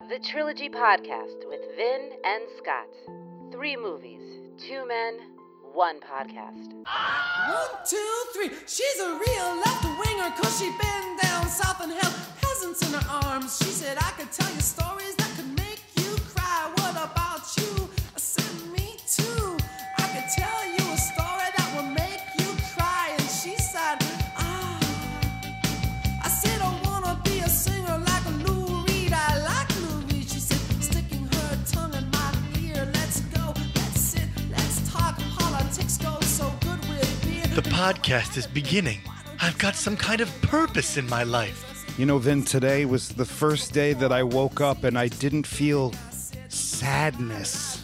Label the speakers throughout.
Speaker 1: The Trilogy Podcast with Vin and Scott. Three movies, two men, one podcast.
Speaker 2: One, two, three. She's a real left winger, cause she been down south and held peasants in her arms. She said, I could tell you stories that could make you cry. What about you? I said, Me too. I could tell you a story that will make you cry. And she said, Ah. I said I wanna be a singer like Lou Reed. I like Lou Reed. She said, sticking her tongue in my ear. Let's go, let's sit, let's talk. Politics goes so good with beer.
Speaker 3: The podcast is beginning. I've got some kind of purpose in my life.
Speaker 4: You know, Vin, today was the first day that I woke up and I didn't feel sadness.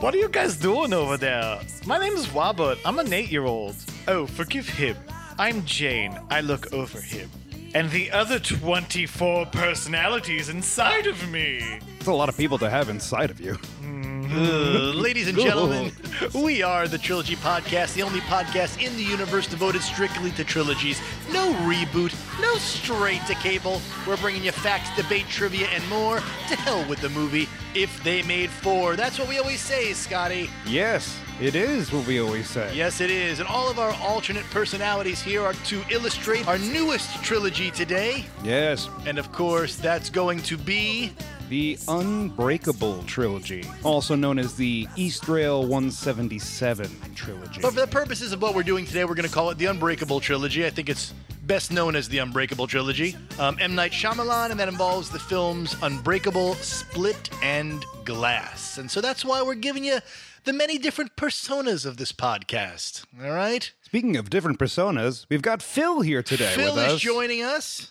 Speaker 3: What are you guys doing over there? My name's Wabert. I'm an eight year old. Oh, forgive him. I'm Jane. I look over him. And the other 24 personalities inside of me.
Speaker 4: It's a lot of people to have inside of you.
Speaker 3: Uh, ladies and gentlemen, we are the Trilogy Podcast, the only podcast in the universe devoted strictly to trilogies. No reboot, no straight to cable. We're bringing you facts, debate, trivia, and more. To hell with the movie if they made four. That's what we always say, Scotty.
Speaker 4: Yes, it is what we always say.
Speaker 3: Yes, it is. And all of our alternate personalities here are to illustrate our newest trilogy today.
Speaker 4: Yes,
Speaker 3: And of course, that's going to be
Speaker 4: the Unbreakable trilogy, also known as the East Rail 177 trilogy.
Speaker 3: But for the purposes of what we're doing today, we're going to call it the Unbreakable Trilogy. I think it's best known as the Unbreakable Trilogy. Um, M. Night Shyamalan, and that involves the films Unbreakable, Split, and Glass. And so that's why we're giving you the many different personas of this podcast. All right?
Speaker 4: Speaking of different personas, we've got Phil here today
Speaker 3: Phil
Speaker 4: with us.
Speaker 3: is joining us.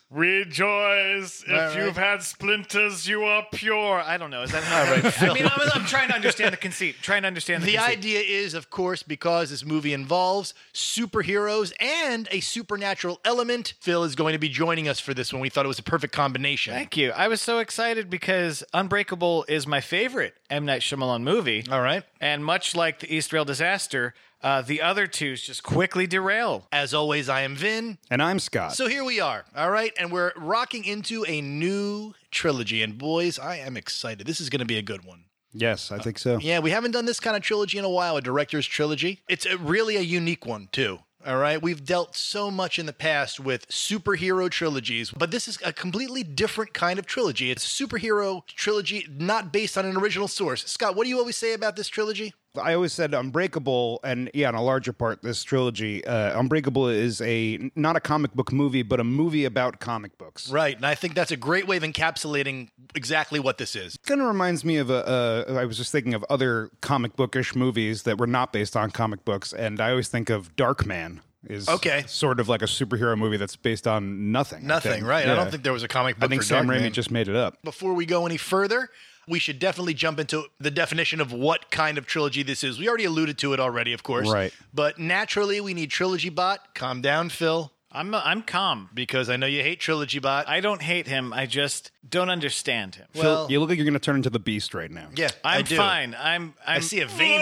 Speaker 5: Rejoice! If
Speaker 3: Alright.
Speaker 5: you've had splinters, you are pure. I don't know. Is that how I I mean, I'm, I'm trying to understand the conceit. Trying to understand the,
Speaker 3: The
Speaker 5: conceit.
Speaker 3: idea is, of course, because this movie involves superheroes and a supernatural element, Phil is going to be joining us for this one. We thought it was a perfect combination.
Speaker 5: Thank you. I was so excited because Unbreakable is my favorite M Night Shyamalan movie.
Speaker 3: All right.
Speaker 5: And much like the East Rail disaster, uh, the other twos just quickly derail.
Speaker 3: As always, I am Vin.
Speaker 4: And I'm Scott.
Speaker 3: So here we are, all right, and we're rocking into a new trilogy. And boys, I am excited. This is going to be a good one.
Speaker 4: yes, I think so.
Speaker 3: Yeah, we haven't done this kind of trilogy in a while, a director's trilogy. It's a, really a unique one, too. All right, we've dealt so much in the past with superhero trilogies, but this is a completely different kind of trilogy. It's a superhero trilogy not based on an original source. Scott, what do you always say about this trilogy?
Speaker 4: I always said Unbreakable, and yeah, on a larger part, this trilogy, uh, Unbreakable is a not a comic book movie, but a movie about comic books.
Speaker 3: Right, and I think that's a great way of encapsulating exactly what this is.
Speaker 4: Kind of reminds me of a. Uh, I was just thinking of other comic bookish movies that were not based on comic books, and I always think of Darkman is
Speaker 3: Okay.
Speaker 4: sort of like a superhero movie that's based on nothing. I
Speaker 3: Nothing,
Speaker 4: think.
Speaker 3: right? I
Speaker 4: Yeah.
Speaker 3: don't think there was a comic book.
Speaker 4: I think
Speaker 3: for
Speaker 4: Sam
Speaker 3: Darkman.
Speaker 4: Raimi just made it up.
Speaker 3: before we go any further, we should definitely jump into the definition of what kind of trilogy this is. We already alluded to it already, of course.
Speaker 4: Right.
Speaker 3: But naturally, we need Trilogy Bot. Calm down, Phil,
Speaker 5: I'm I'm calm.
Speaker 3: because I know you hate Trilogy Bot.
Speaker 5: I don't hate him. I just don't understand him.
Speaker 4: Phil,
Speaker 3: well,
Speaker 4: you look like you're going to turn into the Beast right now.
Speaker 3: yeah, I
Speaker 5: I'm
Speaker 3: do.
Speaker 5: fine. I'm, I'm
Speaker 3: I see a vein.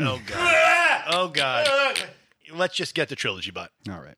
Speaker 3: oh god. Oh god. Let's just get the Trilogy Bot.
Speaker 4: All right.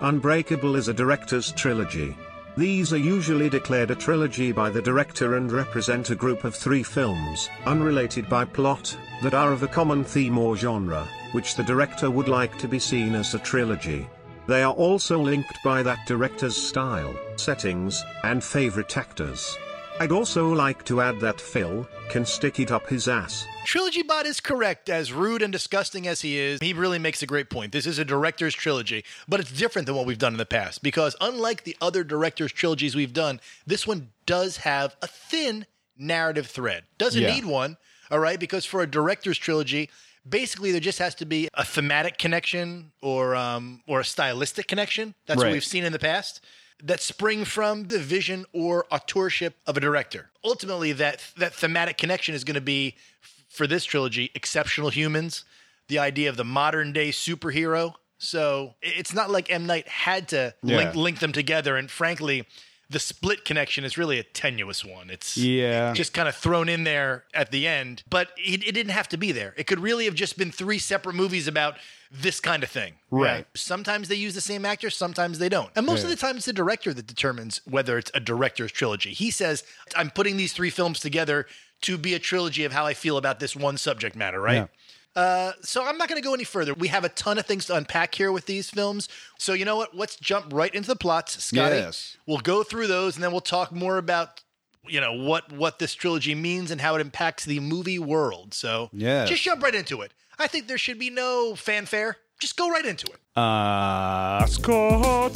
Speaker 6: Unbreakable is a director's trilogy. These are usually declared a trilogy by the director and represent a group of three films, unrelated by plot, that are of a common theme or genre, which the director would like to be seen as a trilogy. They are also linked by that director's style, settings, and favorite actors. I'd also like to add that Phil can stick it up his ass.
Speaker 3: Trilogy Bot is correct. As rude and disgusting as he is, he really makes a great point. This is a director's trilogy, but it's different than what we've done in the past because, unlike the other director's trilogies we've done, this one does have a thin narrative thread. Doesn't
Speaker 4: Yeah.
Speaker 3: need one, all right? Because for a director's trilogy, basically there just has to be a thematic connection or um, or a stylistic connection. That's what
Speaker 4: Right.
Speaker 3: we've seen in the past that spring from the vision or authorship of a director. Ultimately, that that thematic connection is going to be f- for this trilogy exceptional humans, the idea of the modern day superhero. So i- it's not like M Night had to
Speaker 4: Yeah.
Speaker 3: link link them together. And frankly, the split connection is really a tenuous one. It's
Speaker 4: Yeah.
Speaker 3: just kind of thrown in there at the end, but it, it didn't have to be there. It could really have just been three separate movies about this kind of thing.
Speaker 4: Right.
Speaker 3: Sometimes they use the same actor, sometimes they don't. And most of the time, it's the director that determines whether it's a director's trilogy. He says, I'm putting these three films together to be a trilogy of how I feel about this one subject matter, right? Uh, so I'm not going to go any further. We have a ton of things to unpack here with these films. So you know what? Let's jump right into the plots, Scotty.
Speaker 4: Yes.
Speaker 3: We'll go through those, and then we'll talk more about you know what what this trilogy means and how it impacts the movie world. So
Speaker 4: Yes.
Speaker 3: just jump right into it. I think there should be no fanfare. Just go right into it.
Speaker 4: Uh, Scott,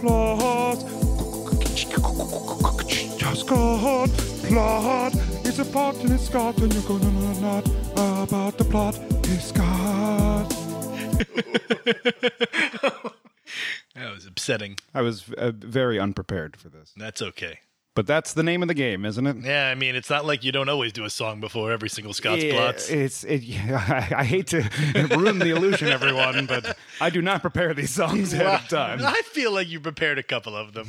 Speaker 4: plot, Scott, plot. It's a plot and it's Scott, and you're gonna learn not about the plot. It's Scott.
Speaker 3: That was upsetting.
Speaker 4: I was uh, very unprepared for this,
Speaker 3: That's okay.
Speaker 4: but that's the name of the game, isn't it?
Speaker 3: Yeah, I mean, it's not like you don't always do a song before every single Scott's
Speaker 4: Yeah,
Speaker 3: plots.
Speaker 4: It's it, yeah, I, I hate to ruin the illusion, everyone, but I do not prepare these songs ahead of time.
Speaker 3: I feel like you prepared a couple of them.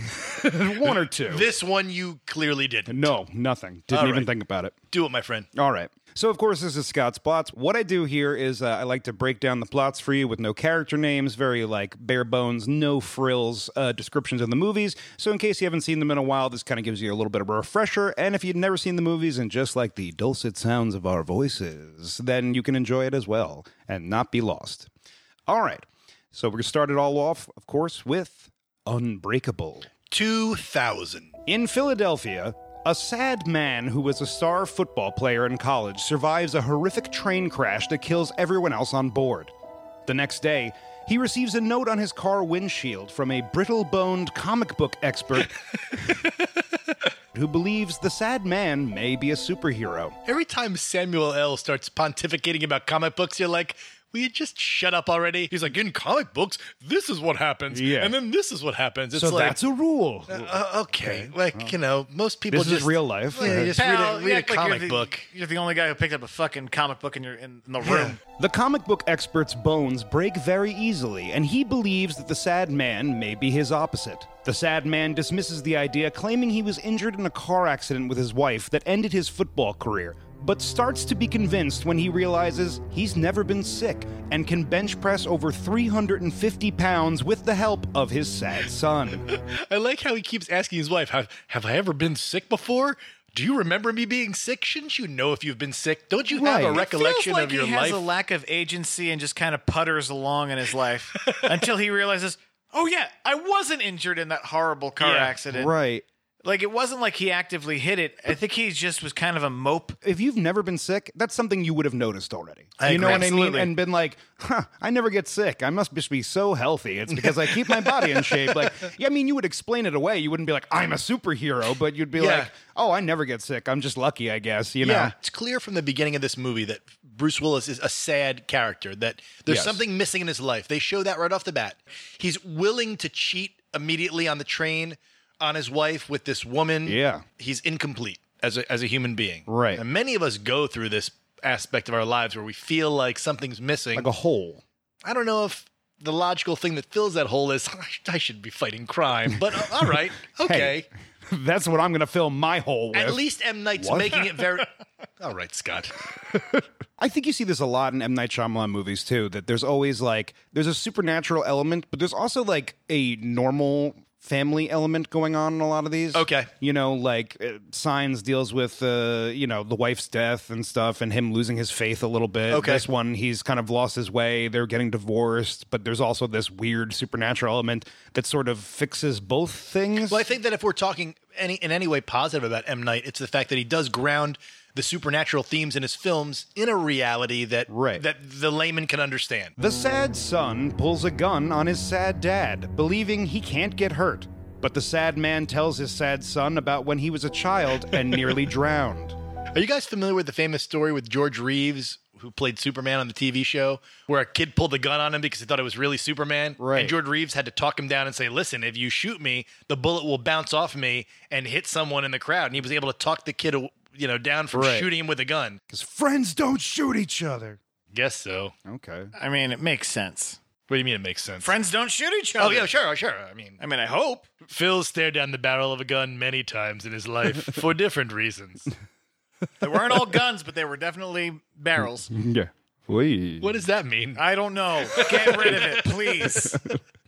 Speaker 4: One or two.
Speaker 3: this one you clearly didn't.
Speaker 4: no, nothing. Didn't
Speaker 3: All
Speaker 4: even
Speaker 3: right.
Speaker 4: think about it.
Speaker 3: Do it, my friend.
Speaker 4: All right. So, of course, this is Scott's Plots. What I do here is uh, I like to break down the plots for you with no character names, very like bare bones, no frills uh, descriptions of the movies. So, in case you haven't seen them in a while, this kind of gives you a little bit of a refresher. And if you've never seen the movies and just like the dulcet sounds of our voices, then you can enjoy it as well and not be lost. All right. So, we're going to start it all off, of course, with Unbreakable.
Speaker 3: 2000.
Speaker 4: In Philadelphia, a sad man who was a star football player in college survives a horrific train crash that kills everyone else on board. The next day, he receives a note on his car windshield from a brittle boned comic book expert who believes the sad man may be a superhero.
Speaker 3: Every time Samuel L. starts pontificating about comic books, you're like, will you just shut up already? He's like, in comic books, this is what happens.
Speaker 4: Yeah.
Speaker 3: And then this is what happens. It's
Speaker 4: so
Speaker 3: like,
Speaker 4: that's a rule.
Speaker 3: uh, okay. Like, you know, most people
Speaker 4: This is
Speaker 3: just.
Speaker 4: real life.
Speaker 3: Yeah, you just read a-
Speaker 5: Pal,
Speaker 3: read
Speaker 5: you
Speaker 3: a,
Speaker 5: act like you're
Speaker 3: comic
Speaker 5: the-
Speaker 3: book.
Speaker 5: You're the only guy who picked up a fucking comic book in your in, in the room.
Speaker 4: The comic book expert's bones break very easily, and he believes that the sad man may be his opposite. The sad man dismisses the idea, claiming he was injured in a car accident with his wife that ended his football career, but starts to be convinced when he realizes he's never been sick and can bench press over 350 pounds with the help of his sad son.
Speaker 3: I like how he keeps asking his wife, have, have I ever been sick before? Do you remember me being sick? Shouldn't you know if you've been sick? Don't you have
Speaker 4: Right.
Speaker 3: a
Speaker 4: It
Speaker 3: recollection
Speaker 5: Feels like
Speaker 3: of your
Speaker 5: he has
Speaker 3: life?
Speaker 5: a lack of agency and just kind of putters along in his life until he realizes, oh yeah, I wasn't injured in that horrible car
Speaker 3: Yeah.
Speaker 5: accident.
Speaker 4: right.
Speaker 5: Like it wasn't like he actively hit it. I think he just was kind of a mope.
Speaker 4: if you've never been sick, that's something you would have noticed already.
Speaker 3: I
Speaker 4: you know
Speaker 3: agree.
Speaker 4: what I mean?
Speaker 3: Absolutely.
Speaker 4: And been like, huh, I never get sick. I must just be so healthy. It's because I keep my body in shape. Like, yeah, I mean, you would explain it away. You wouldn't be like, I'm a superhero, but you'd be
Speaker 3: Yeah.
Speaker 4: like, oh, I never get sick. I'm just lucky, I guess, you know?
Speaker 3: It's clear from the beginning of this movie that Bruce Willis is a sad character, that there's
Speaker 4: Yes.
Speaker 3: something missing in his life. They show that right off the bat. He's willing to cheat immediately on the train on his wife with this woman.
Speaker 4: Yeah.
Speaker 3: He's incomplete as a, as a human being.
Speaker 4: Right.
Speaker 3: And many of us go through this aspect of our lives where we feel like something's missing.
Speaker 4: Like a hole.
Speaker 3: I don't know if the logical thing that fills that hole is I should be fighting crime, but uh, all right. Okay.
Speaker 4: That's what I'm going to fill my hole with.
Speaker 3: At least M. Night's
Speaker 4: What?
Speaker 3: making it very. All right, Scott.
Speaker 4: I think you see this a lot in M. Night Shyamalan movies too, that there's always like, there's a supernatural element, but there's also like a normal family element going on in a lot of these.
Speaker 3: Okay.
Speaker 4: You know, like uh, Signs deals with, uh, you know, the wife's death and stuff and him losing his faith a little bit.
Speaker 3: Okay.
Speaker 4: This one, he's kind of lost his way. They're getting divorced, but there's also this weird supernatural element that sort of fixes both things.
Speaker 3: Well, I think that if we're talking any in any way positive about M. Night, it's the fact that he does ground the supernatural themes in his films in a reality that
Speaker 4: Right.
Speaker 3: that the layman can understand.
Speaker 4: The sad son pulls a gun on his sad dad, believing he can't get hurt. But the sad man tells his sad son about when he was a child and nearly drowned.
Speaker 3: Are you guys familiar with the famous story with George Reeves, who played Superman on the TV show, where a kid pulled the gun on him because he thought it was really Superman?
Speaker 4: Right.
Speaker 3: And George Reeves had to talk him down and say, "Listen, if you shoot me, the bullet will bounce off me and hit someone in the crowd." And he was able to talk the kid, you know, down from
Speaker 4: Right.
Speaker 3: shooting him with a gun.
Speaker 4: Because friends don't shoot each other.
Speaker 3: Guess so.
Speaker 4: Okay.
Speaker 5: I mean, it makes sense.
Speaker 7: What do you mean it makes sense?
Speaker 5: Friends don't shoot each other.
Speaker 3: Oh yeah, sure, sure. I mean,
Speaker 5: I mean, I hope.
Speaker 7: Phil stared down the barrel of a gun many times in his life for different reasons.
Speaker 5: They weren't all guns, but they were definitely barrels.
Speaker 4: Yeah. Wait.
Speaker 7: What does that mean?
Speaker 5: I don't know. Get rid of it, please.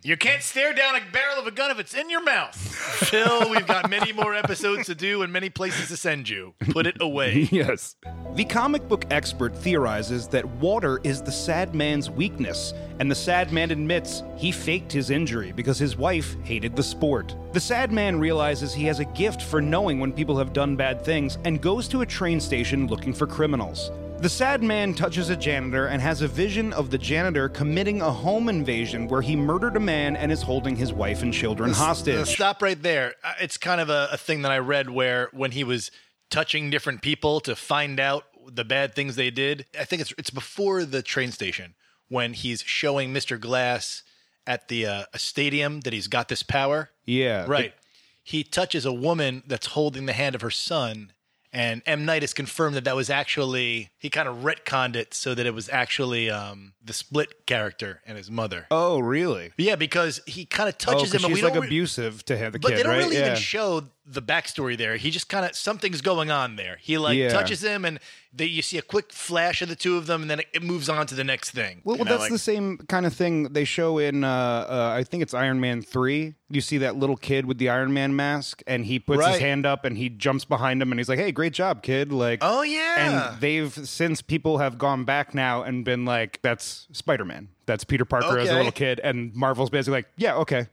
Speaker 5: You can't stare down a barrel of a gun if it's in your mouth.
Speaker 3: Phil, we've got many more episodes to do and many places to send you. Put it away.
Speaker 4: Yes. The comic book expert theorizes that water is the sad man's weakness, and the sad man admits he faked his injury because his wife hated the sport. The sad man realizes he has a gift for knowing when people have done bad things and goes to a train station looking for criminals. The sad man touches a janitor and has a vision of the janitor committing a home invasion where he murdered a man and is holding his wife and children
Speaker 3: Uh,
Speaker 4: hostage.
Speaker 3: Stop right there. Uh, It's kind of a, a thing that I read where when he was touching different people to find out the bad things they did, I think it's it's before the train station when he's showing Mr. Glass at the uh, a stadium that he's got this power.
Speaker 4: Yeah.
Speaker 3: Right. He touches a woman that's holding the hand of her son, and M. Night has confirmed that that was actually, he kind of retconned it so that it was actually um, the split character and his mother.
Speaker 4: Oh, really?
Speaker 3: Yeah, because he kind of
Speaker 4: Oh,
Speaker 3: touches
Speaker 4: 'cause
Speaker 3: him, and we
Speaker 4: she's like
Speaker 3: don't re-
Speaker 4: abusive to have the
Speaker 3: but
Speaker 4: kid,
Speaker 3: they don't
Speaker 4: right?
Speaker 3: really
Speaker 4: Yeah.
Speaker 3: even show the backstory there. He just kind of something's going on there. He like
Speaker 4: Yeah.
Speaker 3: touches him, and they, you see a quick flash of the two of them, and then it, it moves on to the next thing.
Speaker 4: Well, well
Speaker 3: And I
Speaker 4: that's
Speaker 3: like-
Speaker 4: the same kind of thing they show in, uh, uh, I think it's Iron Man 3. You see that little kid with the Iron Man mask, and he puts his
Speaker 3: Right.
Speaker 4: hand up and he jumps behind him and he's like, hey, great job, kid. Like,
Speaker 3: Oh, yeah.
Speaker 4: And they've, since people have gone back now and been like, that's Spider Man. That's Peter Parker as a
Speaker 3: Okay.
Speaker 4: little kid. And Marvel's basically like, yeah, okay.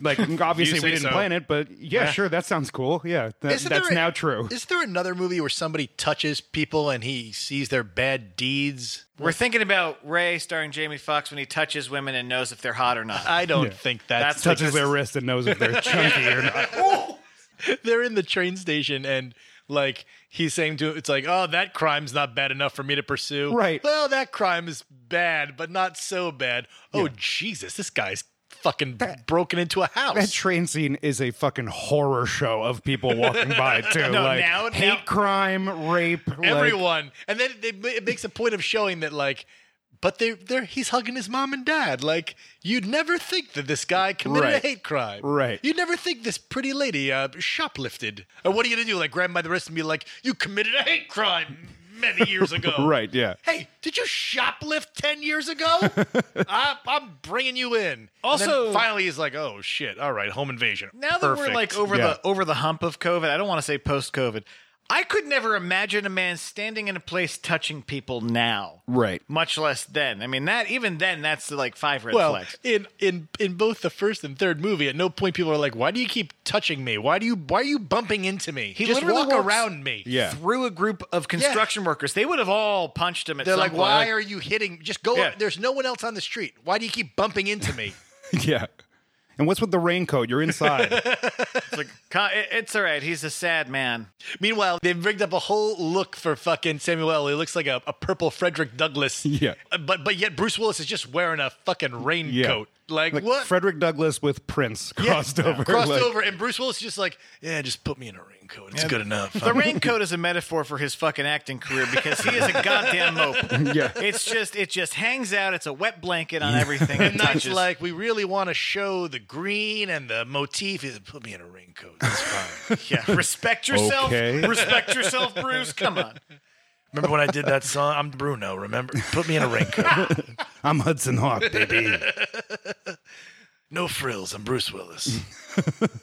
Speaker 4: Like, obviously,
Speaker 3: You
Speaker 4: we
Speaker 3: say
Speaker 4: didn't
Speaker 3: so.
Speaker 4: plan it, but yeah, sure, that sounds cool. Yeah, that-
Speaker 3: Isn't
Speaker 4: that's
Speaker 3: there a-
Speaker 4: now true.
Speaker 3: Is there another movie where somebody touches people and he sees their bad deeds?
Speaker 5: We're thinking about Ray starring Jamie Foxx when he touches women and knows if they're hot or not.
Speaker 3: I don't think that's,
Speaker 5: That's
Speaker 4: Touches their wrist and knows if they're chunky or not.
Speaker 3: they're in the train station and like he's saying to it's like oh that crime's not bad enough for me to pursue
Speaker 4: Right.
Speaker 3: well that crime is bad but not so bad oh jesus this guy's fucking broken into a house
Speaker 4: That train scene is a fucking horror show of people walking by too.
Speaker 3: No,
Speaker 4: like
Speaker 3: now-
Speaker 4: hate
Speaker 3: now-
Speaker 4: crime, rape, like-
Speaker 3: everyone and then they, it makes a point of showing that like but they're, they're he's hugging his mom and dad like you'd never think that this guy committed
Speaker 4: Right.
Speaker 3: a hate crime
Speaker 4: Right.
Speaker 3: you'd never think this pretty lady uh, shoplifted or what are you gonna do like grab him by the wrist and be like you committed a hate crime many years ago
Speaker 4: right, yeah.
Speaker 3: Hey, did you shoplift 10 years ago? I, I'm bringing you in. And
Speaker 5: Also-
Speaker 3: then finally, he's like, oh, shit. All right, home invasion.
Speaker 5: now that we're
Speaker 3: Perfect.
Speaker 5: like over
Speaker 4: Yeah.
Speaker 5: the over the hump of COVID, I don't want to say post COVID. I could never imagine a man standing in a place touching people now.
Speaker 4: Right.
Speaker 5: Much less then. I mean that even then that's like five red
Speaker 3: Well,
Speaker 5: flags.
Speaker 3: in, in in both the first and third movie, at no point people are like, "Why do you keep touching me? Why do you why are you bumping into me? He Just
Speaker 5: literally
Speaker 3: walk
Speaker 5: walks-
Speaker 3: around me."
Speaker 4: Yeah.
Speaker 5: Through a group of construction workers. They would have all punched him at
Speaker 3: They're
Speaker 5: some
Speaker 3: like,
Speaker 5: point.
Speaker 3: "Why are you hitting? Just go.
Speaker 5: Yeah.
Speaker 3: Up. There's no one else on the street. Why do you keep bumping into me?"
Speaker 4: Yeah. And what's with the raincoat? You're inside.
Speaker 5: It's like, "Ca- it- it's all right. He's a sad man.
Speaker 3: Meanwhile, they've rigged up a whole look for fucking Samuel. L. He looks like a, a purple Frederick Douglass.
Speaker 4: Yeah.
Speaker 3: Uh, But but yet Bruce Willis is just wearing a fucking
Speaker 4: Yeah.
Speaker 3: raincoat. Like,
Speaker 4: Like,
Speaker 3: what?
Speaker 4: Frederick Douglass with Prince
Speaker 3: Yeah.
Speaker 4: crossed over.
Speaker 3: Crossed
Speaker 4: like-
Speaker 3: over, and Bruce Willis is just like, yeah, just put me in a raincoat. It's good enough.
Speaker 5: The raincoat is a metaphor for his fucking acting career because he is a goddamn mope.
Speaker 4: Yeah.
Speaker 5: It's just it just hangs out. It's a wet blanket on everything. it
Speaker 3: and that's
Speaker 5: touches.
Speaker 3: like we really want to show the green and the motif. He's like, Put me in a raincoat. That's fine.
Speaker 5: yeah. Respect yourself.
Speaker 4: Okay.
Speaker 5: Respect yourself, Bruce. Come on.
Speaker 3: remember when I did that song? I'm Bruno. Remember? Put me in a raincoat.
Speaker 4: I'm Hudson Hawk, baby.
Speaker 3: No frills. I'm Bruce Willis.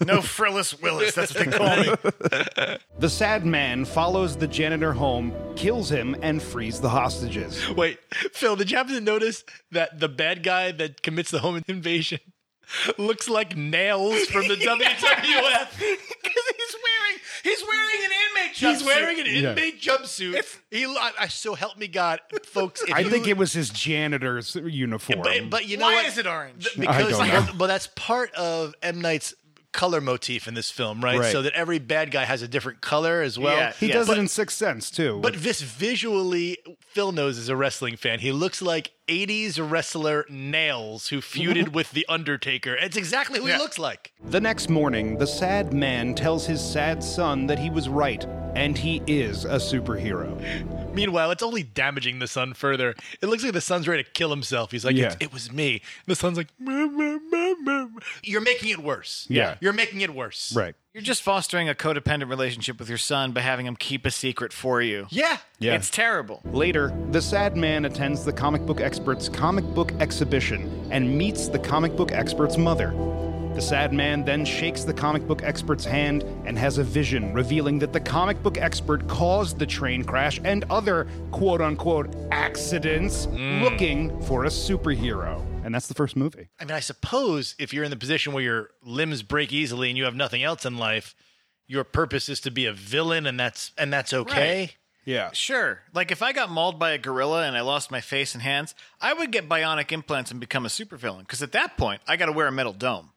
Speaker 5: No frillis Willis. That's what they call me.
Speaker 4: the sad man follows the janitor home, kills him, and frees the hostages.
Speaker 3: Wait, Phil, did you happen to notice that the bad guy that commits the home invasion looks like nails from the WWF? Because he's wearing he's wearing an inmate jumpsuit. He's wearing an
Speaker 4: Yeah.
Speaker 3: inmate jumpsuit. he, I, I- so help me God, folks. If
Speaker 4: I
Speaker 3: you,
Speaker 4: think it was his janitor's uniform.
Speaker 3: But, but you know
Speaker 5: Why
Speaker 3: what?
Speaker 5: is it orange?
Speaker 3: Th-
Speaker 4: I
Speaker 3: Because
Speaker 4: don't know.
Speaker 3: well, that's part of M Night's color motif in this film, right?
Speaker 4: Right.
Speaker 3: So that every bad guy has a different color as well.
Speaker 5: Yeah.
Speaker 4: he
Speaker 5: yeah.
Speaker 4: does
Speaker 3: But-
Speaker 4: it in Sixth Sense too.
Speaker 3: But this visually, Phil knows is a wrestling fan. He looks like 80s wrestler Nails, who feuded with The Undertaker. It's exactly who he looks like.
Speaker 4: The next morning, the sad man tells his sad son that he was right, and he is a superhero.
Speaker 3: Meanwhile, it's only damaging the son further. It looks like the son's ready to kill himself. He's like,
Speaker 4: Yeah.
Speaker 3: "It's- it was me. And the son's like, "Meow, meow, meow, meow."
Speaker 8: You're making it worse.
Speaker 4: Yeah.
Speaker 8: You're making it worse.
Speaker 4: Right.
Speaker 5: You're just fostering a codependent relationship with your son by having him keep a secret for you.
Speaker 8: Yeah.
Speaker 4: Yeah.
Speaker 5: It's terrible.
Speaker 4: Later, the sad man attends the comic book expert's comic book exhibition and meets the comic book expert's mother. The sad man then shakes the comic book expert's hand and has a vision revealing that the comic book expert caused the train crash and other quote unquote accidents looking for a superhero. Mm. And that's the first movie.
Speaker 3: I mean, I suppose if you're in the position where your limbs break easily and you have nothing else in life, your purpose is to be a villain, and that's and that's okay.
Speaker 5: Right.
Speaker 4: Yeah.
Speaker 5: Sure. Like if I got mauled by a gorilla and I lost my face and hands, I would get bionic implants and become a supervillain. Because at that point, I got to wear a metal dome.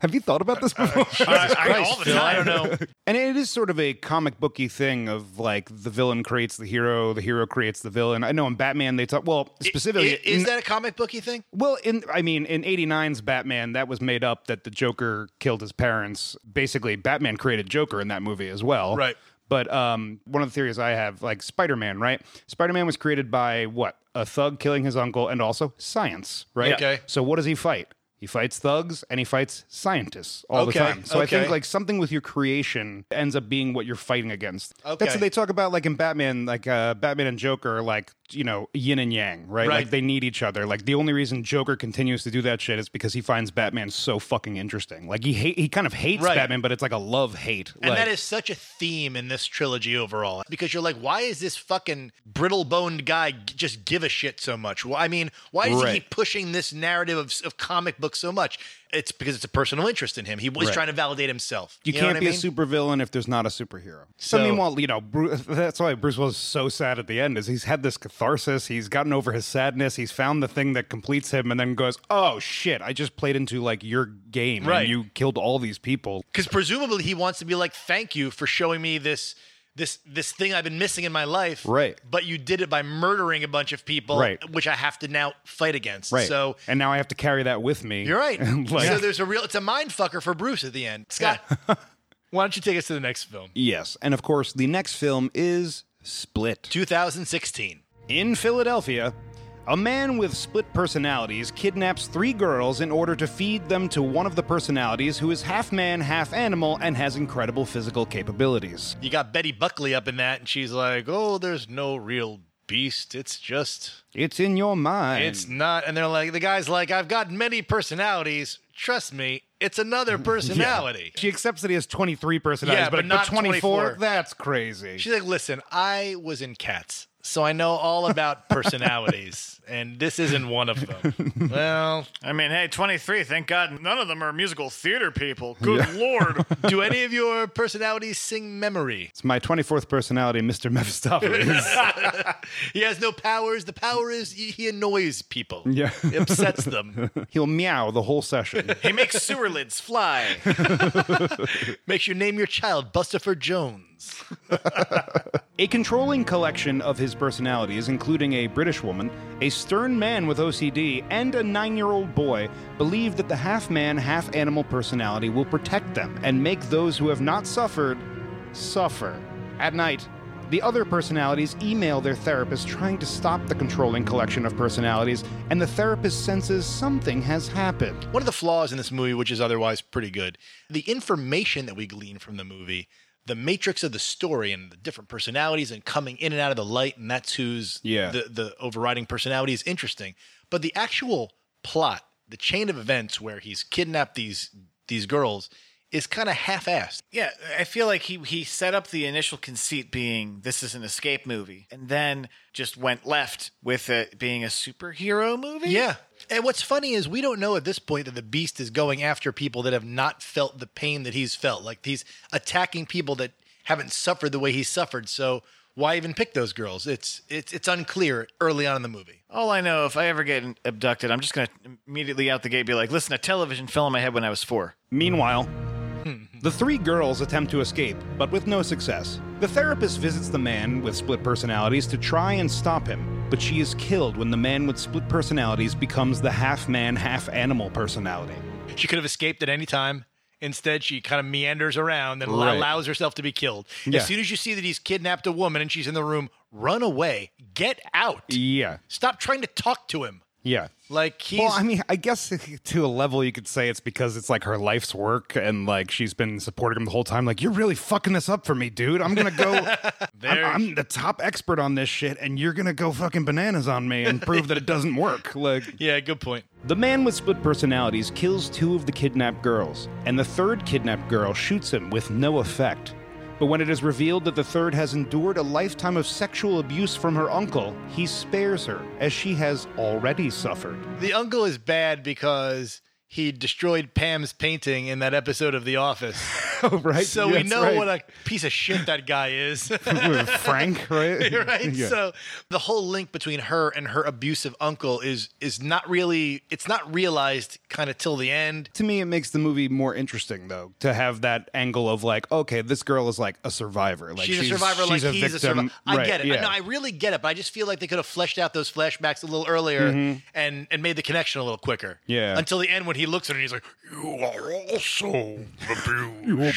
Speaker 4: Have you thought about this before?
Speaker 3: I- I- all the
Speaker 5: Phil, I
Speaker 3: time.
Speaker 5: don't know.
Speaker 4: And it is sort of a comic booky thing of like the villain creates the hero, the hero creates the villain. I know in Batman they talk well specifically.
Speaker 8: I- Is that a comic booky thing?
Speaker 4: well? In I mean in '89's Batman, that was made up that the Joker killed his parents. Basically, Batman created Joker in that movie as well.
Speaker 3: Right.
Speaker 4: But um, one of the theories I have, like Spider Man, right? Spider Man was created by what a thug killing his uncle, and also science, right?
Speaker 8: Okay.
Speaker 4: So what does he fight? He fights thugs and he fights scientists all
Speaker 8: Okay,
Speaker 4: the time. So I think
Speaker 8: okay.
Speaker 4: like something with your creation ends up being what you're fighting against. That's
Speaker 8: Okay.
Speaker 4: what they talk about like in Batman, like uh, Batman and Joker are like, you know, yin and yang, right?
Speaker 8: Right.
Speaker 4: Like they need each other. Like the only reason Joker continues to do that shit is because he finds Batman so fucking interesting. Like he hate, he kind of hates
Speaker 8: Right.
Speaker 4: Batman, but it's like a love hate.
Speaker 8: And that is such a theme in this trilogy overall because you're like, why is this fucking brittle boned guy g- just give a shit so much? Well, I mean, why does
Speaker 4: Right.
Speaker 8: he keep pushing this narrative of, of comic books so much? It's because it's a personal interest in him. He was
Speaker 4: Right.
Speaker 8: trying to validate himself.
Speaker 4: You,
Speaker 8: know
Speaker 4: can't
Speaker 8: what
Speaker 4: be
Speaker 8: I
Speaker 4: a
Speaker 8: mean?
Speaker 4: supervillain if there's not a superhero. So,
Speaker 8: So-
Speaker 4: meanwhile, you know, Bruce, that's why Bruce was so sad at the end. Is he's had this catharsis, he's gotten over his sadness, he's found the thing that completes him, and then goes, "Oh shit, I just played into like your game,
Speaker 3: Right.
Speaker 4: and you killed all these people."
Speaker 8: because presumably he wants to be like, thank you for showing me this this this thing I've been missing in my life.
Speaker 4: Right.
Speaker 8: But you did it by murdering a bunch of people,
Speaker 4: Right.
Speaker 8: which I have to now fight against.
Speaker 4: Right.
Speaker 8: So
Speaker 4: and now I have to carry that with me.
Speaker 8: you're right.
Speaker 4: like,
Speaker 8: So there's a real it's a mind fucker for Bruce at the end. Scott.
Speaker 3: Why don't you take us to the next film?
Speaker 4: yes, and of course, the next film is Split.
Speaker 8: 2016.
Speaker 4: In Philadelphia, a man with split personalities kidnaps three girls in order to feed them to one of the personalities who is half man, half animal, and has incredible physical capabilities.
Speaker 3: You got Betty Buckley up in that, and she's like, "Oh, there's no real beast. It's just,
Speaker 4: It's in your mind.
Speaker 3: it's not." And they're like, "The guy's like, I've got many personalities. Trust me, it's another personality."
Speaker 4: She accepts that he has 23 personalities,
Speaker 3: Yeah,
Speaker 4: but,
Speaker 3: but not 24.
Speaker 4: That's crazy.
Speaker 3: She's like, "Listen, I was in Cats, so I know all about personalities, and this isn't one of them." well,
Speaker 5: I mean, hey, 23, thank God none of them are musical theater people. Good Lord.
Speaker 3: do any of your personalities sing memory?
Speaker 4: it's my 24th personality, Mr. Mephistopheles.
Speaker 3: He has no powers. The power is he he annoys people.
Speaker 4: Yeah.
Speaker 3: He upsets them.
Speaker 4: He'll meow the whole session.
Speaker 5: He makes sewer lids fly.
Speaker 3: Makes you name your child Bustopher Jones.
Speaker 4: A controlling collection of his personalities, including a British woman, a stern man with OCD, and a nine year old boy, believe that the half man, half animal personality will protect them and make those who have not suffered suffer. At night, the other personalities email their therapist trying to stop the controlling collection of personalities, and the therapist senses something has happened.
Speaker 3: One of the flaws in this movie, which is otherwise pretty good, the information that we glean from the movie, the matrix of the story and the different personalities and coming in and out of the light, and that's who's
Speaker 4: Yeah.
Speaker 3: the, the overriding personality is interesting. But the actual plot, the chain of events where he's kidnapped these these girls is kind of half-assed.
Speaker 5: Yeah, I feel like he he set up the initial conceit being this is an escape movie, and then just went left with it being a superhero movie.
Speaker 3: Yeah. And what's funny is we don't know at this point that the beast is going after people that have not felt the pain that he's felt. Like he's attacking people that haven't suffered the way he suffered. So why even pick those girls? It's it's it's unclear early on in the movie.
Speaker 5: All I know, if I ever get abducted, I'm just gonna immediately out the gate be like, "Listen, a television fell in my head when I was four.
Speaker 4: Meanwhile, the three girls attempt to escape, but with no success. The therapist visits the man with split personalities to try and stop him, but she is killed when the man with split personalities becomes the half man, half animal personality.
Speaker 3: She could have escaped at any time Instead, she kind of meanders around and
Speaker 4: Right.
Speaker 3: allows herself to be killed.
Speaker 4: Yeah.
Speaker 3: As soon as you see that he's kidnapped a woman and she's in the room, run away. Get out.
Speaker 4: Yeah.
Speaker 3: Stop trying to talk to him.
Speaker 4: Yeah.
Speaker 3: Like he's
Speaker 4: Well, I mean, I guess to a level you could say it's because it's like her life's work and like she's been supporting him the whole time. Like, you're really fucking this up for me, dude. I'm gonna go. I'm, I'm the top expert on this shit, and you're gonna go fucking bananas on me and prove that it doesn't work. Like,
Speaker 3: Yeah, good point.
Speaker 4: The man with split personalities kills two of the kidnapped girls, and the third kidnapped girl shoots him with no effect. But when it is revealed that the third has endured a lifetime of sexual abuse from her uncle, he spares her, as she has already suffered.
Speaker 3: The uncle is bad because he destroyed Pam's painting in that episode of The Office.
Speaker 4: Oh, right.
Speaker 3: So we know what a piece of shit that guy is.
Speaker 4: a Frank, right?
Speaker 3: right?
Speaker 4: Yeah.
Speaker 3: So the whole link between her and her abusive uncle is is not really it's not realized kind of till the end.
Speaker 4: to me, it makes the movie more interesting, though, to have that angle of like, okay, this girl is like a survivor. Like
Speaker 3: she's, a survivor like
Speaker 4: a
Speaker 3: he's a
Speaker 4: victim.
Speaker 3: survivor. I
Speaker 4: Right,
Speaker 3: get it.
Speaker 4: Yeah.
Speaker 3: No, I really get it, but I just feel like they could have fleshed out those flashbacks a little earlier and and made the connection a little quicker.
Speaker 4: Mm-hmm. Yeah.
Speaker 3: Until the end when he looks at her and he's like, "You are also abused."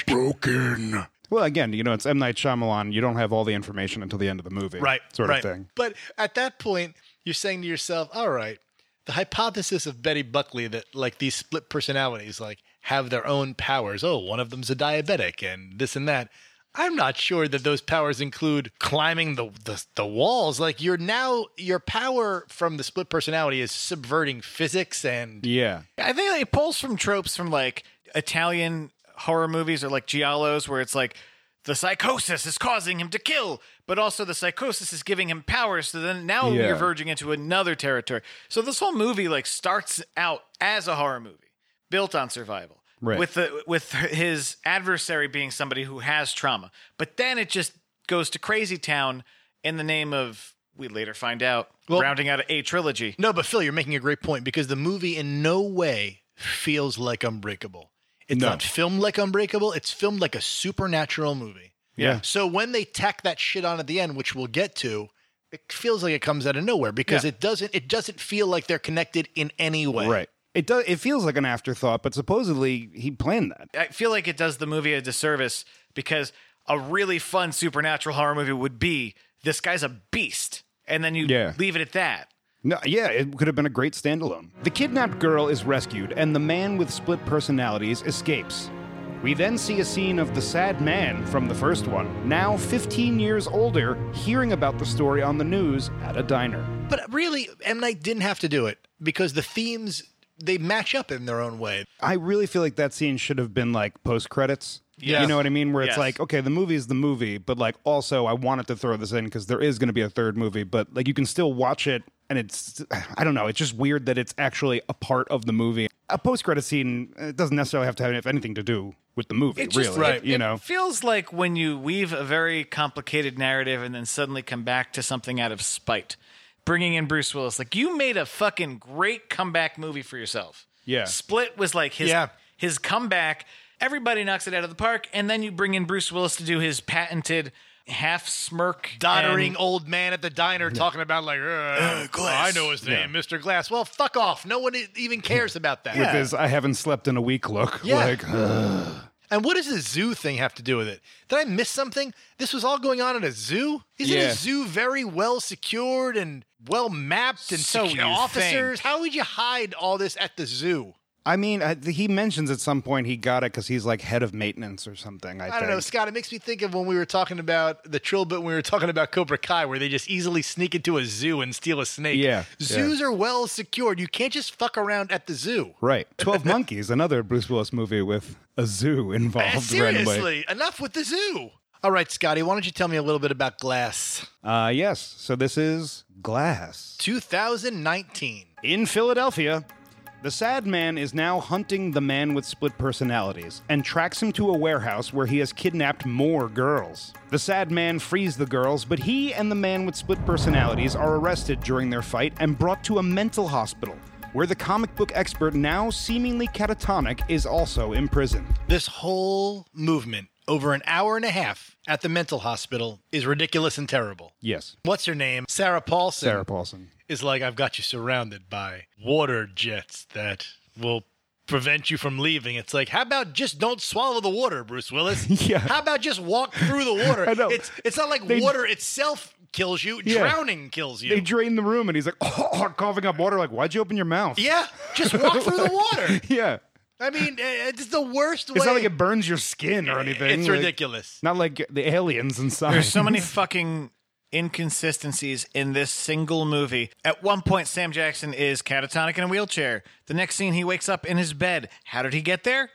Speaker 4: Well, again, you know, it's M. Night Shyamalan. You don't have all the information until the end of the movie.
Speaker 3: right
Speaker 4: Sort
Speaker 3: right.
Speaker 4: of thing.
Speaker 3: but at that point you're saying to yourself all right the hypothesis of betty buckley that like these split personalities like have their own powers oh one of them's a diabetic and this and that i'm not sure that those powers include climbing the, the the walls like you're now your power from the split personality is subverting physics and
Speaker 4: Yeah.
Speaker 5: I think it pulls from tropes from like Italian horror movies or like giallos, where it's like the psychosis is causing him to kill, but also the psychosis is giving him power. So then now
Speaker 4: Yeah.
Speaker 5: we're verging into another territory. So this whole movie like starts out as a horror movie built on survival.
Speaker 4: Right.
Speaker 5: With the with his adversary being somebody who has trauma, but then it just goes to crazy town in the name of we later find out
Speaker 3: Well-
Speaker 5: rounding out a trilogy.
Speaker 3: No, but Phil, you're making a great point because the movie in no way feels like Unbreakable. It's
Speaker 4: No.
Speaker 3: not filmed like Unbreakable, it's filmed like a supernatural movie.
Speaker 4: Yeah.
Speaker 3: So when they tack that shit on at the end, which we'll get to, it feels like it comes out of nowhere because
Speaker 5: Yeah.
Speaker 3: it doesn't it doesn't feel like they're connected in any way.
Speaker 4: Right. It does. It feels like an afterthought, but supposedly he planned that.
Speaker 5: I feel like it does the movie a disservice because a really fun supernatural horror movie would be this guy's a beast, and then you
Speaker 4: Yeah.
Speaker 5: leave it at that.
Speaker 4: No, yeah, it could have been a great standalone. The kidnapped girl is rescued, and the man with split personalities escapes. We then see a scene of the sad man from the first one, now 15 years older, hearing about the story on the news at a diner.
Speaker 3: But really, M Night didn't have to do it because the themes they match up in their own way.
Speaker 4: I really feel like that scene should have been like post credits.
Speaker 5: Yes.
Speaker 4: You know what I mean? Where it's
Speaker 5: Yes.
Speaker 4: like, okay, the movie is the movie, but like also I wanted to throw this in because there is going to be a third movie, but like you can still watch it and it's, I don't know, it's just weird that it's actually a part of the movie. A post credit scene uh, doesn't necessarily have to have anything to do with the movie,
Speaker 5: It
Speaker 4: really.
Speaker 5: just- it-
Speaker 4: You
Speaker 5: it
Speaker 4: know?
Speaker 5: feels like when you weave a very complicated narrative and then suddenly come back to something out of spite, bringing in Bruce Willis. Like you made a fucking great comeback movie for yourself.
Speaker 4: Yeah.
Speaker 5: Split was like his
Speaker 3: Yeah.
Speaker 5: his comeback. Everybody knocks it out of the park, and then you bring in Bruce Willis to do his patented half smirk,
Speaker 3: doddering
Speaker 5: and-
Speaker 3: old man at the diner talking about like, "Uh, I know his name, Mr. Glass. Well, fuck off. No one e- even cares about that.
Speaker 4: With his I haven't slept in a week look.
Speaker 3: Yeah.
Speaker 4: Like,
Speaker 3: And what does the zoo thing have to do with it? Did I miss something? This was all going on at a zoo. Isn't
Speaker 4: Yeah.
Speaker 3: a zoo very well secured and well mapped and
Speaker 5: So
Speaker 3: secure
Speaker 5: you
Speaker 3: officers? How would you hide all this at the zoo?
Speaker 4: I mean, I, he mentions at some point he got it because he's like head of maintenance or something. I,
Speaker 3: I don't know,
Speaker 4: think.
Speaker 3: Scott. It makes me think of when we were talking about the trill bit when we were talking about Cobra Kai, where they just easily sneak into a zoo and steal a snake.
Speaker 4: Yeah,
Speaker 3: Zoos are well secured. You can't just fuck around at the zoo.
Speaker 4: Right. 12 Monkeys, another Bruce Willis movie with a zoo involved.
Speaker 3: Uh,
Speaker 4: randomly.
Speaker 3: seriously, enough with the zoo. All right, Scotty, why don't you tell me a little bit about Glass?
Speaker 4: Uh, yes. So this is Glass.
Speaker 3: 2019.
Speaker 4: In Philadelphia, the sad man is now hunting the man with split personalities and tracks him to a warehouse where he has kidnapped more girls. The sad man frees the girls, but he and the man with split personalities are arrested during their fight and brought to a mental hospital. Where the comic book expert, now seemingly catatonic, is also imprisoned.
Speaker 3: This whole movement over an hour and a half at the mental hospital is ridiculous and terrible.
Speaker 4: Yes.
Speaker 3: What's her name? Sarah Paulson
Speaker 4: Sarah Paulson.
Speaker 3: is like, I've got you surrounded by water jets that will prevent you from leaving. It's like, how about just don't swallow the water, Bruce Willis?
Speaker 4: Yeah.
Speaker 3: How about just walk through the water?
Speaker 4: I know.
Speaker 3: It's it's not like
Speaker 4: They-
Speaker 3: water itself kills you.
Speaker 4: Yeah.
Speaker 3: Drowning kills you.
Speaker 4: They drain the room, and he's like, oh, coughing up water. Like, why'd you open your mouth?
Speaker 3: yeah. Just walk through the water.
Speaker 4: yeah.
Speaker 3: I mean, eh, it's the worst way.
Speaker 4: It's not like it burns your skin or anything.
Speaker 3: It's
Speaker 4: like-
Speaker 3: ridiculous.
Speaker 4: Not like the aliens inside.
Speaker 5: There's so many fucking inconsistencies in this single movie. At one point, Sam Jackson is catatonic in a wheelchair. The next scene, he wakes up in his bed. How did he get there?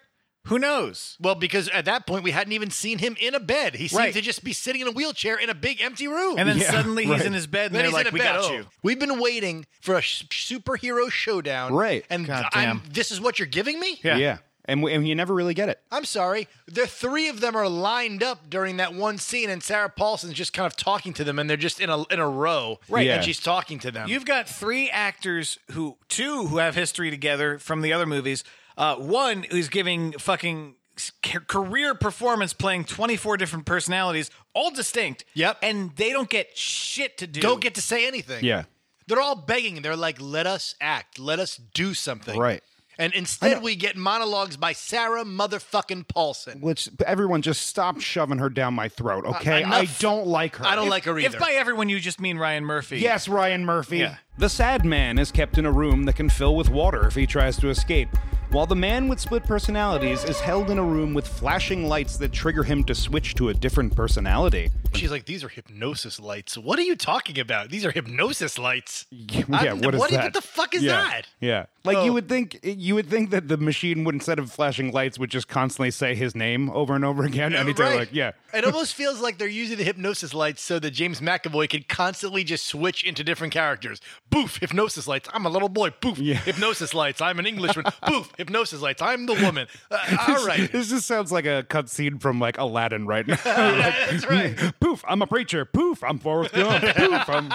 Speaker 5: Who knows?
Speaker 3: Well, because at that point we hadn't even seen him in a bed. He seemed
Speaker 5: Right.
Speaker 3: to just be sitting in a wheelchair in a big empty room.
Speaker 5: And then
Speaker 4: Yeah,
Speaker 5: suddenly
Speaker 4: right.
Speaker 5: he's in his bed, and
Speaker 3: Then
Speaker 5: they're
Speaker 3: he's in
Speaker 5: like,
Speaker 3: a
Speaker 5: "We
Speaker 3: bed.
Speaker 5: got
Speaker 3: Oh,
Speaker 5: you."
Speaker 3: We've been waiting for a sh- superhero showdown,
Speaker 4: Right.
Speaker 3: And
Speaker 5: God
Speaker 3: I'm,
Speaker 5: damn.
Speaker 3: this is what you're giving me.
Speaker 5: Yeah.
Speaker 4: yeah. And, we, and you never really get it.
Speaker 3: I'm sorry. The three of them are lined up during that one scene, and Sarah Paulson's just kind of talking to them, and they're just in a in a row, right?
Speaker 4: Yeah.
Speaker 3: And she's talking to them.
Speaker 5: You've got three actors who two who have history together from the other movies. Uh, one who's giving fucking s- ca- career performance playing 24 different personalities all distinct
Speaker 3: Yep.
Speaker 5: and they don't get shit to do
Speaker 3: don't get to say anything.
Speaker 4: Yeah.
Speaker 3: They're all begging. They're like, "Let us act. Let us do something."
Speaker 4: Right.
Speaker 3: And instead, we get monologues by Sarah motherfucking Paulson.
Speaker 4: Which everyone just stop shoving her down my throat, okay?
Speaker 3: Uh, enough.
Speaker 4: I don't like her.
Speaker 3: I don't like her either.
Speaker 5: if by everyone you just mean ryan murphy
Speaker 4: Yes, Ryan Murphy.
Speaker 5: Yeah.
Speaker 4: The sad man is kept in a room that can fill with water if he tries to escape, while the man with split personalities is held in a room with flashing lights that trigger him to switch to a different personality.
Speaker 3: She's like, these are hypnosis lights. What are you talking about? These are hypnosis lights.
Speaker 4: Yeah,
Speaker 3: I'm-
Speaker 4: what is
Speaker 3: what-
Speaker 4: that?
Speaker 3: what the fuck is
Speaker 4: Yeah,
Speaker 3: that?
Speaker 4: Yeah, like
Speaker 3: Oh.
Speaker 4: you would think you would think that the machine would instead of flashing lights would just constantly say his name over and over again. Anytime,
Speaker 3: Right.
Speaker 4: like yeah,
Speaker 3: It almost feels like they're using the hypnosis lights so that James McAvoy can constantly just switch into different characters. Boof, hypnosis lights. I'm a little boy. Boof,
Speaker 4: Yeah.
Speaker 3: hypnosis lights. I'm an Englishman. Boof, hypnosis lights. I'm the woman. Uh, all right.
Speaker 4: this just sounds like a cutscene from like Aladdin right now.
Speaker 3: That's right.
Speaker 4: Poof, I'm a preacher. Poof, I'm Forrest Gump. Poof, I'm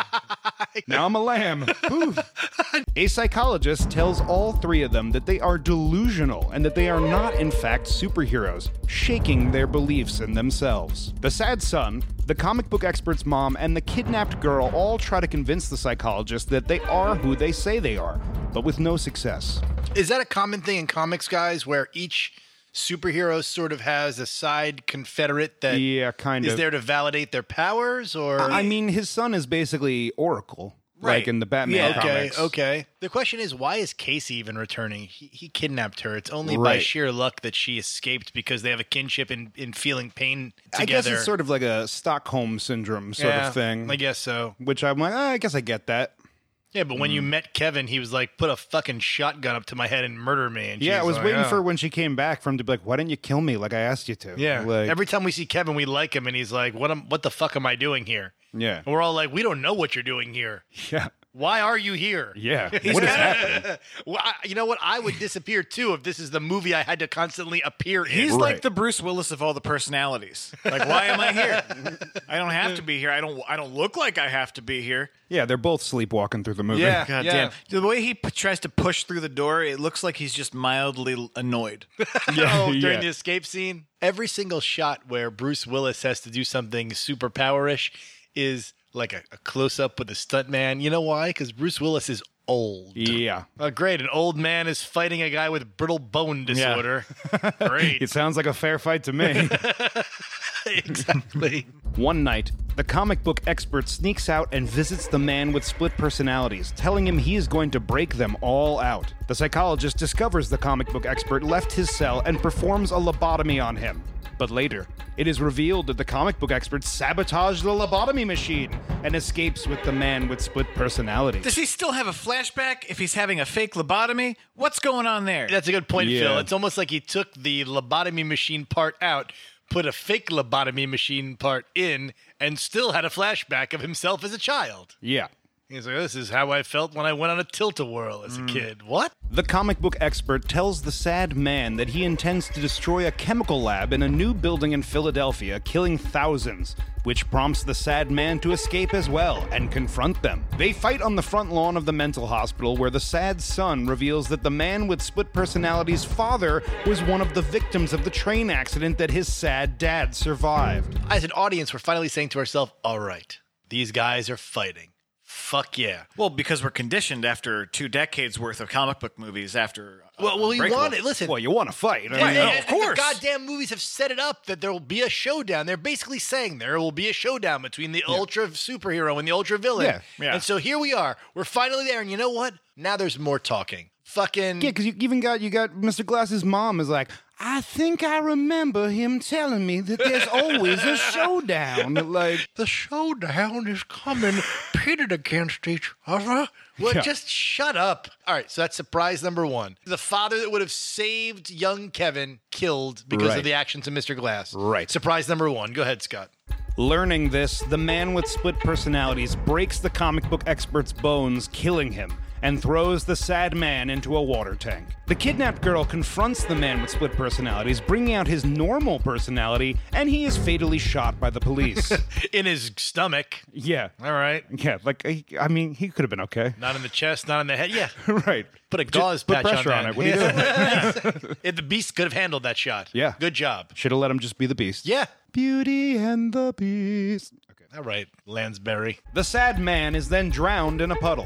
Speaker 4: now I'm a lamb. Poof. A psychologist tells all three of them that they are delusional and that they are not, in fact, superheroes, shaking their beliefs in themselves. The sad son, the comic book expert's mom, and the kidnapped girl all try to convince the psychologist that they are who they say they are, but with no success.
Speaker 3: Is that a common thing in comics, guys, where each superhero sort of has a side confederate that is
Speaker 4: Yeah, kind of.
Speaker 3: there to validate their powers? Or
Speaker 4: I mean, his son is basically Oracle, like
Speaker 5: Right.
Speaker 4: in the Batman
Speaker 5: Yeah,
Speaker 3: okay,
Speaker 4: comics.
Speaker 3: okay. The question is, why is Casey even returning? He, he kidnapped her. It's only by
Speaker 4: Right.
Speaker 3: sheer luck that she escaped because they have a kinship in, in feeling pain
Speaker 4: I
Speaker 3: together.
Speaker 4: guess it's sort of like a Stockholm syndrome sort
Speaker 3: Yeah,
Speaker 4: of thing.
Speaker 3: I guess so.
Speaker 4: Which I'm like, "Ah, I guess I get that.
Speaker 3: Yeah, but when
Speaker 4: Mm.
Speaker 3: you met Kevin, he was like, "Put a fucking shotgun up to my head and murder me." And
Speaker 4: yeah, I
Speaker 3: she's
Speaker 4: was
Speaker 3: like,
Speaker 4: waiting
Speaker 3: "Oh."
Speaker 4: for when she came back from to be like, why didn't you kill me like I asked you to?
Speaker 3: Yeah.
Speaker 4: Like,
Speaker 3: Every time we see Kevin, we like him, and he's like, "What am? What the fuck am I doing here?"
Speaker 4: yeah,
Speaker 3: And we're all like, "We don't know what you're doing here.
Speaker 4: yeah,
Speaker 3: Why are you here?"
Speaker 4: yeah. what is happening?
Speaker 3: Well, I, you know what? I would disappear too if this is the movie I had to constantly appear in.
Speaker 5: he's
Speaker 4: Right.
Speaker 5: like the bruce willis of all the personalities like why am i here i don't have to be here i don't i don't look like i have to be here
Speaker 4: Yeah, they're both sleepwalking through the movie.
Speaker 3: Yeah.
Speaker 5: God damn. The way he p- tries to push through the door, it looks like he's just mildly l- annoyed.
Speaker 3: oh,
Speaker 4: yeah.
Speaker 3: during the escape scene. Every single shot where Bruce Willis has to do something super powerish is like a, a close up with a stuntman. You know why? Because Bruce Willis is old.
Speaker 4: yeah.
Speaker 3: Oh, great. An old man is fighting a guy with brittle bone disorder.
Speaker 4: It
Speaker 3: great.
Speaker 4: sounds like a fair fight to me.
Speaker 3: exactly.
Speaker 4: One night, the comic book expert sneaks out and visits the man with split personalities, telling him he is going to break them all out. The psychologist discovers the comic book expert left his cell and performs a lobotomy on him. But later, it is revealed that the comic book expert sabotaged the lobotomy machine and escapes with the man with split personalities.
Speaker 5: Does he still have a flashback if he's having a fake lobotomy? What's going on there?
Speaker 3: That's a good point,
Speaker 4: Yeah.
Speaker 3: Phil. It's almost like he took the lobotomy machine part out, put a fake lobotomy machine part in, and still had a flashback of himself as a child.
Speaker 4: Yeah.
Speaker 3: He's like, this is how I felt when I went on a tilt a whirl as a kid. What?
Speaker 4: The comic book expert tells the sad man that he intends to destroy a chemical lab in a new building in Philadelphia, killing thousands, which prompts the sad man to escape as well and confront them. They fight on the front lawn of the mental hospital, where the sad son reveals that the man with split personality's father was one of the victims of the train accident that his sad dad survived.
Speaker 3: As an audience, we're finally saying to ourselves, all right, these guys are fighting. Fuck yeah.
Speaker 5: Well, because we're conditioned after two decades worth of comic book movies after. uh,
Speaker 3: Well, well, we
Speaker 5: Unbreakable.
Speaker 3: want it. Listen,
Speaker 4: Well, you want to fight. I
Speaker 3: And-
Speaker 4: mean,
Speaker 3: and-
Speaker 5: no,
Speaker 3: and
Speaker 5: of course.
Speaker 3: The goddamn movies have set it up that there will be a showdown. They're basically saying there will be a showdown between the ultra superhero and the ultra villain.
Speaker 4: Yeah.
Speaker 5: Yeah.
Speaker 3: And so here we are. We're finally there. And you know what? Now there's more talking. Fucking.
Speaker 4: Yeah, because you even got you got Mr. Glass's mom is like, I think I remember him telling me that there's always a showdown. Like,
Speaker 3: the showdown is coming, pitted against each other. Well,
Speaker 4: Yeah.
Speaker 3: just shut up. All right, so that's surprise number one. The father that would have saved young Kevin killed because
Speaker 4: Right.
Speaker 3: of the actions of Mr. Glass.
Speaker 4: Right.
Speaker 3: Surprise number one. Go ahead, Scott.
Speaker 4: learning this, the man with split personalities breaks the comic book expert's bones, killing him. And throws the sad man into a water tank. The kidnapped girl confronts the man with split personalities, bringing out his normal personality, and he is fatally shot by the police.
Speaker 3: In his stomach.
Speaker 4: yeah.
Speaker 3: All right.
Speaker 4: Yeah, like, I I mean, he could have been okay.
Speaker 3: Not in the chest, not in the head. Yeah.
Speaker 4: right.
Speaker 3: Put a gauze
Speaker 4: put
Speaker 3: patch
Speaker 4: pressure
Speaker 3: on,
Speaker 4: on it.
Speaker 3: that.
Speaker 4: What are you doing?
Speaker 3: Yeah, the beast could have handled that shot.
Speaker 4: Yeah.
Speaker 3: Good job.
Speaker 4: Should have let him just be the beast.
Speaker 3: Yeah.
Speaker 4: Beauty and the Beast.
Speaker 3: All right, Lansbury.
Speaker 4: The sad man is then drowned in a puddle.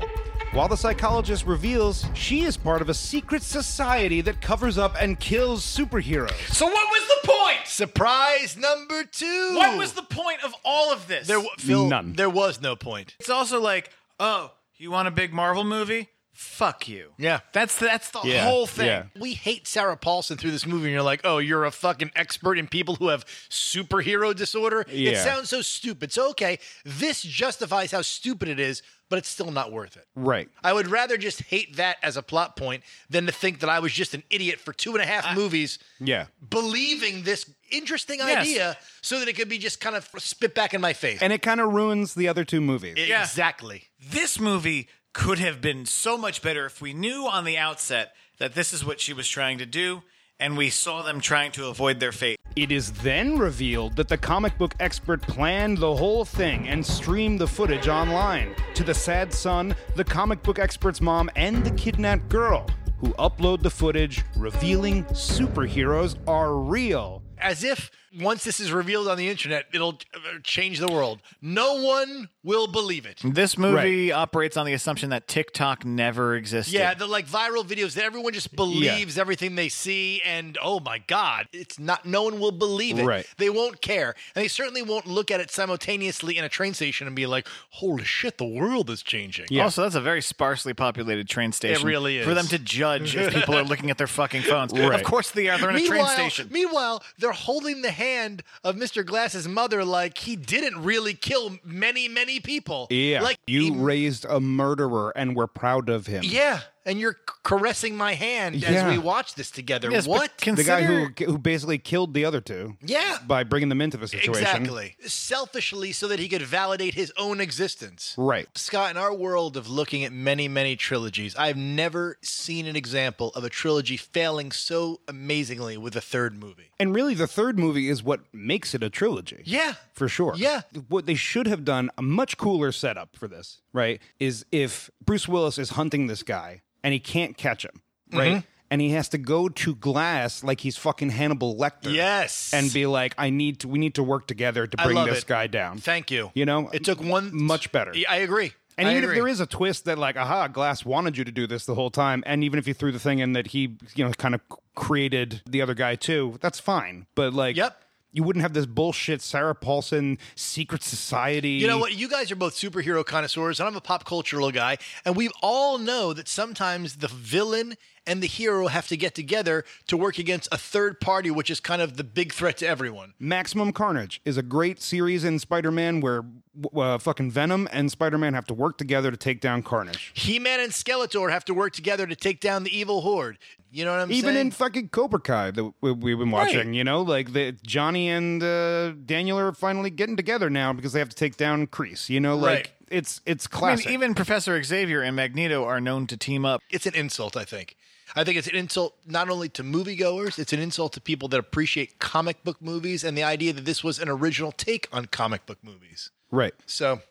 Speaker 4: While the psychologist reveals she is part of a secret society that covers up and kills superheroes.
Speaker 5: So what was the point?
Speaker 3: Surprise number two.
Speaker 5: What was the point of all of this?
Speaker 3: there? wa- Phil,
Speaker 4: None.
Speaker 3: There was no point.
Speaker 5: it's also like, oh, you want a big Marvel movie? Fuck you.
Speaker 3: Yeah.
Speaker 5: That's that's the
Speaker 3: Yeah,
Speaker 5: whole thing.
Speaker 4: yeah.
Speaker 3: We hate Sarah Paulson through this movie, and you're like, oh, you're a fucking expert in people who have superhero disorder. It
Speaker 4: Yeah.
Speaker 3: sounds so stupid. So, okay, this justifies how stupid it is, but it's still not worth it.
Speaker 4: Right.
Speaker 3: I would rather just hate that as a plot point than to think that I was just an idiot for two and a half movies
Speaker 4: Yeah.
Speaker 3: believing this interesting
Speaker 5: Yes.
Speaker 3: idea so that it could be just kind of spit back in my face.
Speaker 4: And it kind of ruins the other two movies.
Speaker 5: Yeah.
Speaker 3: Exactly.
Speaker 5: This movie could have been so much better if we knew on the outset that this is what she was trying to do, and we saw them trying to avoid their fate.
Speaker 4: It is then revealed that the comic book expert planned the whole thing and streamed the footage online to the sad son, the comic book expert's mom, and the kidnapped girl, who upload the footage revealing superheroes are real.
Speaker 3: As if once this is revealed on the internet, it'll uh, change the world. No one will believe it.
Speaker 5: This movie operates on the assumption that TikTok never existed.
Speaker 3: Yeah, the like viral videos that everyone just believes everything they see, and oh my god, it's not. No one will believe it.
Speaker 4: Right.
Speaker 3: They won't care, and they certainly won't look at it simultaneously in a train station and be like, "Holy shit, the world is changing."
Speaker 4: Yeah.
Speaker 5: Also, that's a very sparsely populated train station.
Speaker 3: really
Speaker 5: For
Speaker 3: is.
Speaker 5: them to judge if people are looking at their fucking phones. Of
Speaker 4: Right.
Speaker 5: course they are. They're in a train station.
Speaker 3: meanwhile, they're holding the hand of Mr. Glass's mother like he didn't really kill many, many people.
Speaker 4: Yeah.
Speaker 3: Like
Speaker 4: you
Speaker 3: he-
Speaker 4: raised a murderer and we're proud of him.
Speaker 3: Yeah, and you're c- caressing my hand
Speaker 4: Yeah.
Speaker 3: as we watch this together.
Speaker 5: Yes, but
Speaker 3: what?
Speaker 4: The guy who
Speaker 5: consider-
Speaker 4: who basically killed the other two.
Speaker 3: Yeah.
Speaker 4: By bringing them into the situation.
Speaker 3: Exactly. Selfishly, so that he could validate his own existence.
Speaker 4: Right.
Speaker 3: Scott, in our world of looking at many, many trilogies, I've never seen an example of a trilogy failing so amazingly with a third movie.
Speaker 4: And really the third movie is what makes it a trilogy.
Speaker 3: Yeah.
Speaker 4: For sure.
Speaker 3: Yeah.
Speaker 4: What they should have done, a much cooler setup for this, right? Is if Bruce Willis is hunting this guy and he can't catch him, right?
Speaker 3: Mm-hmm.
Speaker 4: And he has to go to glass like he's fucking Hannibal Lecter.
Speaker 3: Yes.
Speaker 4: And be like, I need to we need to work together to
Speaker 3: I
Speaker 4: bring
Speaker 3: love
Speaker 4: this
Speaker 3: it.
Speaker 4: guy down.
Speaker 3: Thank you.
Speaker 4: You know?
Speaker 3: it took one
Speaker 4: much better.
Speaker 3: Yeah, I agree.
Speaker 4: And
Speaker 3: I
Speaker 4: even
Speaker 3: agree.
Speaker 4: if there is a twist that like, aha, Glass wanted you to do this the whole time, and even if you threw the thing in that he, you know, kind of created the other guy too, that's fine. But like,
Speaker 3: Yep.
Speaker 4: you wouldn't have this bullshit Sarah Paulson secret society.
Speaker 3: You know what? You guys are both superhero connoisseurs, and I'm a pop cultural guy. And we all know that sometimes the villain and the hero have to get together to work against a third party, which is kind of the big threat to everyone.
Speaker 4: Maximum Carnage is a great series in Spider-Man where w- uh, fucking Venom and Spider-Man have to work together to take down Carnage.
Speaker 3: He Man and Skeletor have to work together to take down the evil horde. You know what I'm
Speaker 4: Even
Speaker 3: saying?
Speaker 4: in fucking Cobra Kai that we- we've been watching, you know, like the Johnny and uh, Daniel are finally getting together now because they have to take down Crease. You know, like
Speaker 3: Right.
Speaker 4: it's it's
Speaker 5: I mean,
Speaker 4: classic.
Speaker 5: even Professor Xavier and Magneto are known to team up.
Speaker 3: it's an insult, I think. I think it's an insult not only to moviegoers, it's an insult to people that appreciate comic book movies and the idea that this was an original take on comic book movies.
Speaker 4: Right.
Speaker 3: So,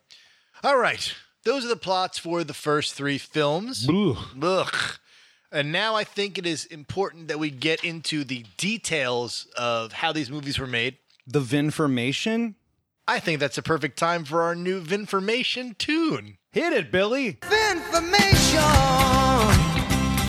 Speaker 3: all right. Those are the plots for the first three films. Ugh. And now I think it is important that we get into the details of how these movies were made.
Speaker 4: The Vinformation?
Speaker 3: I think that's a perfect time for our new Vinformation tune.
Speaker 4: Hit it, Billy.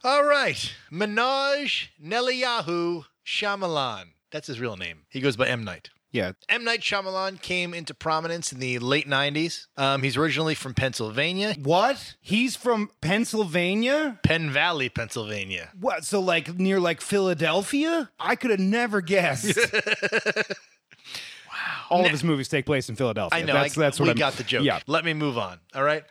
Speaker 3: All right, Minaj Neliyahu Shyamalan. That's his real name. He goes by M Night.
Speaker 4: Yeah.
Speaker 3: M. Night Shyamalan came into prominence in the late 90s. Um, he's originally from Pennsylvania,
Speaker 4: What? He's from Pennsylvania?
Speaker 3: Penn Valley, Pennsylvania.
Speaker 4: What? So like near like Philadelphia? I could have never guessed. wow. All of his movies take place in Philadelphia.
Speaker 3: I know.
Speaker 4: That's,
Speaker 3: I,
Speaker 4: that's what
Speaker 3: we
Speaker 4: I'm-
Speaker 3: got the joke.
Speaker 4: Yeah.
Speaker 3: Let me move on. All right.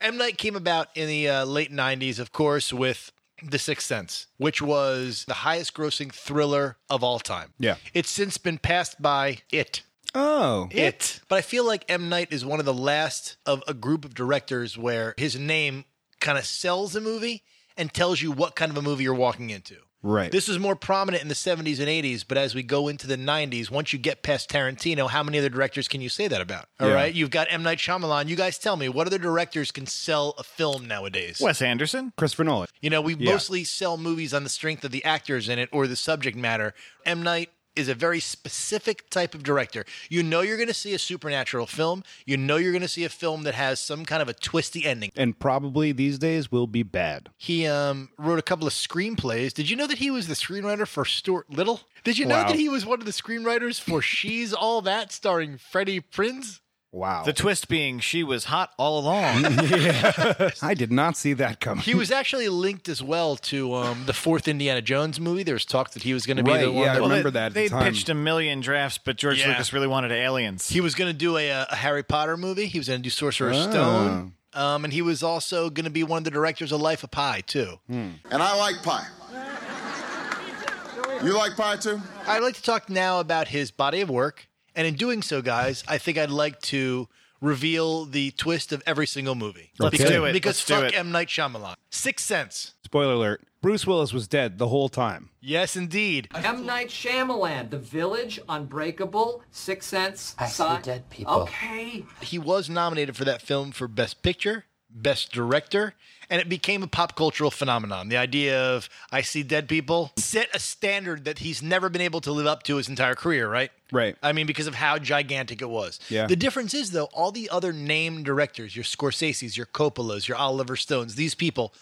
Speaker 3: M. Night came about in the uh, late 90s, of course, with The Sixth Sense, which was the highest grossing thriller of all time.
Speaker 4: Yeah.
Speaker 3: It's since been passed by It.
Speaker 4: Oh.
Speaker 3: it. But I feel like M. Night is one of the last of a group of directors where his name kind of sells a movie and tells you what kind of a movie you're walking into.
Speaker 4: Right.
Speaker 3: This was more prominent in the 70s and 80s, but as we go into the 90s, once you get past Tarantino, how many other directors can you say that about? All
Speaker 4: Yeah.
Speaker 3: right? You've got M. Night Shyamalan. You guys tell me, what other directors can sell a film nowadays?
Speaker 5: Wes Anderson.
Speaker 4: Christopher Nolan.
Speaker 3: You know, we mostly sell movies on the strength of the actors in it or the subject matter. M. Night is a very specific type of director. You know, you're going to see a supernatural film. You know, you're going to see a film that has some kind of a twisty ending.
Speaker 4: And probably these days will be bad.
Speaker 3: He um, wrote a couple of screenplays. Did you know that he was the screenwriter for Stuart Little? Did you
Speaker 4: Wow.
Speaker 3: know that he was one of the screenwriters for She's All That, starring Freddie Prinz?
Speaker 4: Wow.
Speaker 5: The twist being she was hot all along.
Speaker 4: I did not see that coming.
Speaker 3: He was actually linked as well to um, the fourth Indiana Jones movie. There was talk that he was going to be
Speaker 4: Right,
Speaker 3: the one
Speaker 4: yeah, I
Speaker 3: that
Speaker 4: remember that at the
Speaker 5: They
Speaker 4: time.
Speaker 5: pitched a million drafts, but George
Speaker 3: Yeah.
Speaker 5: Lucas really wanted aliens.
Speaker 3: He was going to do a, uh, a Harry Potter movie. He was going to do Sorcerer's
Speaker 4: Ah.
Speaker 3: Stone. Um, and he was also going to be one of the directors of Life of Pi, too.
Speaker 9: And I like pie. You like pie too?
Speaker 3: I'd like to talk now about his body of work. And in doing so, guys, I think I'd like to reveal the twist of every single movie.
Speaker 4: Let's
Speaker 3: because,
Speaker 4: do
Speaker 5: it.
Speaker 3: Because
Speaker 5: Let's do
Speaker 3: fuck
Speaker 5: it.
Speaker 3: M. Night Shyamalan. Sixth Sense.
Speaker 4: Spoiler alert. Bruce Willis was dead the whole time.
Speaker 3: Yes, indeed.
Speaker 10: M. Night Shyamalan, The Village, Unbreakable, Sixth Sense.
Speaker 1: I see
Speaker 10: Sign-
Speaker 1: dead people.
Speaker 10: Okay.
Speaker 3: He was nominated for that film for Best Picture, Best Director, and it became a pop cultural phenomenon. The idea of I see dead people set a standard that he's never been able to live up to his entire career, right?
Speaker 4: Right.
Speaker 5: Uh,
Speaker 3: I mean, because of how gigantic it was.
Speaker 4: Yeah.
Speaker 3: The difference is, though, all the other name directors, your Scorsese's, your Coppola's, your Oliver Stones, these people,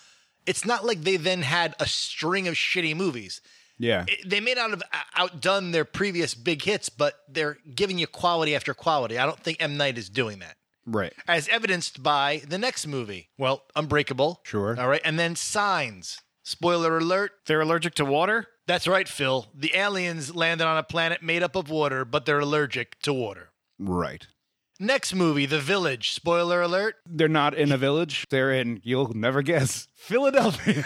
Speaker 3: it's not like they then had a string of shitty movies
Speaker 4: Yeah.
Speaker 3: it- they may not have o- outdone their previous big hits, but they're giving you quality after quality. I don't think M. Night is doing that,
Speaker 4: right.
Speaker 3: as evidenced by the next movie. Well, Unbreakable.
Speaker 4: Sure.
Speaker 3: All right. And then Signs. Spoiler alert.
Speaker 5: They're allergic to water.
Speaker 3: That's right, Phil. The aliens landed on a planet made up of water, but they're allergic to water.
Speaker 4: Right.
Speaker 3: Next movie, The Village. Spoiler alert.
Speaker 4: They're not in a village. They're in, you'll never guess, Philadelphia.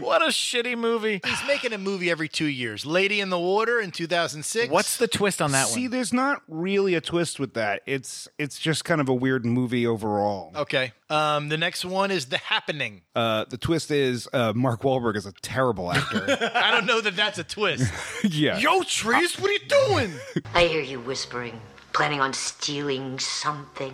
Speaker 5: What a shitty movie.
Speaker 3: He's making a movie every two years. Lady in the Water in 2006.
Speaker 5: What's the twist on that
Speaker 4: See,
Speaker 5: one?
Speaker 4: there's not really a twist with that. It's it's just kind of a weird movie overall.
Speaker 5: Oh.
Speaker 3: Okay. Um, the next one is The Happening.
Speaker 4: Uh, the twist is uh, Mark Wahlberg is a terrible actor.
Speaker 3: I don't know that that's a twist.
Speaker 4: yeah.
Speaker 5: Yo, trees, what are you doing?
Speaker 1: I hear you whispering, planning on stealing something,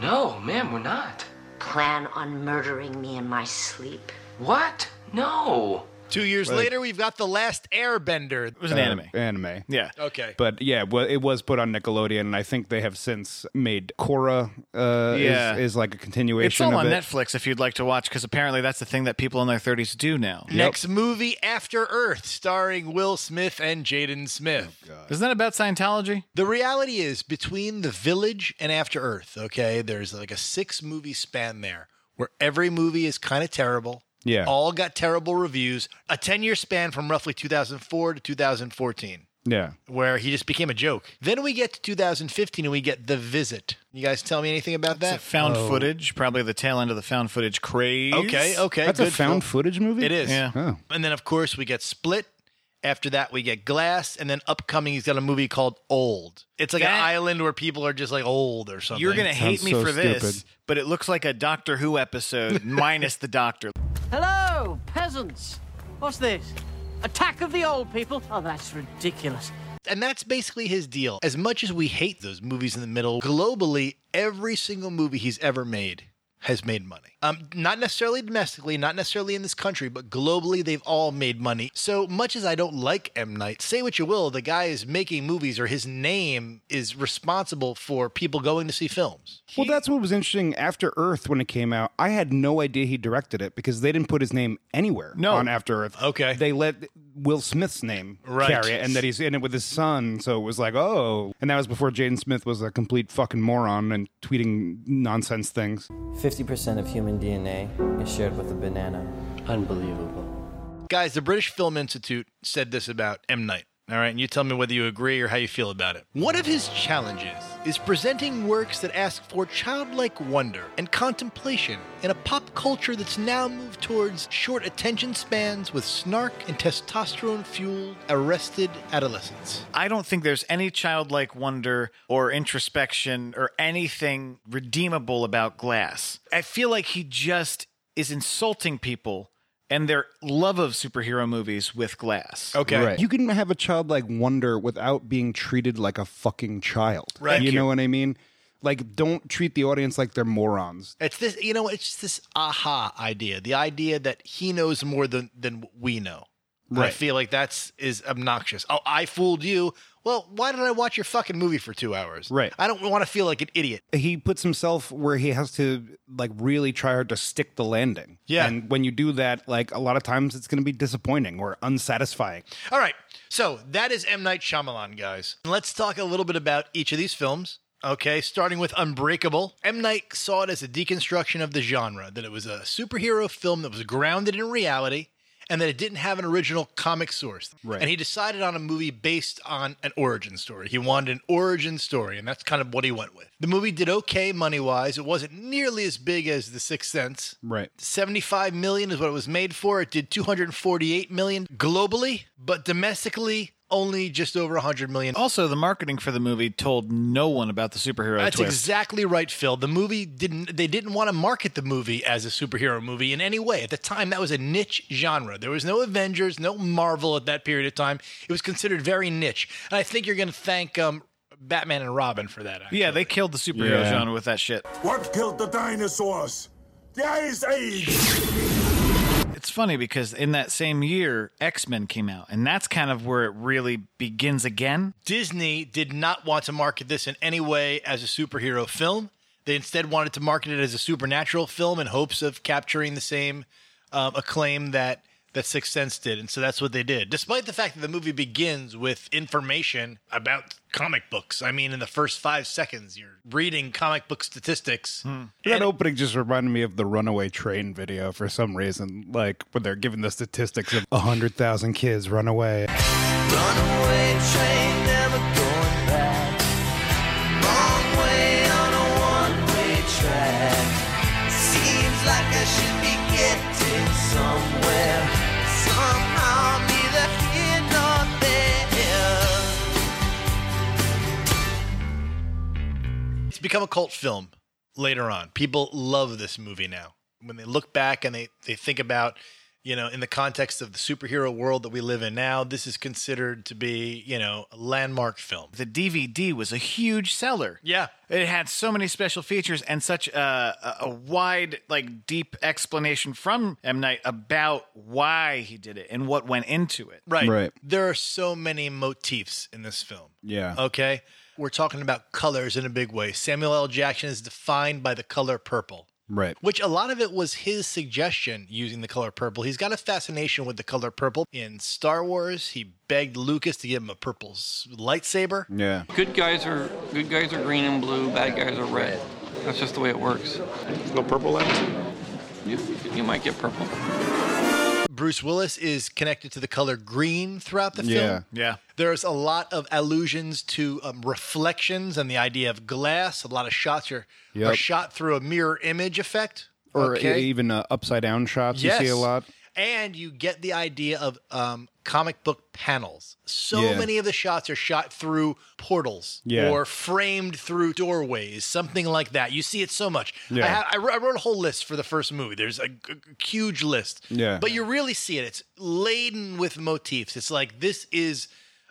Speaker 10: No, ma'am, we're not.
Speaker 1: plan on murdering me in my sleep.
Speaker 10: What? No.
Speaker 3: Two years later, we've got the last Airbender.
Speaker 5: It was an
Speaker 4: Uh,
Speaker 5: anime.
Speaker 4: Anime.
Speaker 5: Yeah.
Speaker 3: Okay,
Speaker 4: But yeah, well, it was put on Nickelodeon, and I think they have since made Korra uh,
Speaker 5: Yeah.
Speaker 4: is, is like a continuation
Speaker 5: It's all on
Speaker 4: of it.
Speaker 5: Netflix if you'd like to watch, because apparently that's the thing that people in their 30s do now.
Speaker 3: next movie After Earth, starring Will Smith and Jaden Smith.
Speaker 5: Isn't that about Scientology?
Speaker 3: the reality is between The Village and After Earth. Okay, there's like a six movie span there where every movie is kind of terrible.
Speaker 4: Yeah.
Speaker 3: all got terrible reviews. A ten year span from roughly 2004 to 2014.
Speaker 4: yeah.
Speaker 3: Where he just became a joke. Then we get to 2015 and we get The Visit. You guys tell me anything about
Speaker 5: It's a
Speaker 3: that?
Speaker 5: found
Speaker 4: Oh.
Speaker 5: footage, probably the tail end of the found footage craze.
Speaker 3: Okay, okay.
Speaker 4: That's a
Speaker 3: good,
Speaker 4: found
Speaker 3: Phil.
Speaker 4: footage movie?
Speaker 3: It is.
Speaker 5: Yeah.
Speaker 4: Oh.
Speaker 3: And then, of course, we get Split. After that, we get Glass. And then, upcoming, he's got a movie called Old. It's like an
Speaker 5: That-
Speaker 3: island where people are just like old or something.
Speaker 5: You're going to hate
Speaker 4: Sounds
Speaker 5: me
Speaker 4: so
Speaker 5: for this,
Speaker 4: stupid.
Speaker 5: but it looks like a Doctor Who episode minus the doctor.
Speaker 11: Hello, peasants. What's this? Attack of the old people? Oh, that's ridiculous.
Speaker 3: And that's basically his deal. As much as we hate those movies in the middle, globally, every single movie he's ever made has made money. Um, not necessarily domestically, not necessarily in this country, but globally, they've all made money. So much as I don't like M. Night, say what you will, the guy is making movies or his name is responsible for people going to see films.
Speaker 4: Well, that's what was interesting after Earth when it came out. I had no idea he directed it because they didn't put his name anywhere
Speaker 5: No.
Speaker 4: on After Earth.
Speaker 3: Okay.
Speaker 4: They let Will Smith's name
Speaker 3: Right.
Speaker 4: carry it and that he's in it with his son. So it was like, oh. And that was before Jaden Smith was a complete fucking moron and tweeting nonsense things.
Speaker 12: 50% of human DNA is shared with a banana. Unbelievable.
Speaker 3: Guys, the British Film Institute said this about M. Night. All right, and you tell me whether you agree or how you feel about it. One of his challenges is presenting works that ask for childlike wonder and contemplation in a pop culture that's now moved towards short attention spans with snark and testosterone fueled arrested adolescence.
Speaker 5: I don't think there's any childlike wonder or introspection or anything redeemable about Glass. I feel like he just is insulting people and their love of superhero movies with Glass.
Speaker 3: Okay.
Speaker 4: You can have a childlike wonder without being treated like a fucking child.
Speaker 3: Right.
Speaker 4: You know what I mean? Like, don't treat the audience like they're morons.
Speaker 3: It's this, you know, it's just this aha idea, the idea that he knows more than than we know. I
Speaker 4: Right.
Speaker 3: feel like that's is obnoxious. Oh, I fooled you. Well, why did I watch your fucking movie for two hours?
Speaker 4: Right.
Speaker 3: I don't want to feel like an idiot.
Speaker 4: he puts himself where he has to like really try hard to stick the landing.
Speaker 3: Yeah.
Speaker 4: And when you do that, like a lot of times it's going to be disappointing or unsatisfying.
Speaker 3: All right. So that is M Night Shyamalan, guys. Let's talk a little bit about each of these films. Okay, starting with Unbreakable. M. Night saw it as a deconstruction of the genre, that it was a superhero film that was grounded in reality and that it didn't have an original comic source.
Speaker 4: Right.
Speaker 3: And he decided on a movie based on an origin story. He wanted an origin story, and that's kind of what he went with. The movie did okay money wise. It wasn't nearly as big as The Sixth Sense,
Speaker 4: Right.
Speaker 3: 75 million is what it was made for. It did 248 million globally, but domestically only just over 100 million.
Speaker 5: Also, the marketing for the movie told no one about the superhero
Speaker 3: That's
Speaker 5: twist.
Speaker 3: exactly right, Phil. The movie didn't they didn't want to market the movie as a superhero movie in any way. At the time, that was a niche genre. There was no Avengers, no Marvel at that period of time. It was considered very niche. And I think you're going to thank um, Batman and Robin for that. Actually.
Speaker 5: yeah, they killed the superhero
Speaker 4: Yeah.
Speaker 5: genre with that shit.
Speaker 13: What killed the dinosaurs? The Ice Age!
Speaker 5: It's funny because in that same year, X Men came out, and that's kind of where it really begins again.
Speaker 3: Disney did not want to market this in any way as a superhero film. They instead wanted to market it as a supernatural film in hopes of capturing the same um, acclaim that that Sixth Sense did, and so that's what they did. Despite the fact that the movie begins with information about comic books, I mean, in the first five seconds, you're reading comic book statistics.
Speaker 4: That opening just reminded me of the Runaway Train video for some reason, like when they're giving the statistics of 100,000 kids run away.
Speaker 2: Runaway train, never going back. Wrong way on a one-way track. Seems like I should be getting somewhere. Somehow, neither here nor there.
Speaker 3: It's become a cult film later on. People love this movie now. When they look back and they, they think about, you know, in the context of the superhero world that we live in now, this is considered to be, you know, a landmark film.
Speaker 5: The DVD was a huge seller.
Speaker 3: Yeah.
Speaker 5: It had so many special features and such a, a, a wide, like, deep explanation from M. Night about why he did it and what went into it.
Speaker 3: Right.
Speaker 4: Right.
Speaker 3: There are so many motifs in this film.
Speaker 4: Yeah.
Speaker 3: Okay. We're talking about colors in a big way. Samuel L. Jackson is defined by the color purple.
Speaker 4: Right.
Speaker 3: Which a lot of it was his suggestion using the color purple. He's got a fascination with the color purple. In Star Wars, he begged Lucas to give him a purple s- lightsaber.
Speaker 4: Yeah.
Speaker 14: Good guys are good guys are green and blue. Bad guys are red. That's just the way it works. No purple left. You, you might get purple.
Speaker 3: Bruce Willis is connected to the color green throughout the
Speaker 4: Yeah.
Speaker 3: film.
Speaker 5: Yeah.
Speaker 3: There's a lot of allusions to um, reflections and the idea of glass. A lot of shots are, are
Speaker 4: Yep.
Speaker 3: shot through a mirror image effect.
Speaker 4: Or
Speaker 3: Okay.
Speaker 4: e- even uh, upside down shots
Speaker 3: Yes.
Speaker 4: you see a lot.
Speaker 3: And you get the idea of um, comic book panels. So
Speaker 4: Yeah.
Speaker 3: many of the shots are shot through portals
Speaker 4: Yeah.
Speaker 3: or framed through doorways, something like that. You see it so much.
Speaker 4: Yeah.
Speaker 3: I, ha- I wr- I wrote a whole list for the first movie. There's a g- g- huge list.
Speaker 4: Yeah.
Speaker 3: But you really see it. It's laden with motifs. It's like this is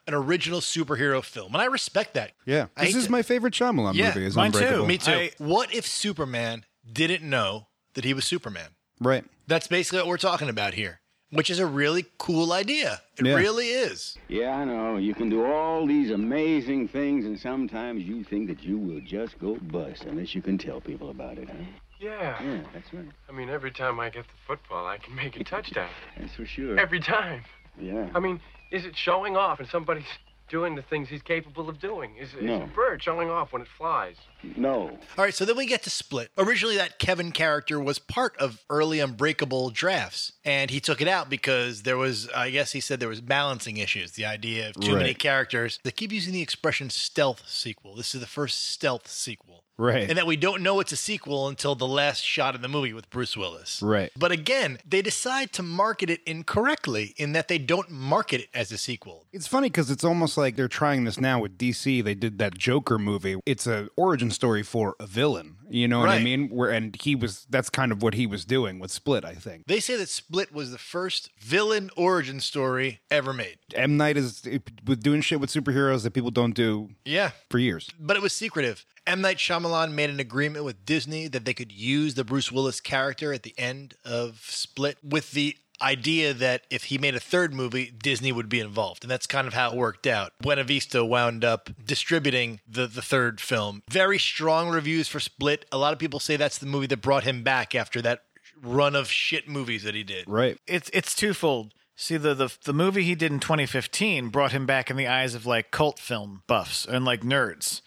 Speaker 3: an original superhero film. And I respect that.
Speaker 4: Yeah.
Speaker 3: I
Speaker 4: This
Speaker 3: hate
Speaker 4: is
Speaker 3: to-
Speaker 4: my favorite Shyamalan
Speaker 3: Yeah,
Speaker 4: movie. Is
Speaker 5: mine too.
Speaker 4: Unbreakable.
Speaker 5: Me
Speaker 3: Me too.
Speaker 5: I-
Speaker 3: what if Superman didn't know that he was Superman.
Speaker 4: Right.
Speaker 3: That's basically what we're talking about here, which is a really cool idea. It
Speaker 15: Yeah.
Speaker 3: really is.
Speaker 15: Yeah, I know. Oh, You can do all these amazing things, and sometimes you think that you will just go bust unless you can tell people about it, huh?
Speaker 16: Yeah.
Speaker 15: Yeah, that's right.
Speaker 16: I mean, every time I get the football, I can make a touchdown.
Speaker 15: That's for sure.
Speaker 16: Every time.
Speaker 15: Yeah.
Speaker 16: I mean, is it showing off and somebody's doing the things he's capable of doing? Is, is
Speaker 15: No.
Speaker 16: a bird showing off when it flies?
Speaker 15: No.
Speaker 3: All right, so then we get to Split. Originally, that Kevin character was part of early Unbreakable drafts, and he took it out because there was, I guess he said there was balancing issues. The idea of too many
Speaker 4: Right.
Speaker 3: characters. They keep using the expression stealth sequel. This is the first stealth sequel.
Speaker 4: Right.
Speaker 3: And that we don't know it's a sequel until the last shot of the movie with Bruce Willis.
Speaker 4: Right.
Speaker 3: But again, they decide to market it incorrectly in that they don't market it as a sequel.
Speaker 4: It's funny because it's almost like they're trying this now with DC. They did that Joker movie. It's an origin story for a villain. You know what I
Speaker 3: Right.
Speaker 4: mean? Where and he was that's kind of what he was doing with Split, I think.
Speaker 3: They say that Split was the first villain origin story ever made.
Speaker 4: M Night is it, with doing shit with superheroes that people don't do
Speaker 3: Yeah.
Speaker 4: for years.
Speaker 3: but it was secretive. M. Night Shyamalan made an agreement with Disney that they could use the Bruce Willis character at the end of Split with the idea that if he made a third movie, Disney would be involved. And that's kind of how it worked out. Buena Vista wound up distributing the, the third film. Very strong reviews for Split. A lot of people say that's the movie that brought him back after that run of shit movies that he did.
Speaker 4: Right.
Speaker 5: It's it's twofold. See the, the the movie he did in 2015 brought him back in the eyes of like cult film buffs and like nerds.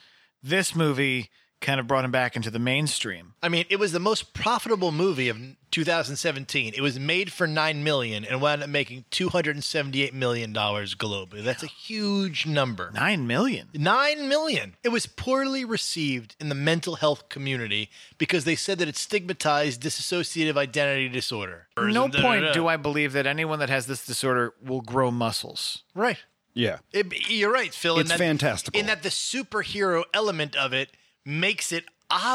Speaker 5: This movie kind of brought him back into the mainstream.
Speaker 3: I mean, it was the most profitable movie of 2017. It was made for nine million and wound up making 278 million dollars globally. That's a huge number.
Speaker 5: Nine million.
Speaker 3: Nine million. It was poorly received in the mental health community because they said that it stigmatized dissociative identity disorder.
Speaker 5: No point do I believe that anyone that has this disorder will grow muscles.
Speaker 3: Right.
Speaker 4: Yeah.
Speaker 3: It, you're right, Phil. in
Speaker 4: It's fantastical.
Speaker 3: In that the superhero element of it makes it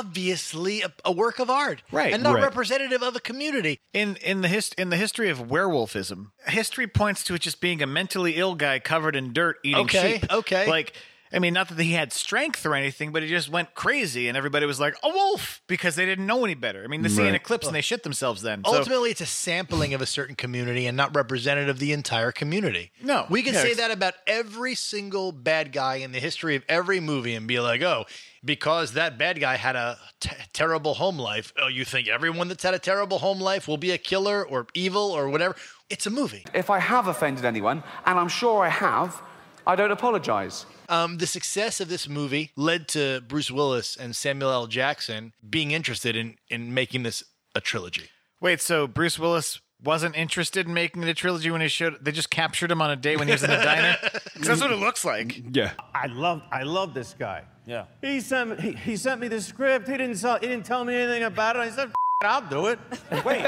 Speaker 3: obviously a, a work of art,
Speaker 5: Right,
Speaker 3: and not
Speaker 5: right.
Speaker 3: representative of a community.
Speaker 5: In in the hist- in the history of werewolfism, history points to it just being a mentally ill guy covered in dirt eating
Speaker 3: Okay,
Speaker 5: sheep.
Speaker 3: okay.
Speaker 5: Like I mean, not that he had strength or anything, but he just went crazy, and everybody was like, "A wolf," because they didn't know any better. I mean, they see an
Speaker 3: Right.
Speaker 5: eclipse and they shit themselves. Then So-
Speaker 3: Ultimately, it's a sampling of a certain community and not representative of the entire community.
Speaker 5: No.
Speaker 3: We can
Speaker 5: Yeah,
Speaker 3: say
Speaker 5: it's-
Speaker 3: that about every single bad guy in the history of every movie and be like, oh, because that bad guy had a t- terrible home life, oh, you think everyone that's had a terrible home life will be a killer or evil or whatever? It's a movie.
Speaker 17: If I have offended anyone, and I'm sure I have, I don't apologize.
Speaker 3: Um, the success of this movie led to Bruce Willis and Samuel L. Jackson being interested in, in making this a trilogy.
Speaker 5: wait, so Bruce Willis wasn't interested in making the trilogy when he showed. They just captured him on a day when he was in a diner. 'Cause that's what it looks like.
Speaker 4: Yeah.
Speaker 18: I love I love this guy. Yeah. He sent he, he sent me the script. He didn't tell, he didn't tell me anything about it. I said, "F- it, I'll do it. Wait.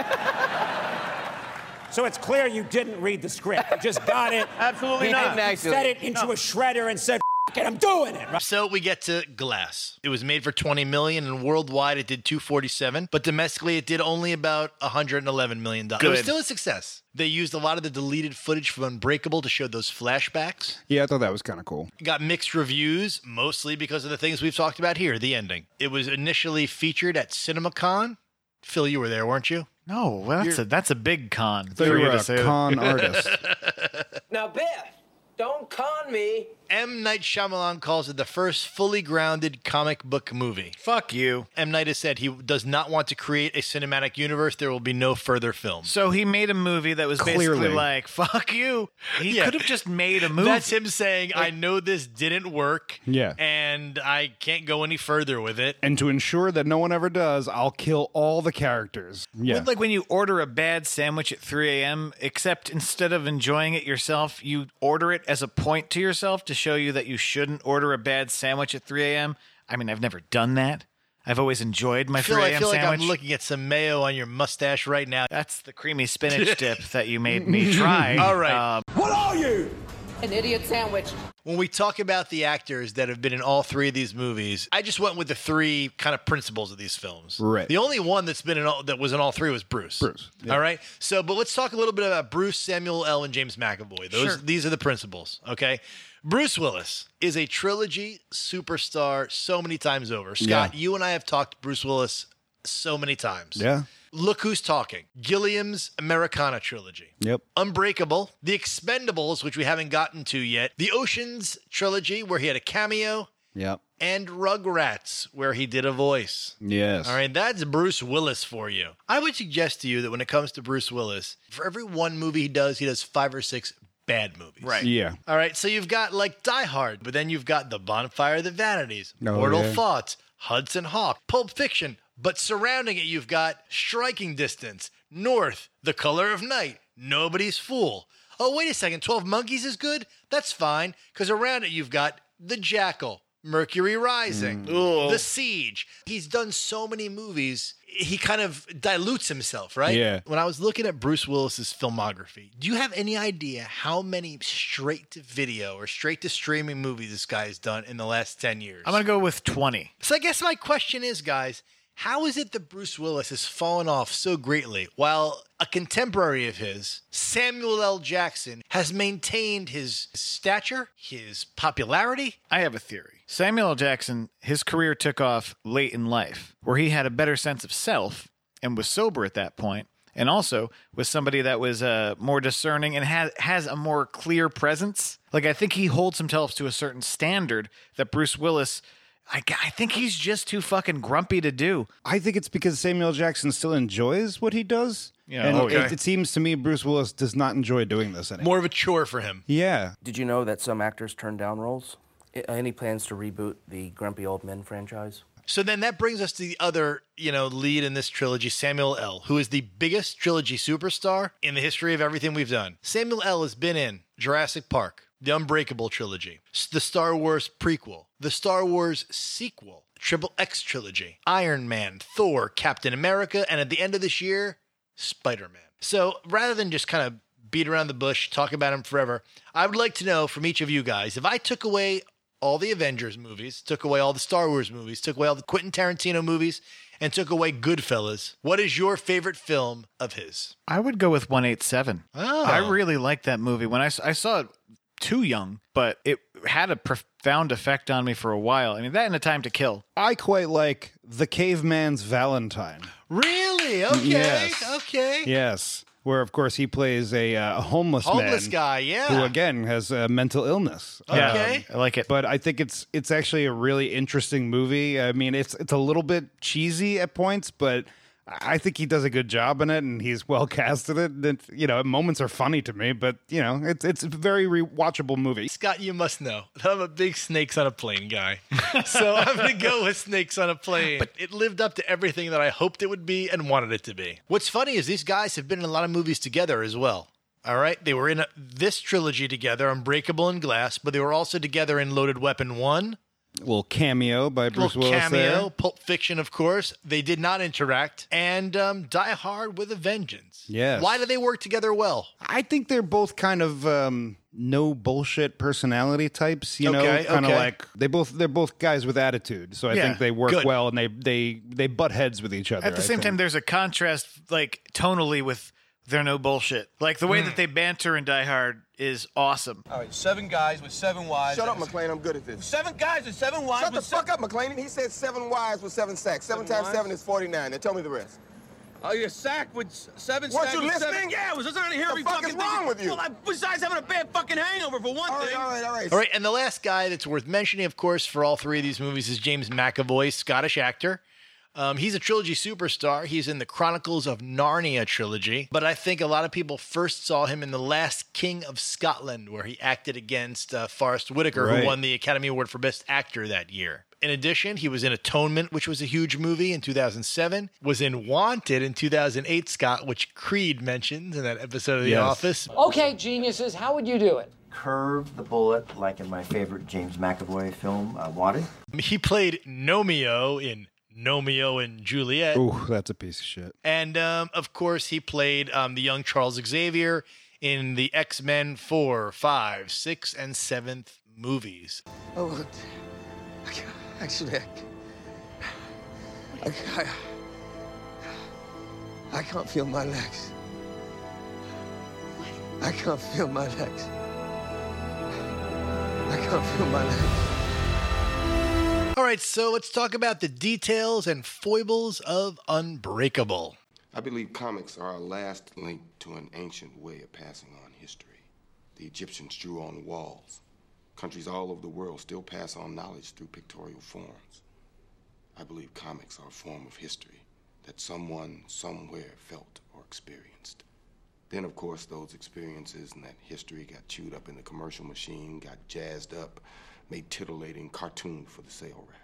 Speaker 19: So it's clear you didn't read the script. You just got it.
Speaker 18: Absolutely
Speaker 19: You
Speaker 18: not.
Speaker 19: Set it into a shredder and said, F- it, I'm doing it.
Speaker 3: So we get to Glass. It was made for 20 million and worldwide it did 247, but domestically it did only about 111 million dollars. It was
Speaker 4: Good.
Speaker 3: still a success. They used a lot of the deleted footage from Unbreakable to show those flashbacks.
Speaker 4: Yeah, I thought that was kind of cool.
Speaker 3: It Got mixed reviews, mostly because of the things we've talked about here, the ending. It was initially featured at CinemaCon. Phil, you were there, weren't you?
Speaker 5: No, well, that's a that's a big con.
Speaker 3: thought you
Speaker 5: for
Speaker 3: were
Speaker 5: to
Speaker 3: a
Speaker 5: say that.
Speaker 3: con artist.
Speaker 19: Now, Beth, don't con me.
Speaker 3: M. Night Shyamalan calls it the first fully grounded comic book movie.
Speaker 5: Fuck you.
Speaker 3: M. Night has said he does not want to create a cinematic universe. There will be no further films.
Speaker 5: So he made a movie that was
Speaker 3: Clearly.
Speaker 5: basically like, fuck you. He
Speaker 3: Yeah.
Speaker 5: could have just made a movie.
Speaker 3: That's him saying, I know this didn't work.
Speaker 4: Yeah.
Speaker 3: And I can't go any further with it.
Speaker 4: And to ensure that no one ever does, I'll kill all the characters. Yeah.
Speaker 5: It's like when you order a bad sandwich at 3 a.m., except instead of enjoying it yourself, you order it as a point to yourself to show you that you shouldn't order a bad sandwich at 3 a.m. I mean, I've never done that. I've always enjoyed my
Speaker 3: I feel,
Speaker 5: 3
Speaker 3: I
Speaker 5: a.m.
Speaker 3: feel like
Speaker 5: sandwich.
Speaker 3: I'm looking at some mayo on your mustache right now.
Speaker 5: That's the creamy spinach dip that you made me try.
Speaker 3: All right.
Speaker 5: Um,
Speaker 3: what are you?
Speaker 20: An idiot sandwich.
Speaker 3: When we talk about the actors that have been in all three of these movies, I just went with the three kind of principles of these films.
Speaker 4: Right.
Speaker 3: The only one that's been in all that was in all three was Bruce. Bruce. All right. So, but let's talk a little bit about Bruce, Samuel L. and James McAvoy. Those
Speaker 5: Sure.
Speaker 3: these are the principles. Okay. Bruce Willis is a trilogy superstar so many times over. Scott, you and I have talked Bruce Willis so many times.
Speaker 4: Yeah.
Speaker 3: Look who's talking. Gilliam's Americana trilogy.
Speaker 4: Yep.
Speaker 3: Unbreakable, The Expendables, which we haven't gotten to yet, The Oceans trilogy, where he had a cameo,
Speaker 4: Yep.
Speaker 3: and Rugrats, where he did a voice.
Speaker 4: Yes.
Speaker 3: All right, that's Bruce Willis for you. I would suggest to you that when it comes to Bruce Willis, for every one movie he does, he does five or six bad movies.
Speaker 5: Right.
Speaker 4: Yeah.
Speaker 3: All right, so you've got like Die Hard, but then you've got The Bonfire of the Vanities,
Speaker 4: Oh,
Speaker 3: Mortal
Speaker 4: yeah.
Speaker 3: Thoughts, Hudson Hawk, Pulp Fiction, but surrounding it, you've got Striking Distance, North, The Color of Night, Nobody's Fool. Oh, wait a second, 12 Monkeys is good? That's fine, because around it, you've got The Jackal, Mercury
Speaker 4: Hmm.
Speaker 3: Rising, The Siege. He's done so many movies, he kind of dilutes himself, right?
Speaker 4: Yeah.
Speaker 3: When I was looking at Bruce Willis's filmography, do you have any idea how many straight to video or straight to streaming movies this guy has done in the last 10 years?
Speaker 5: I'm going to go with 20.
Speaker 3: So I guess my question is, guys, how is it that Bruce Willis has fallen off so greatly while a contemporary of his, Samuel L. Jackson, has maintained his stature, his popularity?
Speaker 5: I have a theory. Samuel L. Jackson, his career took off late in life, where he had a better sense of self and was sober at that point, and also was somebody that was uh, more discerning and has has a more clear presence. Like I think he holds himself to a certain standard that Bruce Willis. I, g- I think he's just too fucking grumpy to do.
Speaker 4: I think it's because Samuel L. Jackson still enjoys what he does.
Speaker 5: Yeah,
Speaker 4: and
Speaker 5: okay.
Speaker 4: it, it seems to me Bruce Willis does not enjoy doing this anymore.
Speaker 3: More of a chore for him.
Speaker 4: Yeah.
Speaker 12: Did you know that some actors turn down roles? I- Any plans to reboot the Grumpy Old Men franchise?
Speaker 3: So then that brings us to the other, you know, lead in this trilogy, Samuel L., who is the biggest trilogy superstar in the history of everything we've done. Samuel L. has been in Jurassic Park, the Unbreakable trilogy, s- the Star Wars prequel, the Star Wars sequel, Triple X trilogy, Iron Man, Thor, Captain America, and at the end of this year, Spider Man. So rather than just kind of beat around the bush, talk about him forever, I would like to know from each of you guys if I took away all the Avengers movies, took away all the Star Wars movies, took away all the Quentin Tarantino movies, and took away Goodfellas, what is your favorite film of his?
Speaker 5: I would go with 187.
Speaker 3: Oh.
Speaker 5: I really liked that movie. When I, s- I saw it too young, but it had a profound effect on me for a while. I mean, that and A Time to Kill.
Speaker 4: I quite like The Caveman's Valentine.
Speaker 3: Really? Okay.
Speaker 4: Yes.
Speaker 3: Okay.
Speaker 4: Yes. Where, of course, he plays a, uh, a homeless,
Speaker 3: Homeless
Speaker 4: man
Speaker 3: guy, yeah. Oh,
Speaker 4: Who, again, has a mental illness.
Speaker 3: Okay.
Speaker 5: Um, I like it.
Speaker 4: But I think it's it's actually a really interesting movie. I mean, it's it's a little bit cheesy at points, but I think he does a good job in it, and he's well casted it. And it's- you know, moments are funny to me, but you know, it's it's a very rewatchable movie.
Speaker 3: Scott, you must know that I'm a big snakes on a plane guy. so I'm going to go with snakes on a plane. But it lived up to everything that I hoped it would be and wanted it to be. What's funny is these guys have been in a lot of movies together as well. All right. They were in a, this trilogy together, Unbreakable and Glass, but they were also together in Loaded Weapon 1,
Speaker 4: little cameo by Bruce
Speaker 3: little
Speaker 4: Willis.
Speaker 3: cameo,
Speaker 4: There.
Speaker 3: Pulp Fiction, of course. They did not interact, and um, Die Hard with a Vengeance.
Speaker 4: Yes.
Speaker 3: Why do they work together well?
Speaker 4: I think they're both kind of um, no bullshit personality types. You
Speaker 3: Okay,
Speaker 4: know, kind of
Speaker 3: okay.
Speaker 4: like they both they're both guys with attitude. So I
Speaker 5: Yeah,
Speaker 4: think they work
Speaker 3: good.
Speaker 4: well and they they they butt heads with each other.
Speaker 5: At the
Speaker 4: I
Speaker 5: same
Speaker 4: think.
Speaker 5: time, there's a contrast, like tonally, with they're no bullshit. Like the
Speaker 4: Hmm.
Speaker 5: way that they banter in Die Hard is awesome.
Speaker 4: Uh,
Speaker 16: All right, seven guys with seven wives.
Speaker 21: Shut up, McLean. I'm good at this.
Speaker 16: Seven guys with seven wives.
Speaker 21: Shut the fuck up, McLean. He said seven wives with seven sacks. Seven,
Speaker 16: Seven
Speaker 21: times
Speaker 16: wives?
Speaker 21: seven is 49. Now tell me the rest.
Speaker 16: Oh, your sack with s- seven.
Speaker 21: Weren't
Speaker 16: sack
Speaker 21: you
Speaker 16: with seven-
Speaker 21: listening?
Speaker 16: Yeah, I was listening to hear
Speaker 21: The
Speaker 16: every
Speaker 21: fuck
Speaker 16: fucking
Speaker 21: is
Speaker 16: thing
Speaker 21: wrong with you?
Speaker 16: Well, I, besides having a bad fucking hangover for one
Speaker 21: All right,
Speaker 16: thing.
Speaker 21: all right, all right.
Speaker 3: All right, and the last guy that's worth mentioning, of course, for all three of these movies is James McAvoy, Scottish actor. Um, he's a trilogy superstar. He's in the Chronicles of Narnia trilogy, but I think a lot of people first saw him in The Last King of Scotland, where he acted against uh, Forrest Whitaker,
Speaker 4: Right.
Speaker 3: who won the Academy Award for Best Actor that year. In addition, he was in Atonement, which was a huge movie in 2007, was in Wanted in 2008, Scott, which Creed mentions in that episode of The
Speaker 4: Yes.
Speaker 3: Office.
Speaker 20: Okay, geniuses, how would you do it?
Speaker 12: Curve the bullet, like in my favorite James McAvoy film, uh, Wanted.
Speaker 3: He played Nomeo in Nomeo and Juliet.
Speaker 4: Ooh, that's a piece of shit.
Speaker 3: And um, of course, he played um, the young Charles Xavier in the X Men 4, 5, 6, and 7th movies.
Speaker 21: Oh, look. I ca- Actually, I, I, I, I can't feel my legs. I can't feel my legs. I can't feel my legs.
Speaker 3: All All right, so let's talk about the details and foibles of Unbreakable.
Speaker 22: I believe comics are our last link to an ancient way of passing on history. The Egyptians drew on walls. Countries all over the world still pass on knowledge through pictorial forms. I believe comics are a form of history that someone somewhere felt or experienced. Then, of course, those experiences and that history got chewed up in the commercial machine, got jazzed up, made titillating cartoon for the sale rack.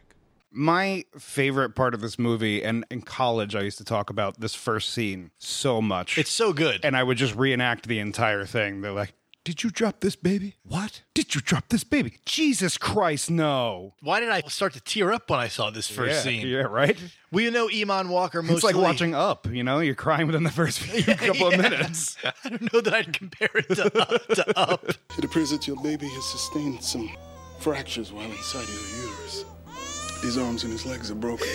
Speaker 4: My favorite part of this movie, and in college, I used to talk about this first scene so much. It's
Speaker 3: so good.
Speaker 4: And I would just reenact the entire thing. They're like, Did you drop this baby? What? Did you drop this baby? Jesus Christ, no.
Speaker 3: Why did I start to tear up when I saw this first
Speaker 4: Yeah,
Speaker 3: scene?
Speaker 4: yeah, right?
Speaker 3: We know Iman Walker mostly.
Speaker 4: It's like watching Up, you know? You're crying within the first few couple of minutes.
Speaker 3: I don't know that I'd compare it to up. To up.
Speaker 23: It appears that your baby has sustained some fractures while inside his uterus. His arms and his legs are broken.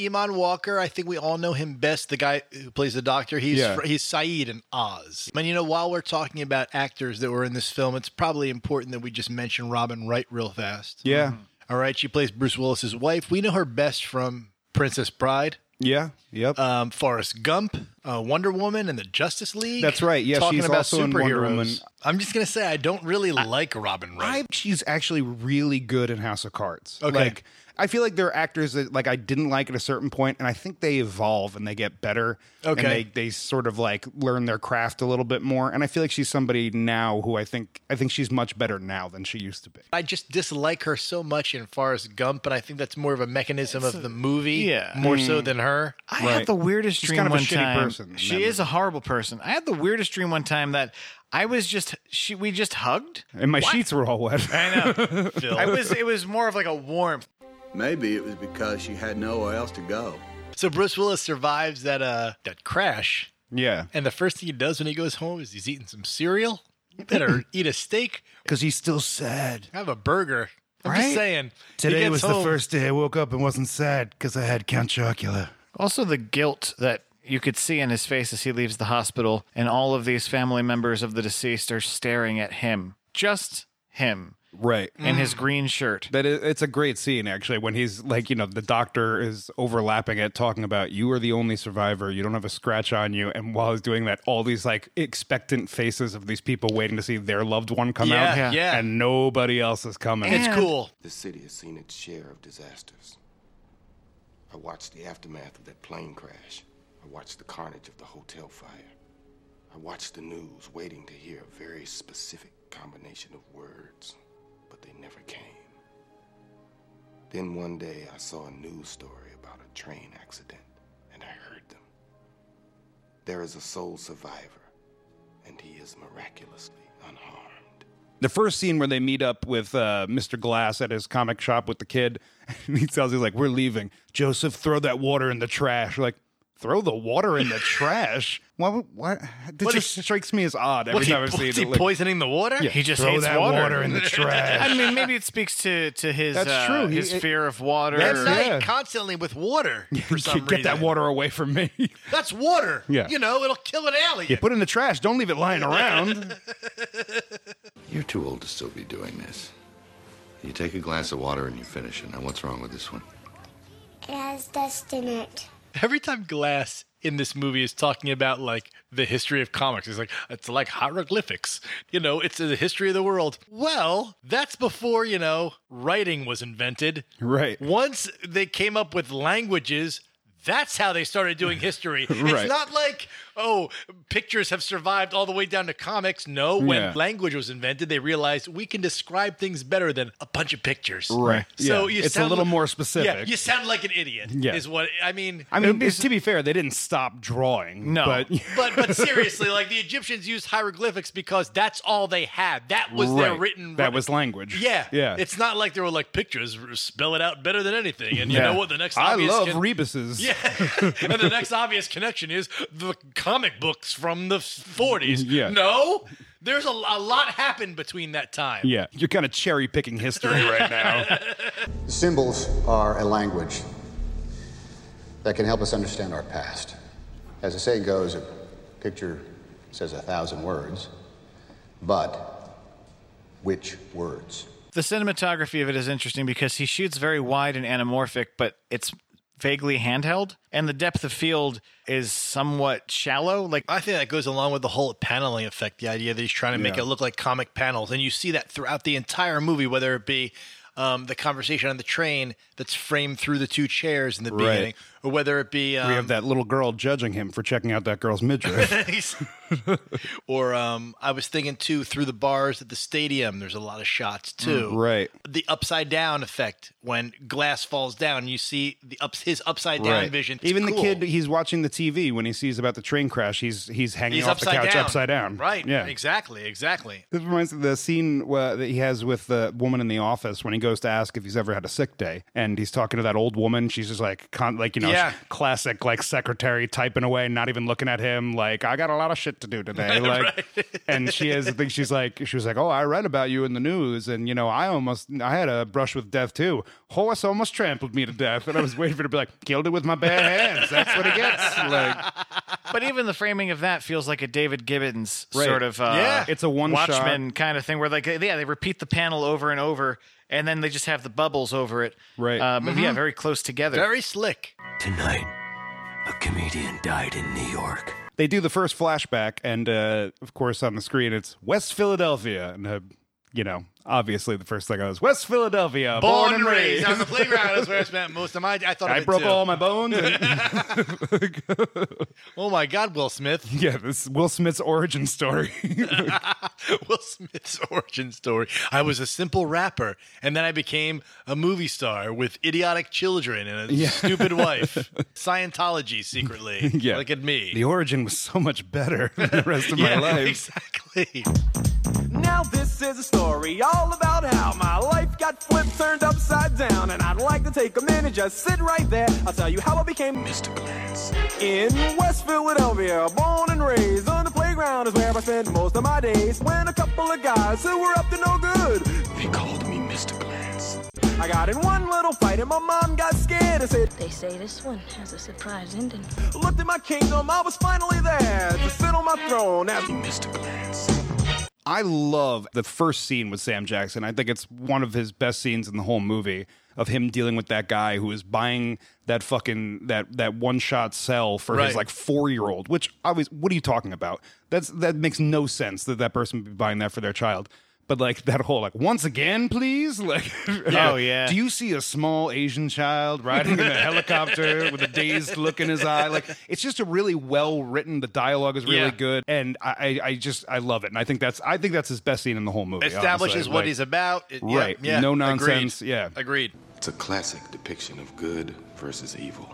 Speaker 3: Iman Walker, I think we all know him best, the guy who plays the doctor. He's
Speaker 4: Yeah.
Speaker 3: fr- he's Saeed in Oz. And you know, while we're talking about actors that were in this film, it's probably important that we just mention Robin Wright real fast.
Speaker 4: Yeah.
Speaker 3: All right, she plays Bruce Willis's wife. We know her best from Princess Bride.
Speaker 4: Yeah. Yep.
Speaker 3: Um, Forrest Gump, uh, Wonder Woman, and the Justice League.
Speaker 4: That's right, yeah,
Speaker 3: Talking
Speaker 4: she's
Speaker 3: about
Speaker 4: also
Speaker 3: superheroes.
Speaker 4: in Wonder Woman.
Speaker 3: I'm just gonna say I don't really like Robin Wright.
Speaker 4: I, she's actually really good in House of Cards.
Speaker 3: Okay.
Speaker 4: Like, I feel like there are actors that like I didn't like at a certain point, and I think they evolve and they get better.
Speaker 3: Okay.
Speaker 4: And they, they sort of like learn their craft a little bit more. And I feel like she's somebody now who I think I think she's much better now than she used to be.
Speaker 3: I just dislike her so much in Forrest Gump, but I think that's more of a mechanism of the movie,
Speaker 5: yeah.
Speaker 3: more
Speaker 5: Mm.
Speaker 4: Hmm.
Speaker 3: so than her.
Speaker 5: I had the weirdest
Speaker 4: She's
Speaker 5: dream
Speaker 4: kind of a
Speaker 5: one
Speaker 4: shitty
Speaker 5: time.
Speaker 4: person,
Speaker 5: She
Speaker 4: remember?
Speaker 5: is a horrible person. I had the weirdest dream one time that I was just she we just hugged.
Speaker 4: And my sheets were all wet.
Speaker 5: I know. I was it was more of like a warmth.
Speaker 24: Maybe it was because she had nowhere else to go.
Speaker 3: So Bruce Willis survives that uh that crash,
Speaker 4: Yeah.
Speaker 3: and the first thing he does when he goes home is he's eating some cereal. Better eat a steak,
Speaker 25: Because he's still sad.
Speaker 3: have a burger. I'm
Speaker 25: Right?
Speaker 3: just saying. he
Speaker 25: Today
Speaker 3: gets
Speaker 25: was the
Speaker 3: home-
Speaker 25: first day I woke up and wasn't sad because I had Count Chocula.
Speaker 5: Also the guilt that you could see in his face as he leaves the hospital and all of these family members of the deceased are staring at him. Just him.
Speaker 4: Right.
Speaker 5: In his green shirt.
Speaker 4: That is, it's a great scene actually when he's like, you know, the doctor is overlapping it, talking about you are the only survivor, you don't have a scratch on you, and while he's doing that, all these like expectant faces of these people waiting to see their loved one come
Speaker 3: Yeah,
Speaker 4: out,
Speaker 3: Yeah. yeah.
Speaker 4: and nobody else is coming.
Speaker 22: The city has seen its share of disasters. I watched the aftermath of that plane crash. I watched the carnage of the hotel fire. I watched the news waiting to hear a very specific combination of words, but they never came. Then one day I saw a news story about a train accident, and I heard them. There is a sole survivor, and he is miraculously unharmed.
Speaker 4: The first scene where they meet up with uh, Mr. Glass at his comic shop with the kid, and he tells he's like, "We're leaving, Joseph. Throw that water in the trash." We're like, throw the water in the trash? What? What? This
Speaker 3: What
Speaker 4: just strikes me as odd every
Speaker 3: What, he,
Speaker 4: time I see
Speaker 3: what's
Speaker 4: it.
Speaker 3: he
Speaker 4: Like,
Speaker 3: poisoning the water?
Speaker 4: Yeah, He just throw hates that water. water in the trash.
Speaker 5: I mean, maybe it speaks to to his
Speaker 4: That's
Speaker 5: uh,
Speaker 4: true. He-
Speaker 5: his
Speaker 4: it-
Speaker 5: fear of water.
Speaker 3: That
Speaker 5: or-
Speaker 3: night, constantly with water for some
Speaker 4: Get that
Speaker 3: reason.
Speaker 4: water away from me.
Speaker 3: That's water.
Speaker 4: Yeah.
Speaker 3: You know, it'll kill an alley.
Speaker 4: You put it in the trash. Don't leave it lying around.
Speaker 26: You're too old to still be doing this. You take a glass of water and you finish it. Now, what's wrong with this one?
Speaker 27: It has dust in it.
Speaker 3: Every time Glass in this movie is talking about like the history of comics, he's like, it's like hieroglyphics. You know, it's the history of the world. Well, that's before, you know, writing was invented.
Speaker 4: Right.
Speaker 3: Once they came up with languages, that's how they started doing history.
Speaker 4: Right.
Speaker 3: It's not like, oh, pictures have survived all the way down to comics. No, when
Speaker 4: Yeah.
Speaker 3: language was invented, they realized we can describe things better than a bunch of pictures.
Speaker 4: Right.
Speaker 3: So
Speaker 4: Yeah.
Speaker 3: you
Speaker 4: It's a
Speaker 3: sound
Speaker 4: little
Speaker 3: li-
Speaker 4: more
Speaker 3: Yeah,
Speaker 4: specific.
Speaker 3: you sound like an idiot.
Speaker 4: Yeah.
Speaker 3: Is what I mean.
Speaker 4: I mean, to be fair, they didn't stop drawing.
Speaker 5: No.
Speaker 4: but
Speaker 3: but but seriously, like the Egyptians used hieroglyphics because that's all they had. That was their
Speaker 4: Right.
Speaker 3: written.
Speaker 4: That was language.
Speaker 3: Yeah,
Speaker 4: yeah.
Speaker 3: It's not like there were like pictures spell it out better than anything. And you
Speaker 4: Yeah.
Speaker 3: know what? The next
Speaker 4: I
Speaker 3: obvious
Speaker 4: love
Speaker 3: con-
Speaker 4: rebuses.
Speaker 3: Yeah, and the next obvious connection is the comic books from the forties.
Speaker 4: Yeah.
Speaker 3: No, there's a, a lot happened between that time.
Speaker 4: Yeah, you're kind of cherry picking history right now.
Speaker 28: Symbols are a language that can help us understand our past. As the saying goes, a picture says a thousand words, but which words?
Speaker 5: The cinematography of it is interesting because he shoots very wide and anamorphic, but it's vaguely handheld, and the depth of field is somewhat shallow. Like
Speaker 3: I think that goes along with the whole paneling effect, the idea that he's trying to make
Speaker 5: Yeah.
Speaker 3: it look like comic panels, and you see that throughout the entire movie, whether it be um, the conversation on the train that's framed through the two chairs in the
Speaker 4: Right.
Speaker 3: beginning, or whether it be
Speaker 4: we
Speaker 3: um,
Speaker 4: have that little girl judging him for checking out that girl's midriff.
Speaker 3: or um, I was thinking too through the bars at the stadium. There's a lot of shots too.
Speaker 4: Mm, right.
Speaker 3: The upside down effect when glass falls down, you see the ups his upside down vision. It's
Speaker 4: Even the
Speaker 3: cool.
Speaker 4: kid, he's watching the TV when he sees about the train crash. He's he's hanging
Speaker 3: He's
Speaker 4: off the
Speaker 3: upside
Speaker 4: couch
Speaker 3: down.
Speaker 4: upside down.
Speaker 3: Right.
Speaker 4: Yeah.
Speaker 3: Exactly. Exactly.
Speaker 4: This reminds me of the scene uh, that he has with the woman in the office when he goes to ask if he's ever had a sick day, and he's talking to that old woman. She's just like, con- like you know,
Speaker 3: Yeah.
Speaker 4: classic like secretary typing away, not even looking at him. Like I got a lot of shit to do today. Like, and she has. I think she's like, she was like, oh, I read about you in the news, and you know, I almost, I had a brush with death too. Horse almost trampled me to death, and I was waiting for her to be like, killed it with my bare hands. That's what it gets. Like,
Speaker 5: but even the framing of that feels like a David Gibbons
Speaker 4: Right.
Speaker 5: sort of uh,
Speaker 4: Yeah. It's a one-shot.
Speaker 5: Watchmen kind of thing where like yeah they repeat the panel over and over and then they just have the bubbles over it
Speaker 4: right
Speaker 5: uh, but yeah
Speaker 8: Mhm.
Speaker 5: very close together
Speaker 3: Mm-hmm. Very slick.
Speaker 8: Tonight, a comedian died in New York.
Speaker 4: they do the first flashback, and uh, of course on the screen it's West Philadelphia, and uh, you know obviously the first thing I was West Philadelphia, born, and raised.
Speaker 3: on the playground is where I spent most of my. I thought of
Speaker 4: I
Speaker 3: it,
Speaker 4: broke
Speaker 3: too.
Speaker 4: all my bones. and-
Speaker 3: Oh my God, Will Smith.
Speaker 4: yeah, this Will Smith's origin story.
Speaker 3: Will Smith's origin story. I was a simple rapper, and then I became a movie star with idiotic children and a
Speaker 4: Yeah.
Speaker 3: stupid wife. Scientology secretly.
Speaker 4: yeah,
Speaker 3: Look at me.
Speaker 4: The origin was so much better than the rest of
Speaker 3: Yeah,
Speaker 4: my life.
Speaker 3: Exactly.
Speaker 6: Now this is a story all about how my life got flipped, turned upside down, and I'd like to take a minute, just sit right there. I'll tell you how I became Mr. Glass in West Philadelphia, born and raised on the playground is where I spent most of my days. When a couple of guys who were up to no good, they called me Mr. Glass. I got in one little fight, and my mom got scared and said,
Speaker 9: They say this one has a surprise ending.
Speaker 6: Looked at my kingdom, I was finally there to sit on my throne as Mr. Glass.
Speaker 4: I love the first scene with Sam Jackson. I think it's one of his best scenes in the whole movie of him dealing with that guy who is buying that fucking that that one shot cell for
Speaker 3: Right.
Speaker 4: his like four year old. Which obviously, what are you talking about? That's that makes no sense that that person would be buying that for their child. But like that whole like once again, please, like
Speaker 5: Yeah. Oh, yeah.
Speaker 4: Do you see a small Asian child riding in a helicopter with a dazed look in his eye? Like it's just a really well written. The dialogue is really
Speaker 3: Yeah.
Speaker 4: good, and I, I I just I love it, and I think that's I think that's his best scene in the whole movie.
Speaker 3: Establishes
Speaker 4: honestly.
Speaker 3: what
Speaker 4: Like,
Speaker 3: he's about. It- yeah,
Speaker 4: right?
Speaker 3: yeah,
Speaker 4: no
Speaker 3: agreed.
Speaker 4: nonsense. Yeah,
Speaker 3: Agreed.
Speaker 22: It's a classic depiction of good versus evil.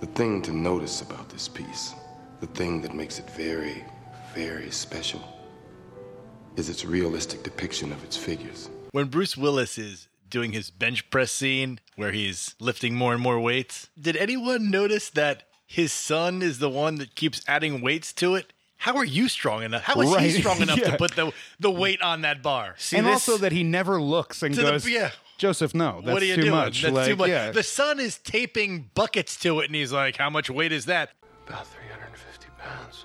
Speaker 22: The thing to notice about this piece, the thing that makes it very, very special, is its realistic depiction of its figures.
Speaker 3: When Bruce Willis is doing his bench press scene where he's lifting more and more weights, did anyone notice that his son is the one that keeps adding weights to it? How are you strong enough? How is
Speaker 4: Right.
Speaker 3: he strong enough
Speaker 4: Yeah.
Speaker 3: to put the the weight on that bar?
Speaker 4: and also that he never looks and
Speaker 3: To the-
Speaker 4: goes,
Speaker 3: yeah.
Speaker 4: Joseph, no, that's
Speaker 3: what are you
Speaker 4: too
Speaker 3: doing?
Speaker 4: much.
Speaker 3: That's
Speaker 4: like,
Speaker 3: too much.
Speaker 4: Yeah.
Speaker 3: The son is taping buckets to it, and he's like, "How much weight is that?"
Speaker 8: About 350 pounds.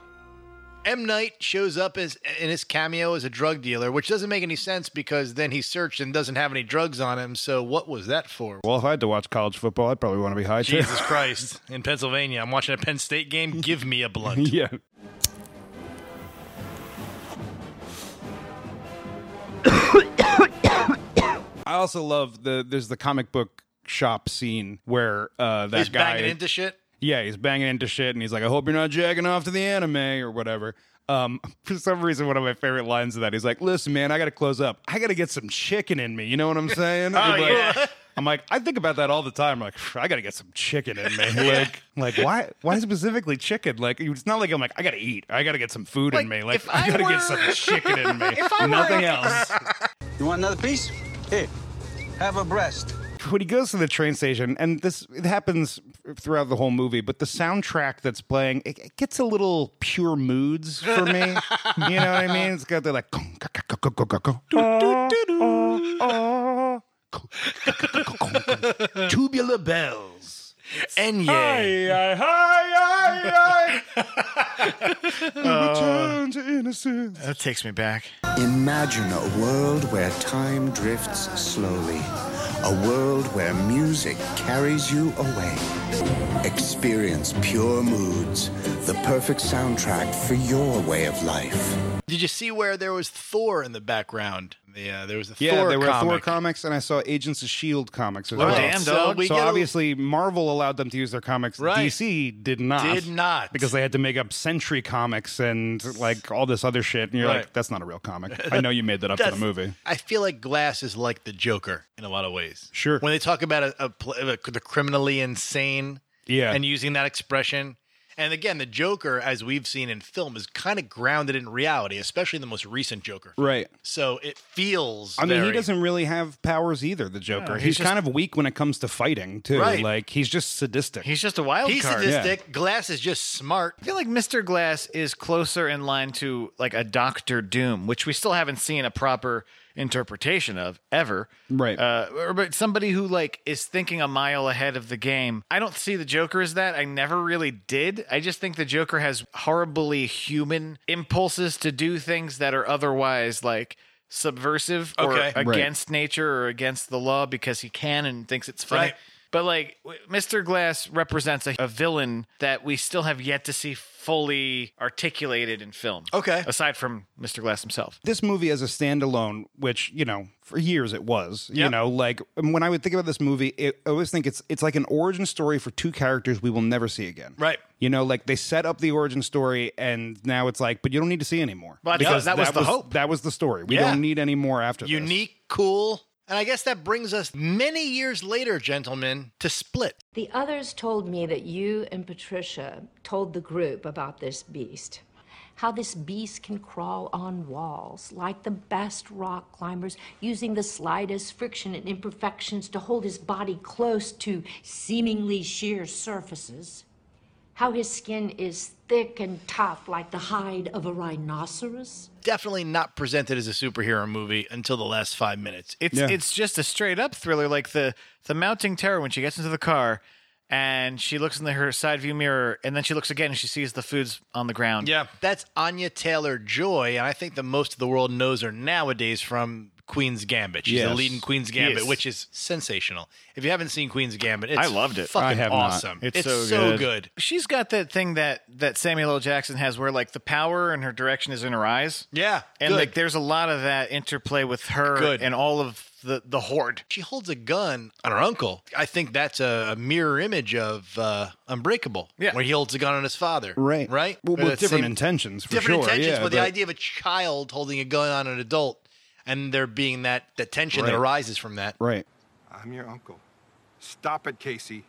Speaker 3: M. Knight shows up as in his cameo as a drug dealer, which doesn't make any sense because then he's searched and doesn't have any drugs on him. So what was that for?
Speaker 4: well, if I had to watch college football, I'd probably want to be high too.
Speaker 3: Jesus Christ! In Pennsylvania, I'm watching a Penn State game. Give me a blunt.
Speaker 4: yeah. I also love the there's the comic book shop scene where uh that
Speaker 3: he's
Speaker 4: guy
Speaker 3: banging into shit.
Speaker 4: Yeah, he's banging into shit and he's like, I hope you're not jacking off to the anime or whatever. Um, for some reason, one of my favorite lines of that, he's like, Listen, man, I gotta close up. I gotta get some chicken in me. You know what I'm saying?
Speaker 3: Oh,
Speaker 4: I'm like,
Speaker 3: yeah.
Speaker 4: I'm like, I think about that all the time. like, I gotta get some chicken in me. Like, like why why specifically chicken? Like it's not like I'm like, I gotta eat. I gotta get some food in me. Like, I gotta get some chicken in me. Nothing else.
Speaker 10: You want another piece? Here, have a breast.
Speaker 4: when he goes to the train station, and this it happens throughout the whole movie, but the soundtrack that's playing it, it gets a little pure moods for me. you know what I mean? It's got the like, tubular bells.
Speaker 3: And
Speaker 4: yeah.
Speaker 5: return to innocence. That takes me back.
Speaker 2: Imagine a world where time drifts slowly, a world where music carries you away. Experience pure moods, the perfect soundtrack for your way of life.
Speaker 3: Did you see where there was Thor in the background? Yeah, there was a
Speaker 4: Yeah,
Speaker 3: Thor
Speaker 4: there were
Speaker 3: comic.
Speaker 4: Thor comics, and I saw Agents of Shield comics. As
Speaker 3: Oh,
Speaker 4: well.
Speaker 3: damn,
Speaker 4: so,
Speaker 3: dog. We
Speaker 4: So
Speaker 3: get a-
Speaker 4: obviously, Marvel allowed them to use their comics. DC did not.
Speaker 3: Did not.
Speaker 4: because they had to make up Century comics and like all this other shit. And you're
Speaker 3: Right.
Speaker 4: like, that's not a real comic. I know you made that up for the
Speaker 3: That's-
Speaker 4: movie.
Speaker 3: I feel like Glass is like the Joker in a lot of ways.
Speaker 4: Sure.
Speaker 3: When they talk about a, a, pl- a- the criminally insane,
Speaker 4: Yeah.
Speaker 3: and using that expression, and again, the Joker, as we've seen in film, is kind of grounded in reality, especially the most recent Joker.
Speaker 4: Right.
Speaker 3: So it feels.
Speaker 4: I mean, he
Speaker 3: very-
Speaker 4: doesn't really have powers either. The Joker.
Speaker 3: No,
Speaker 4: he's
Speaker 3: he's just-
Speaker 4: kind of weak when it comes to fighting too.
Speaker 3: Right.
Speaker 4: Like he's just sadistic.
Speaker 5: He's just a wild
Speaker 3: He's
Speaker 5: card.
Speaker 3: sadistic. Glass is just smart.
Speaker 5: I feel like Mr. Glass is closer in line to like a Doctor Doom, which we still haven't seen a proper interpretation of ever.
Speaker 4: Right.
Speaker 5: Uh, or- but somebody who like is thinking a mile ahead of the game. I don't see the Joker as that. I never really did. I just think the Joker has horribly human impulses to do things that are otherwise like subversive or
Speaker 3: Okay. Right.
Speaker 5: against nature or against the law because he can and thinks it's funny.
Speaker 3: Right.
Speaker 5: But like w- Mr. Glass represents a, a villain that we still have yet to see fully articulated in film.
Speaker 3: Okay.
Speaker 5: Aside from Mr. Glass himself.
Speaker 4: this movie as a standalone, which you know for years it was, you
Speaker 5: Yep.
Speaker 4: know, like when I would think about this movie, it, I always think it's it's like an origin story for two characters we will never see again.
Speaker 3: Right.
Speaker 4: You know, like they set up the origin story, and now it's like, but you don't need to see anymore.
Speaker 5: Well, that's- that was the hope.
Speaker 4: That was the story. We
Speaker 3: Yeah.
Speaker 4: don't need any more after this.
Speaker 3: unique, cool. And I guess that brings us many years later, gentlemen, to Split.
Speaker 1: The others told me that you and Patricia told the group about this beast. How this beast can crawl on walls like the best rock climbers, using the slightest friction and imperfections to hold his body close to seemingly sheer surfaces. How his skin is thick and tough like the hide of a rhinoceros.
Speaker 3: Definitely not presented as a superhero movie until the last five minutes.
Speaker 5: It's it's just a straight up thriller, like the the mounting terror when she gets into the car and she looks in the, her side view mirror and then she looks again and she sees the food's on the ground.
Speaker 3: Yeah. That's Anya Taylor Joy, and I think that most of the world knows her nowadays from Queen's Gambit. She's the
Speaker 5: Yes.
Speaker 3: lead in Queen's Gambit,
Speaker 5: Yes.
Speaker 3: which is sensational. If you haven't seen Queen's Gambit, it's
Speaker 5: I loved it.
Speaker 3: Fucking
Speaker 5: I have not.
Speaker 3: awesome.
Speaker 5: It's
Speaker 3: It's,
Speaker 5: so
Speaker 3: so,
Speaker 5: good.
Speaker 3: good.
Speaker 5: She's got that thing that that Samuel L. Jackson has, where like the power and her direction is in her eyes.
Speaker 3: Yeah,
Speaker 5: and
Speaker 3: good.
Speaker 5: like there's a lot of that interplay with her
Speaker 3: Good.
Speaker 5: and all of the the horde.
Speaker 3: She holds a gun on her uncle. I think that's a, a mirror image of uh, Unbreakable,
Speaker 4: Yeah.
Speaker 3: where he holds a gun on his father.
Speaker 4: Right.
Speaker 3: Right?
Speaker 4: Well,
Speaker 3: Or
Speaker 4: with
Speaker 3: that
Speaker 4: different
Speaker 3: same-
Speaker 4: intentions, for
Speaker 3: different
Speaker 4: sure.
Speaker 3: intentions,
Speaker 4: Yeah,
Speaker 3: but the
Speaker 4: but-
Speaker 3: idea of a child holding a gun on an adult and there being that, that tension that
Speaker 4: Right.
Speaker 3: arises from that.
Speaker 4: Right.
Speaker 11: I'm your uncle. Stop it, Casey.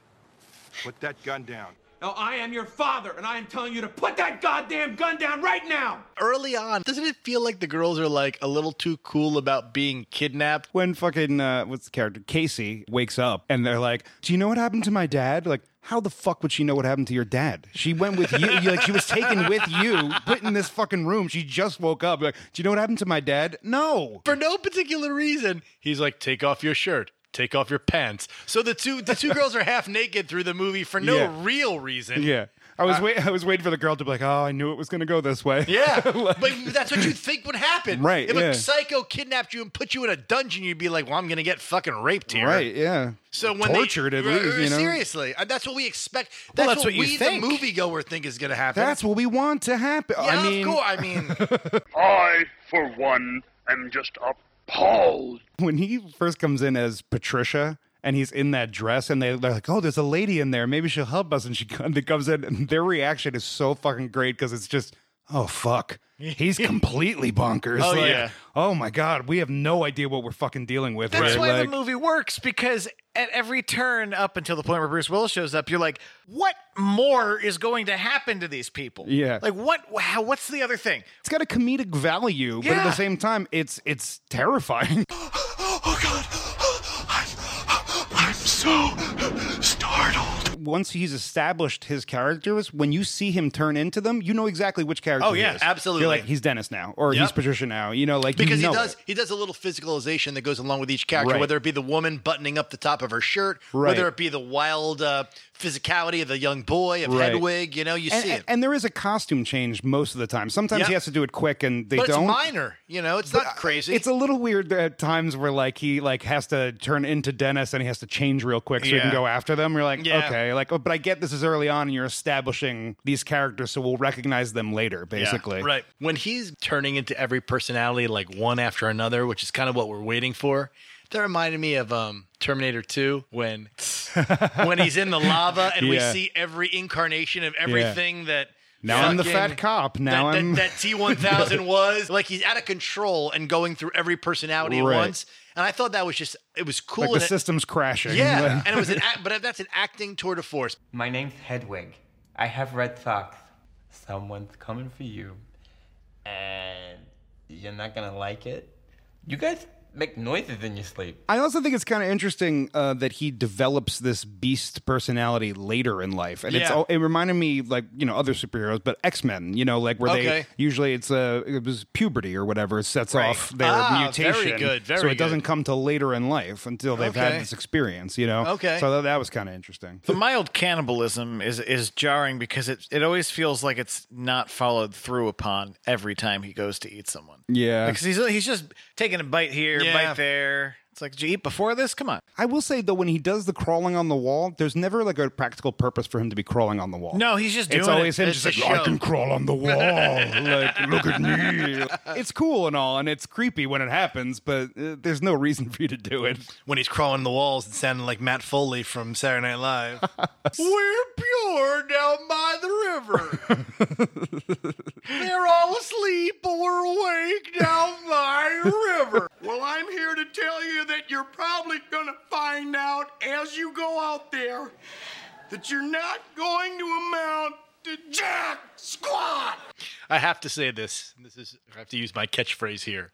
Speaker 11: Put that gun down.
Speaker 6: Now, I am your father, and I am telling you to put that goddamn gun down right now!
Speaker 3: Early on, doesn't it feel like the girls are like a little too cool about being kidnapped?
Speaker 4: When fucking uh, what's the character Casey wakes up and they're like, "Do you know what happened to my dad?" Like, how the fuck would she know what happened to your dad? She went with you. you- like, she was taken with you, put in this fucking room. She just woke up. Like, do you know what happened to my dad? No.
Speaker 3: For no particular reason, he's like, take off your shirt. Take off your pants. So the two the two girls are half naked through the movie for no
Speaker 4: Yeah.
Speaker 3: real reason.
Speaker 4: Yeah. I was wait. I was waiting for the girl to be like, "Oh, I knew it was gonna go this way."
Speaker 3: Uh, Yeah, but that's what you'd think would happen,
Speaker 4: Right,
Speaker 3: If
Speaker 4: yeah.
Speaker 3: a psycho kidnapped you and put you in a dungeon, you'd be like, "Well, I'm gonna get fucking raped here."
Speaker 4: Right. Yeah.
Speaker 3: So when
Speaker 4: tortured
Speaker 3: they,
Speaker 4: at least, you know.
Speaker 3: seriously, uh, that's what we expect.
Speaker 4: Well,
Speaker 3: That's,
Speaker 4: that's
Speaker 3: what,
Speaker 4: what you
Speaker 3: we,
Speaker 4: think.
Speaker 3: the moviegoer, think is gonna happen.
Speaker 4: That's what we want to happen.
Speaker 3: yeah,
Speaker 4: I mean,
Speaker 3: of course. I mean,
Speaker 13: I, for one, am just appalled.
Speaker 4: when he first comes in as Patricia and he's in that dress and they, they're like, oh, there's a lady in there. Maybe she'll help us. And she and they comes in and their reaction is so fucking great because it's just, oh, fuck. He's completely bonkers.
Speaker 5: Oh,
Speaker 4: Like,
Speaker 5: yeah.
Speaker 4: Oh, my God. We have no idea what we're fucking dealing with.
Speaker 5: That's
Speaker 4: right?
Speaker 5: why
Speaker 4: Like-
Speaker 5: the movie works because at every turn up until the point where Bruce Willis shows up, you're like, what more is going to happen to these people?
Speaker 4: Yeah.
Speaker 5: like what? How? What's the other thing?
Speaker 4: It's got a comedic value, but at the
Speaker 5: Yeah.
Speaker 4: same time, it's it's terrifying.
Speaker 3: Oh,
Speaker 13: I'm so startled.
Speaker 4: Once he's established his characters, when you see him turn into them, you know exactly which character.
Speaker 3: Oh,
Speaker 4: he
Speaker 3: yeah,
Speaker 4: is.
Speaker 3: absolutely.
Speaker 4: You're like he's Dennis now, or
Speaker 3: Yep.
Speaker 4: he's Patricia now. You know, like you
Speaker 3: because he
Speaker 4: know
Speaker 3: does
Speaker 4: it.
Speaker 3: he does a little physicalization that goes along with each character,
Speaker 4: Right.
Speaker 3: whether it be the woman buttoning up the top of her shirt,
Speaker 4: Right.
Speaker 3: whether it be the wild uh, physicality of the young boy of
Speaker 4: Right.
Speaker 3: Hedwig. You know, you
Speaker 4: and,
Speaker 3: see it.
Speaker 4: and there is a costume change most of the time. Sometimes
Speaker 3: Yeah.
Speaker 4: he has to do it quick, and they
Speaker 3: but
Speaker 4: don't.
Speaker 3: it's minor. You know, it's not crazy.
Speaker 4: It's a little weird at times where like he like has to turn into Dennis and he has to change real quick so he can
Speaker 3: Yeah.
Speaker 4: go after them. You're like,
Speaker 3: Yeah.
Speaker 4: okay, like, oh, but I get this is early on and you're establishing these characters, so we'll recognize them later, basically.
Speaker 3: Yeah, right. When he's turning into every personality like one after another, which is kind of what we're waiting for. That reminded me of um, Terminator 2 when when he's in the lava and we
Speaker 4: Yeah.
Speaker 3: see every incarnation of everything that
Speaker 4: Now I'm the
Speaker 3: fucking-
Speaker 4: fat cop. Now
Speaker 3: that,
Speaker 4: I'm
Speaker 3: that, that T1000 was like he's out of control and going through every personality
Speaker 4: Right.
Speaker 3: at once. And I thought that was just it was cool.
Speaker 4: like the
Speaker 3: and it-
Speaker 4: system's crashing.
Speaker 3: yeah,
Speaker 4: Like-
Speaker 3: and it was an act, but that's an acting tour de force.
Speaker 14: My name's Hedwig. I have red socks. Someone's coming for you, and you're not gonna like it. You guys make noises in your sleep.
Speaker 4: I also think it's kind of interesting uh, that he develops this beast personality later in life, and it's
Speaker 3: Yeah.
Speaker 4: all, it reminded me like you know other superheroes, but X Men, you know, like where
Speaker 3: Okay.
Speaker 4: they usually it's uh, it was puberty or whatever sets off their
Speaker 3: Ah, very
Speaker 4: mutation,
Speaker 3: good, very
Speaker 4: so it
Speaker 3: good.
Speaker 4: doesn't come till later in life until they've
Speaker 5: Okay.
Speaker 4: had this experience, you know.
Speaker 5: Okay.
Speaker 4: so that, that was kind of interesting.
Speaker 5: The mild cannibalism is is jarring because it it always feels like it's not followed through upon every time he goes to eat someone.
Speaker 4: Yeah,
Speaker 5: Because he's he's just taking a bite here,
Speaker 4: Yeah.
Speaker 5: bite there. It's like, did you eat before this? Come on.
Speaker 4: I will say though, when he does the crawling on the wall, there's never like a practical purpose for him to be crawling on the wall.
Speaker 5: No, he's just
Speaker 4: it's
Speaker 5: doing
Speaker 4: always
Speaker 5: it.
Speaker 4: him
Speaker 5: It's
Speaker 4: just
Speaker 5: a
Speaker 4: like, I
Speaker 5: show.
Speaker 4: can crawl on the wall. like, look at me. It's cool and all, and it's creepy when it happens, but uh, there's no reason for you to do it.
Speaker 3: When he's crawling the walls and sounding like Matt Foley from Saturday Night Live. We're pure down by the river. They're all asleep, but we're awake down by the river.
Speaker 13: Well, I'm here to tell you that you're probably gonna find out as you go out there that you're not going to amount to jack squat.
Speaker 3: I have to say this. This is I have to use my catchphrase here.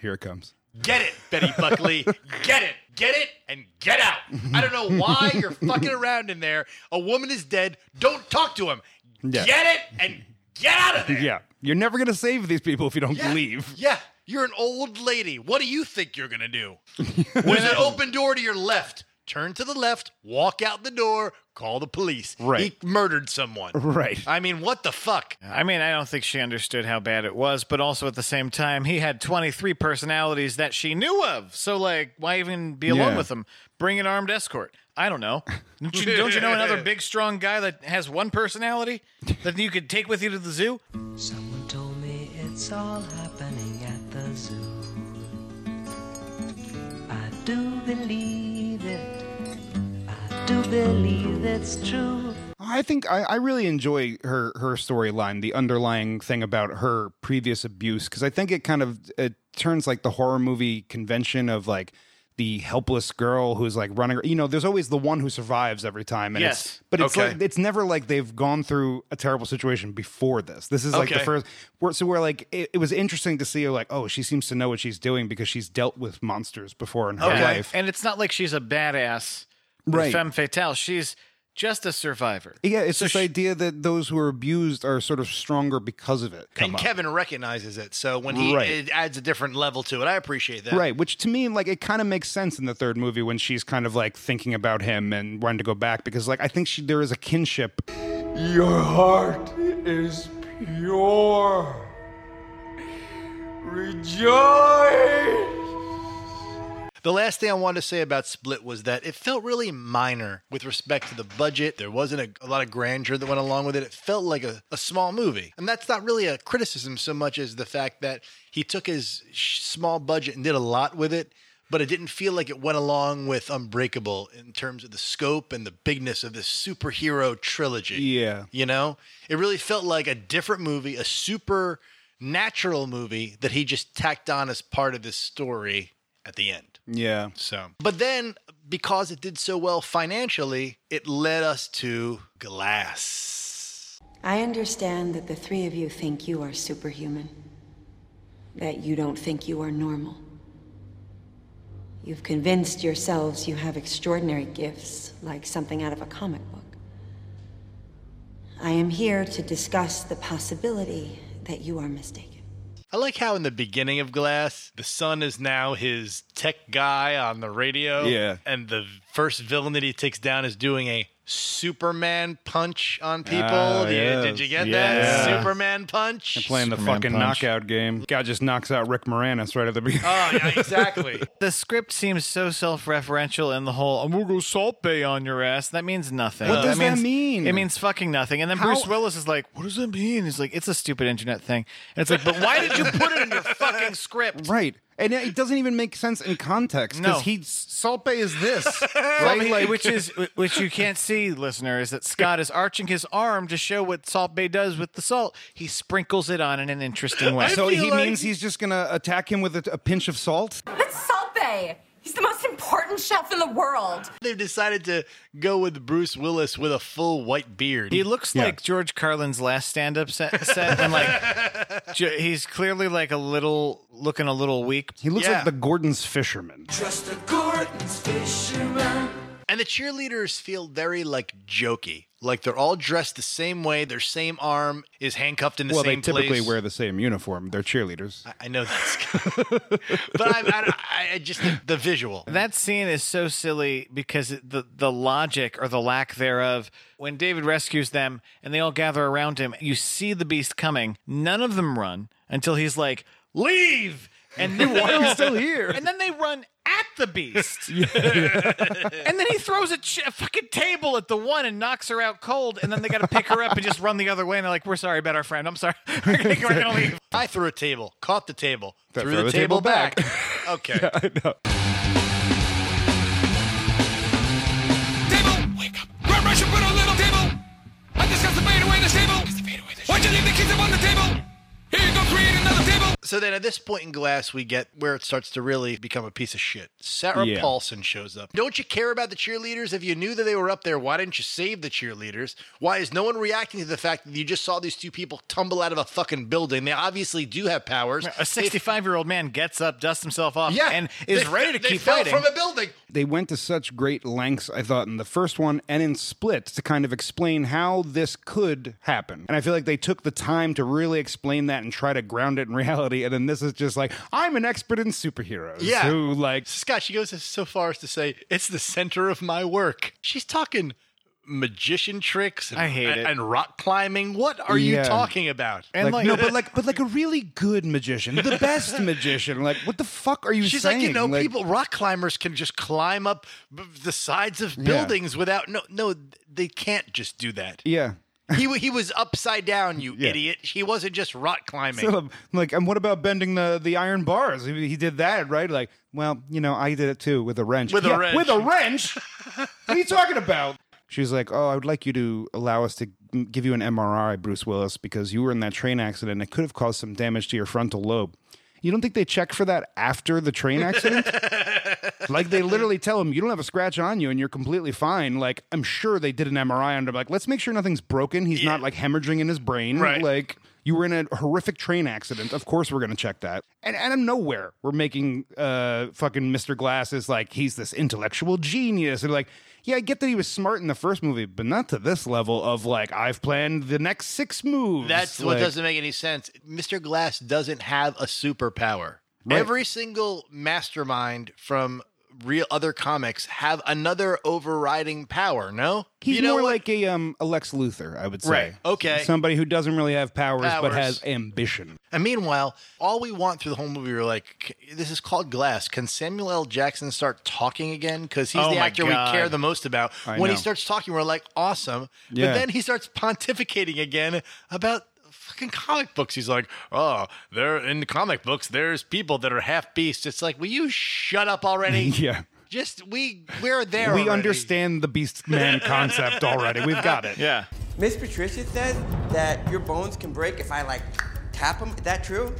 Speaker 4: Here it comes.
Speaker 3: Get it, Betty Buckley. get it. Get it and get out. I don't know why you're fucking around in there. A woman is dead. Don't talk to him.
Speaker 4: Yeah.
Speaker 3: Get it and get out of there.
Speaker 4: Yeah. You're never going to save these people if you don't leave.
Speaker 3: Yeah, you're an old lady. What do you think you're gonna do? There's an open door to your left. Turn to the left, walk out the door, call the police.
Speaker 5: Right.
Speaker 3: He murdered someone.
Speaker 5: Right.
Speaker 3: I mean, what the fuck?
Speaker 5: I mean, I don't think she understood how bad it was, but also at the same time, he had 23 personalities that she knew of. So, like, why even be alone
Speaker 4: Yeah.
Speaker 5: with him? Bring an armed escort. I don't know. Don't you, don't you know another big, strong guy that has one personality that you could take with you to the zoo?
Speaker 15: Someone told me it's all happening at the zoo. I do believe it. I do believe it's true.
Speaker 4: I think I, I really enjoy her her storyline, the underlying thing about her previous abuse, because I think it kind of it turns like the horror movie convention of like the helpless girl who's like running. You know, there's always the one who survives every time. And
Speaker 5: Yes.
Speaker 4: it's, but it's
Speaker 5: Okay.
Speaker 4: like it's never like they've gone through a terrible situation before this. This is like the
Speaker 5: Okay.
Speaker 4: first. Where, so we're like it, it was interesting to see her like oh she seems to know what she's doing because she's dealt with monsters before in her life.
Speaker 5: And it's not like she's a badass
Speaker 4: Right.
Speaker 5: femme fatale. She's just a survivor.
Speaker 4: Yeah, it's this idea that those who are abused are sort of stronger because of it. Come
Speaker 3: and
Speaker 4: up.
Speaker 3: Kevin recognizes it, so when he
Speaker 4: Right.
Speaker 3: it adds a different level to it, I appreciate that.
Speaker 4: Right, which to me, like, it kind of makes sense in the third movie when she's kind of like thinking about him and wanting to go back because, like, I think she there is a kinship.
Speaker 13: Your heart is pure. Rejoice!
Speaker 3: The last thing I wanted to say about Split was that it felt really minor with respect to the budget. There wasn't a, a lot of grandeur that went along with it. It felt like a, a small movie. And that's not really a criticism so much as the fact that he took his sh- small budget and did a lot with it, but it didn't feel like it went along with Unbreakable in terms of the scope and the bigness of this superhero trilogy.
Speaker 4: Yeah.
Speaker 3: You know, it really felt like a different movie, a supernatural movie that he just tacked on as part of this story at the end.
Speaker 4: Yeah.
Speaker 3: So, but then because it did so well financially, it led us to Glass.
Speaker 16: I understand that the three of you think you are superhuman. That you don't think you are normal. You've convinced yourselves you have extraordinary gifts, like something out of a comic book. I am here to discuss the possibility that you are mistaken.
Speaker 3: I like how in the beginning of Glass, the son is now his tech guy on the radio.
Speaker 4: Yeah.
Speaker 3: And the first villain that he takes down is doing a Superman punch on people.
Speaker 4: Ah,
Speaker 3: Did-
Speaker 4: yes,
Speaker 3: Did you get
Speaker 4: yes.
Speaker 3: that? Superman punch. Ah.
Speaker 4: And playing the fucking knockout game. Guy just knocks out Rick Moranis right at the beginning.
Speaker 3: exactly.
Speaker 5: the script seems so self-referential in the whole "I'm gonna go salt bay on your ass." That means nothing.
Speaker 4: What does that
Speaker 5: means-
Speaker 4: mean?
Speaker 5: It means fucking nothing. And then
Speaker 4: How-
Speaker 5: Bruce Willis is like, "What does that mean?" He's like, "It's a stupid internet thing." And it's like, "But why did you put it in your fucking script?"
Speaker 4: Right. And it doesn't even make sense in context
Speaker 5: No.
Speaker 4: because he Salt Bay is this,
Speaker 5: Well, I
Speaker 4: right?
Speaker 5: mean,
Speaker 4: Like-
Speaker 5: which is which you can't see, listener, is that Scott is arching his arm to show what Salt Bay does with the salt. He sprinkles it on in an interesting way.
Speaker 4: so he means he's just gonna attack him with a, a pinch of salt.
Speaker 12: It's Salt Bay. He's the most important chef in the world.
Speaker 3: They've decided to go with Bruce Willis with a full white beard.
Speaker 5: He looks like George Carlin's last stand-up set, set and like ju- he's clearly like a little looking a little weak.
Speaker 4: He looks
Speaker 5: Yeah.
Speaker 4: like the Gordon's fisherman.
Speaker 3: Trust the Gordon's fisherman. And the cheerleaders feel very like jokey. Like they're all dressed the same way. Their same arm is handcuffed in the
Speaker 4: well, they
Speaker 3: same
Speaker 4: typically
Speaker 3: place.
Speaker 4: wear the same uniform. They're cheerleaders.
Speaker 3: I know that's, but I, I, I- I just the, the visual.
Speaker 5: That scene is so silly because it- the the logic or the lack thereof. When David rescues them and they all gather around him, you see the beast coming. None of them run until he's like, "Leave!" And then
Speaker 4: Why are you
Speaker 5: they all-
Speaker 4: still here?
Speaker 5: And then they run at the beast. and then he throws a, ch- a fucking table at the one and knocks her out cold. And then they got to pick her up and just run the other way. And they're like, "We're sorry about our friend. I'm sorry. We're gonna, we're gonna leave."
Speaker 3: I threw a table, caught the table,
Speaker 4: That
Speaker 3: threw the, table, back. okay.
Speaker 4: I know.
Speaker 17: Run, rush, and put on little table. I discussed the fade away the table. Why'd you leave the keys up on the table? Here you go, create another table.
Speaker 3: So then at this point in Glass, we get where it starts to really become a piece of shit. Sarah
Speaker 4: Yeah.
Speaker 3: Paulson shows up. Don't you care about the cheerleaders? If you knew that they were up there, why didn't you save the cheerleaders? Why is no one reacting to the fact that you just saw these two people tumble out of a fucking building? They obviously do have powers.
Speaker 5: A 65 year old man gets up, dusts himself off,
Speaker 3: Yeah,
Speaker 5: and is
Speaker 3: They-
Speaker 5: ready to
Speaker 3: they
Speaker 5: keep
Speaker 3: fell
Speaker 5: fighting.
Speaker 3: from a building.
Speaker 4: They went to such great lengths, I thought, in the first one and in Split to kind of explain how this could happen. And I feel like they took the time to really explain that and try to ground it in reality. And then this is just like, I'm an expert in superheroes.
Speaker 3: Yeah.
Speaker 4: Who, like,
Speaker 3: Scott, she goes so far as to say, it's the center of my work. She's talking magician tricks and,
Speaker 5: I hate
Speaker 3: and,
Speaker 5: it.
Speaker 3: and rock climbing. What are
Speaker 4: Yeah.
Speaker 3: you talking about?
Speaker 4: like, no, but like, but like a really good magician, the best magician. Like, what the fuck are you
Speaker 3: She's
Speaker 4: saying?
Speaker 3: like, you know, people rock climbers can just climb up b- the sides of
Speaker 4: Yeah.
Speaker 3: buildings without no, no, they can't just do that.
Speaker 4: Yeah.
Speaker 3: He wa- he was upside down, you
Speaker 4: Yeah.
Speaker 3: idiot. He wasn't just rock climbing.
Speaker 4: So, um, like, and what about bending the, the iron bars? He, he did that, right? Like, well, you know, I did it too with a wrench.
Speaker 3: With a
Speaker 4: Yeah,
Speaker 3: wrench.
Speaker 4: With a wrench? what are you talking about? She's like, oh, I would like you to allow us to m- give you an MRI, Bruce Willis, because you were in that train accident and it could have caused some damage to your frontal lobe. You don't think they check for that after the train accident? like they literally tell him you don't have a scratch on you and you're completely fine. Like I'm sure they did an MRI and they're like, let's make sure nothing's broken. He's not like hemorrhaging in his brain.
Speaker 3: Right.
Speaker 4: Like you were in a horrific train accident. Of course we're gonna check that. And out of nowhere, we're making uh fucking Mr. Glass is like he's this intellectual genius. And like, yeah, I get that he was smart in the first movie, but not to this level of like I've planned the next six moves.
Speaker 3: That's what
Speaker 4: Like,
Speaker 3: doesn't make any sense. Mr. Glass doesn't have a superpower.
Speaker 4: Right.
Speaker 3: Every single mastermind from real other comics have another overriding power, no?
Speaker 4: He's
Speaker 3: you know
Speaker 4: more
Speaker 3: what?
Speaker 4: like a um a Lex Luthor, I would say.
Speaker 3: Right. Okay.
Speaker 4: Somebody who doesn't really have powers, but
Speaker 3: Powers.
Speaker 4: has ambition.
Speaker 3: And meanwhile, all we want through the whole movie, we're like, "C- this is called Glass. Can Samuel L. Jackson start talking again? Because he's
Speaker 5: Oh
Speaker 3: the
Speaker 5: my
Speaker 3: actor
Speaker 5: God.
Speaker 3: we care the most about.
Speaker 4: I
Speaker 3: when he
Speaker 4: know.
Speaker 3: starts talking, we're like, awesome.
Speaker 4: Yeah.
Speaker 3: But then he starts pontificating again about fucking comic books. He's like, oh, there in the comic books, there's people that are half beasts. It's like, will you shut up already?
Speaker 4: Yeah.
Speaker 3: Just we we're there.
Speaker 4: we
Speaker 3: already.
Speaker 4: understand the beast man concept already. We've got it.
Speaker 5: Yeah.
Speaker 18: Miss Patricia said that your bones can break if I like tap them. Is that true?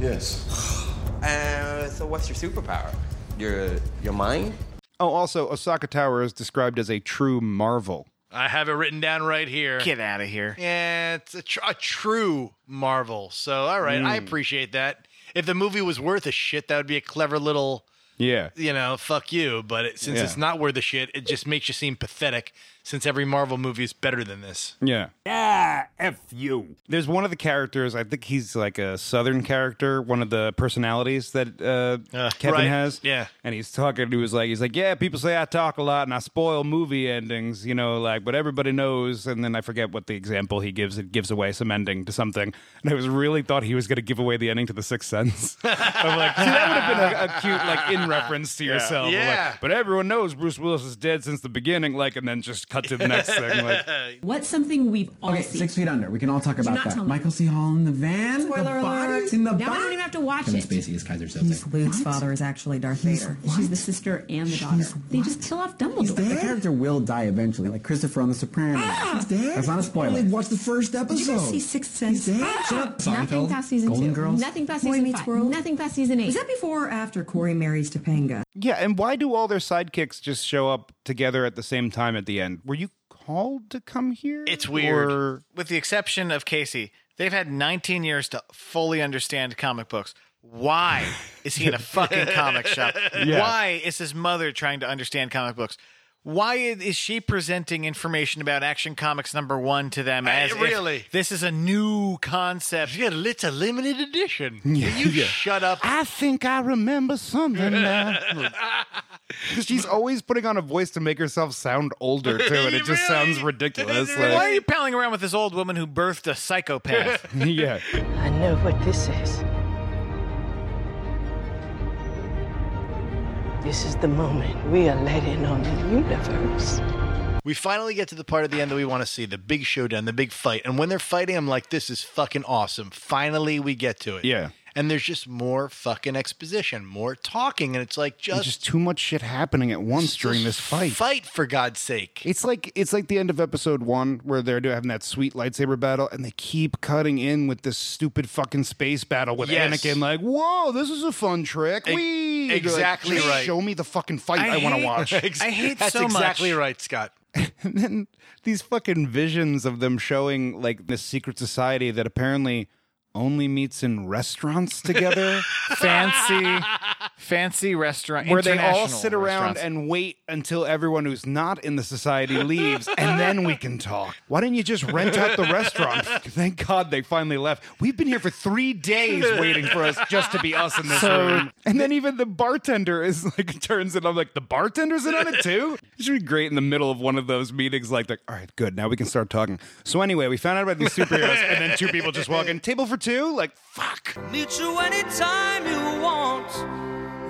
Speaker 17: Yes.
Speaker 18: Uh, so what's your superpower? Your your mind?
Speaker 4: Oh, also, Osaka Tower is described as a true marvel.
Speaker 3: I have it written down right here.
Speaker 5: Get out of here.
Speaker 3: Yeah, it's a, tr- a true Marvel. So, all right, I
Speaker 4: Mm.
Speaker 3: appreciate that. If the movie was worth a shit, that would be a clever little,
Speaker 4: Yeah.
Speaker 3: you know, fuck you. But it, since
Speaker 4: Yeah.
Speaker 3: it's not worth a shit, it just makes you seem pathetic. since every Marvel movie is better than this.
Speaker 4: Yeah.
Speaker 19: Yeah, F you.
Speaker 4: There's one of the characters, I think he's like a southern character, one of the personalities that uh, Kevin
Speaker 3: right.
Speaker 4: has.
Speaker 3: Yeah.
Speaker 4: And he's talking to his like he's like, Yeah, people say I talk a lot and I spoil movie endings, you know, like but everybody knows and then I forget what the example he gives, it gives away some ending to something. And I was really thought he was gonna give away the ending to the sixth sense. I'm like, see, that would have been a, a cute like in reference to yourself.
Speaker 3: Yeah.
Speaker 4: Like, but everyone knows Bruce Willis is dead since the beginning, like and then just cut to the next thing. Like
Speaker 20: What's something we've all
Speaker 21: Okay,
Speaker 20: seen?
Speaker 21: Six Feet Under. We can all talk
Speaker 20: Do
Speaker 21: about
Speaker 20: not
Speaker 21: that.
Speaker 20: tell me.
Speaker 21: Michael C. Hall in the van.
Speaker 20: Spoiler
Speaker 21: the
Speaker 20: alert!
Speaker 21: bodies in the
Speaker 20: now I
Speaker 21: box.
Speaker 20: don't even have to watch
Speaker 21: Kevin
Speaker 20: it.
Speaker 21: Spacey is Kaiser
Speaker 20: He's
Speaker 21: Soze.
Speaker 20: Luke's father is actually Darth Vader. She's the sister and the daughter. They just kill off Dumbledore.
Speaker 21: The character will die eventually, like Christopher on The Sopranos.
Speaker 20: Ah!
Speaker 21: That's not a spoiler.
Speaker 20: Only
Speaker 21: watch the first
Speaker 20: Did you guys see Sixth Sense? Ah!
Speaker 21: Shut up,
Speaker 20: Nothing
Speaker 21: Seinfeld.
Speaker 20: past season
Speaker 21: Golden
Speaker 20: two.
Speaker 21: Girls.
Speaker 20: Nothing past season five. Nothing past season eight.
Speaker 4: Was
Speaker 20: that before or after Corey marries Topanga?
Speaker 4: Yeah, and why do all their sidekicks just show up together at the same time at the end? Were you called to come here?
Speaker 5: It's weird.
Speaker 4: Or-
Speaker 5: With the exception of Casey, they've had 19 years to fully understand comic books. Why is he in a fucking comic shop?
Speaker 4: Yeah.
Speaker 5: Why is his mother trying to understand comic books? Why i- is she presenting information about Action Comics number one to them as if
Speaker 3: really?
Speaker 5: this is a new concept?
Speaker 3: Yeah, it's a limited edition.
Speaker 4: Yeah.
Speaker 3: Will you shut up?
Speaker 4: I think I remember something now. 'Cause she's always putting on a voice to make herself sound older too, and it just sounds ridiculous.
Speaker 5: Why are
Speaker 4: like-
Speaker 5: you palling around with this old woman who birthed a psychopath?
Speaker 4: yeah.
Speaker 15: I know what this is. This is the moment we are letting on the universe.
Speaker 3: We finally get to the part at the end that we want to see the big showdown, the big fight. And when they're fighting, I'm like, this is fucking awesome. Finally, we get to it.
Speaker 4: Yeah.
Speaker 3: And there's just more fucking exposition, more talking. And it's like,
Speaker 4: There's
Speaker 3: just,
Speaker 4: just too much shit happening at once during this fight.
Speaker 3: fight for God's sake.
Speaker 4: It's like it's like the end of episode one where they're doing having that sweet lightsaber battle, and they keep cutting in with this stupid fucking space battle with
Speaker 3: Yes.
Speaker 4: Anakin. Like, whoa, this is a fun trick.
Speaker 3: Ex-
Speaker 4: Wee. You're like,
Speaker 3: exactly
Speaker 4: "Just
Speaker 3: right.
Speaker 4: Show me the fucking fight I, want to
Speaker 3: hate-
Speaker 4: watch.
Speaker 5: I hate
Speaker 3: That's
Speaker 5: so much.
Speaker 3: exactly right, Scott.
Speaker 4: and then these fucking visions of them showing like this secret society that apparently only meets in restaurants together.
Speaker 5: fancy, fancy restaurant
Speaker 4: Where they all
Speaker 5: Uh, international
Speaker 4: sit around
Speaker 5: restaurants.
Speaker 4: and wait until everyone who's not in the society leaves, and then we can talk. Why didn't you just rent out the restaurant? Thank God they finally left. We've been here for three days waiting for us just to be us in this
Speaker 5: So-
Speaker 4: room. And then even the bartender is like turns and I'm like, the bartender's in on it too? It should be great in the middle of one of those meetings, like, like all right, good, now we can start talking. So anyway, we found out about these superheroes, and then two people just walk in, table for two, like fuck.
Speaker 23: Meet you anytime you want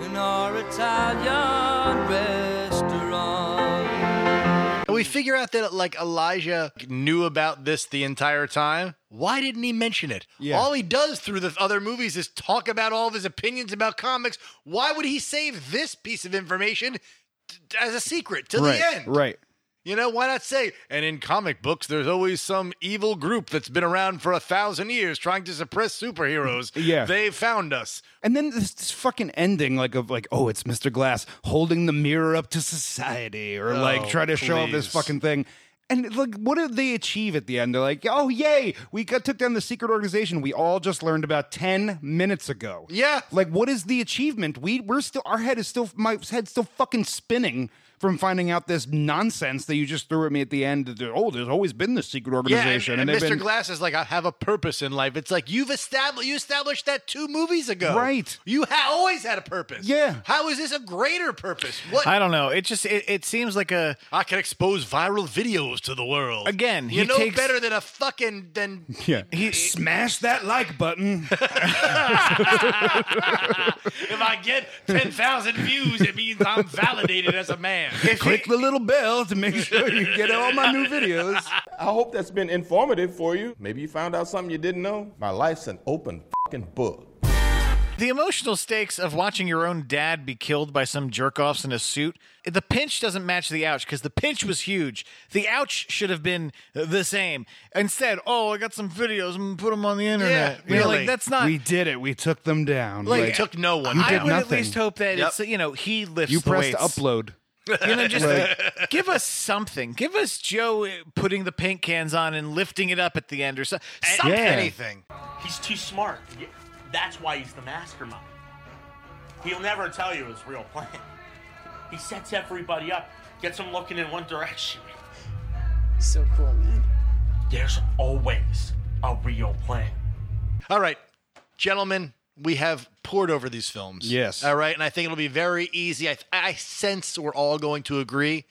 Speaker 23: in our Italian restaurant.
Speaker 3: And we figure out that like Elijah knew about this the entire time. Why didn't he mention it?
Speaker 4: Yeah.
Speaker 3: All he does through the other movies is talk about all of his opinions about comics. Why would he save this piece of information t- as a secret till
Speaker 4: right,
Speaker 3: the end?
Speaker 4: Right.
Speaker 3: You know, why not say, and in comic books, there's always some evil group that's been around for a thousand years trying to suppress superheroes.
Speaker 4: Yeah.
Speaker 3: They found us.
Speaker 4: And then this, this fucking ending, like of like, oh, it's Mr. Glass holding the mirror up to society, or
Speaker 3: Oh,
Speaker 4: like try to show off this
Speaker 3: please.
Speaker 4: fucking thing. And like, what did they achieve at the end? They're like, oh yay, we got, took down the secret organization we all just learned about ten minutes ago.
Speaker 3: Yeah.
Speaker 4: like what is the achievement? We we're still our head is still my head's still fucking spinning from finding out this nonsense that you just threw at me at the end. That, oh, there's always been this secret organization,
Speaker 3: Yeah, and, and,
Speaker 4: they've
Speaker 3: Mr.
Speaker 4: been-
Speaker 3: Glass is like, I have a purpose in life. It's like you've established you established that two movies ago.
Speaker 4: Right.
Speaker 3: You ha- always had a purpose.
Speaker 4: Yeah.
Speaker 3: How is this a greater purpose? What
Speaker 5: I
Speaker 3: I,
Speaker 5: don't know. It just it, it seems like a
Speaker 3: can expose viral videos to the world.
Speaker 5: Again,
Speaker 3: you
Speaker 5: he
Speaker 3: know
Speaker 5: takes-
Speaker 3: better than a fucking than
Speaker 4: yeah, smash that like button.
Speaker 3: if I get ten thousand views, it means I'm validated as a man.
Speaker 4: Click the little bell to make sure you get all my new videos.
Speaker 24: I hope that's been informative for you. Maybe you found out something you didn't know. My life's an open fucking book.
Speaker 5: The emotional stakes of watching your own dad be killed by some jerk offs in a suit, the pinch doesn't match the ouch because the pinch was huge. The ouch should have been the same. Instead, oh, I got some videos, I'm gonna put them on the internet.
Speaker 3: Yeah,
Speaker 5: you know,
Speaker 3: really.
Speaker 5: like that's not.
Speaker 4: We did it. We took them down.
Speaker 3: Like, it took no one.
Speaker 4: You
Speaker 5: I
Speaker 4: did
Speaker 5: would at
Speaker 4: nothing.
Speaker 5: least hope that it's you know he lifts.
Speaker 4: You
Speaker 5: the
Speaker 4: pressed
Speaker 5: weights.
Speaker 4: upload.
Speaker 5: You know, just
Speaker 4: Right.
Speaker 5: like, give us something. Give us Joe uh, putting the paint cans on and lifting it up at the end or so, something.
Speaker 4: Yeah.
Speaker 3: Anything.
Speaker 25: He's too smart. Y- That's why he's the mastermind. He'll never tell you his real plan. He sets everybody up, gets them looking in one direction.
Speaker 22: So cool, man.
Speaker 25: There's always a real plan.
Speaker 3: All right, gentlemen, we have poured over these films.
Speaker 4: Yes.
Speaker 3: All right, and I think it'll be very easy. I, I sense we're all going to agree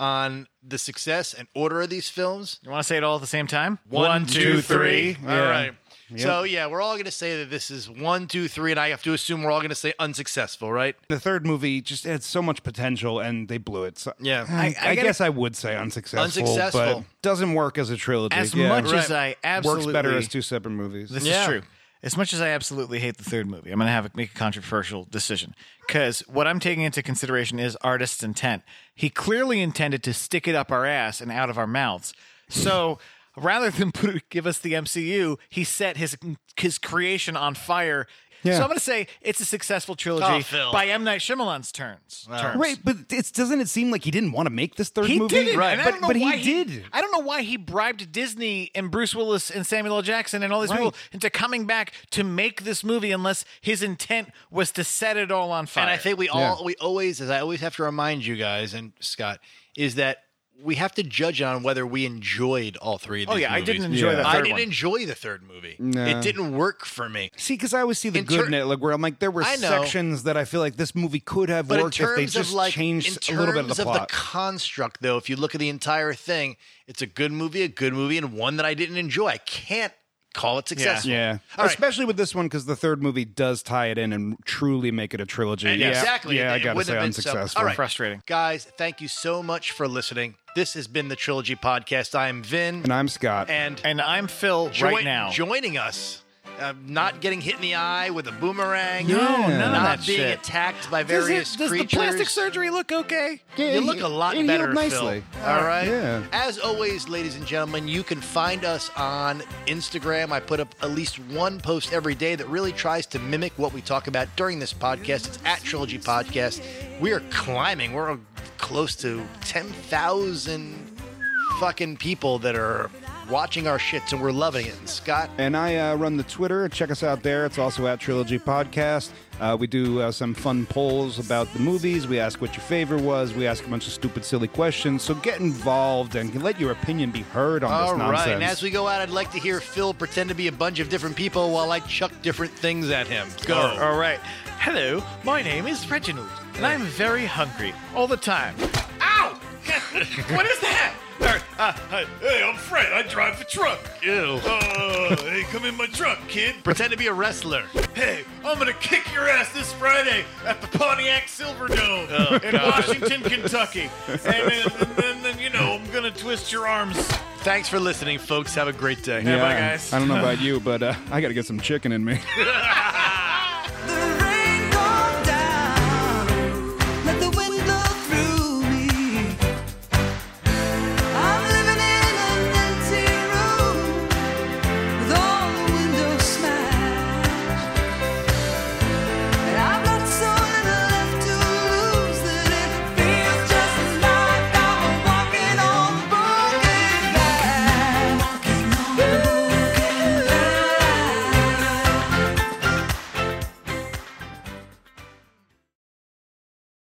Speaker 3: on the success and order of these films.
Speaker 5: You want to say it all at the same time?
Speaker 3: One, two, three.
Speaker 5: All right.
Speaker 3: So yeah, we're all going to say that this is one, two, three, and I have to assume we're all going to say unsuccessful, right?
Speaker 4: The third movie just had so much potential and they blew it. So,
Speaker 3: Yeah.
Speaker 4: I,
Speaker 3: I- I
Speaker 4: I
Speaker 3: gotta-
Speaker 4: guess I would say unsuccessful.
Speaker 3: Unsuccessful.
Speaker 4: But doesn't work as a trilogy.
Speaker 5: As
Speaker 4: Yeah.
Speaker 5: much as I absolutely
Speaker 4: Works better as two separate movies.
Speaker 5: This is true. As much as I absolutely hate the third movie, I'm going to have make a controversial decision because what I'm taking into consideration is artist's intent. He clearly intended to stick it up our ass and out of our mouths. So rather than put, give us the MCU, he set his his creation on fire.
Speaker 4: Yeah.
Speaker 5: So I'm going to say it's a successful trilogy
Speaker 3: Oh, Phil.
Speaker 5: by M Night Shyamalan's turns. terms.
Speaker 4: Right, but it's doesn't it seem like he didn't want to make this third
Speaker 5: He
Speaker 4: movie?
Speaker 5: did it,
Speaker 4: right,
Speaker 5: and I
Speaker 4: but,
Speaker 5: don't know
Speaker 4: but
Speaker 5: why
Speaker 4: he did.
Speaker 5: I don't know why he bribed Disney and Bruce Willis and Samuel L. Jackson and all these
Speaker 4: Right.
Speaker 5: people into coming back to make this movie, unless his intent was to set it all on fire.
Speaker 3: And I think we all we always, as I always have to remind you guys and Scott, is that we have to judge it on whether we enjoyed all three of
Speaker 5: Oh,
Speaker 3: these
Speaker 5: yeah, I didn't
Speaker 3: movies.
Speaker 5: enjoy the
Speaker 3: I
Speaker 5: third
Speaker 3: didn't
Speaker 5: one.
Speaker 3: enjoy the third movie.
Speaker 4: No.
Speaker 3: It didn't work for me.
Speaker 4: See, because I always see the
Speaker 3: In
Speaker 4: good
Speaker 3: ter-
Speaker 4: in it, like where I'm like, there were
Speaker 3: I know.
Speaker 4: sections that I feel like this movie could have
Speaker 3: But in
Speaker 4: worked if they
Speaker 3: terms
Speaker 4: just
Speaker 3: of like in
Speaker 4: changed
Speaker 3: terms
Speaker 4: a little bit of the
Speaker 3: of the
Speaker 4: plot.
Speaker 3: construct, though, if you look at the entire thing, it's a good movie, a good movie, and one that I didn't enjoy. I can't call it successful.
Speaker 4: Yeah,
Speaker 3: All right.
Speaker 4: especially with this one because the third movie does tie it in and truly make it a trilogy.
Speaker 3: And
Speaker 4: yeah,
Speaker 3: Exactly.
Speaker 4: Yeah,
Speaker 3: It-
Speaker 4: I
Speaker 3: it
Speaker 4: gotta
Speaker 3: wouldn't
Speaker 4: say
Speaker 3: have been so-
Speaker 4: unsuccessful.
Speaker 3: All right. Guys, thank you so much for listening. This has been the Trilogy Podcast. I am Vin.
Speaker 4: And I'm Scott.
Speaker 3: And,
Speaker 5: and I'm Phil right
Speaker 3: Join-
Speaker 5: now.
Speaker 3: Joining us. Uh, not getting hit in the eye with a boomerang.
Speaker 5: No, Yeah. none of
Speaker 3: not
Speaker 5: that
Speaker 3: being
Speaker 5: shit.
Speaker 3: attacked by
Speaker 5: Does it-
Speaker 3: various
Speaker 5: does the
Speaker 3: creatures.
Speaker 5: plastic surgery look okay?
Speaker 3: you look a lot better,
Speaker 4: nicely. Uh,
Speaker 3: Phil. All right.
Speaker 4: Yeah.
Speaker 3: As always, ladies and gentlemen, you can find us on Instagram. I put up at least one post every day that really tries to mimic what we talk about during this podcast. It's at Trilogy Podcast. We are climbing. We're close to ten thousand fucking people that are watching our shits, and we're loving it. And Scott,
Speaker 4: And I uh, run the Twitter. Check us out there. It's also at Trilogy Podcast. Uh, we do uh, some fun polls about the movies. We ask what your favorite was. We ask a bunch of stupid, silly questions. So get involved and let your opinion be heard on this
Speaker 3: All right,
Speaker 4: nonsense.
Speaker 3: and as we go out, I'd like to hear Phil pretend to be a bunch of different people while I chuck different things at him. Go.
Speaker 5: All right. Hello, my name is Reginald, and I'm very hungry all the time.
Speaker 17: Ow! what is that? Uh, hey, I'm Fred. I drive a truck.
Speaker 3: Ew.
Speaker 17: Uh, hey, come in my truck, kid.
Speaker 3: Pretend to be a wrestler.
Speaker 17: Hey, I'm gonna kick your ass this Friday at the Pontiac Silverdome
Speaker 3: Oh,
Speaker 17: in
Speaker 3: God.
Speaker 17: Washington, Kentucky. And then, and then, then, you know, I'm gonna twist your arms.
Speaker 3: Thanks for listening, folks. Have a great day.
Speaker 4: yeah, I don't know about you, but uh, I got to get some chicken in me.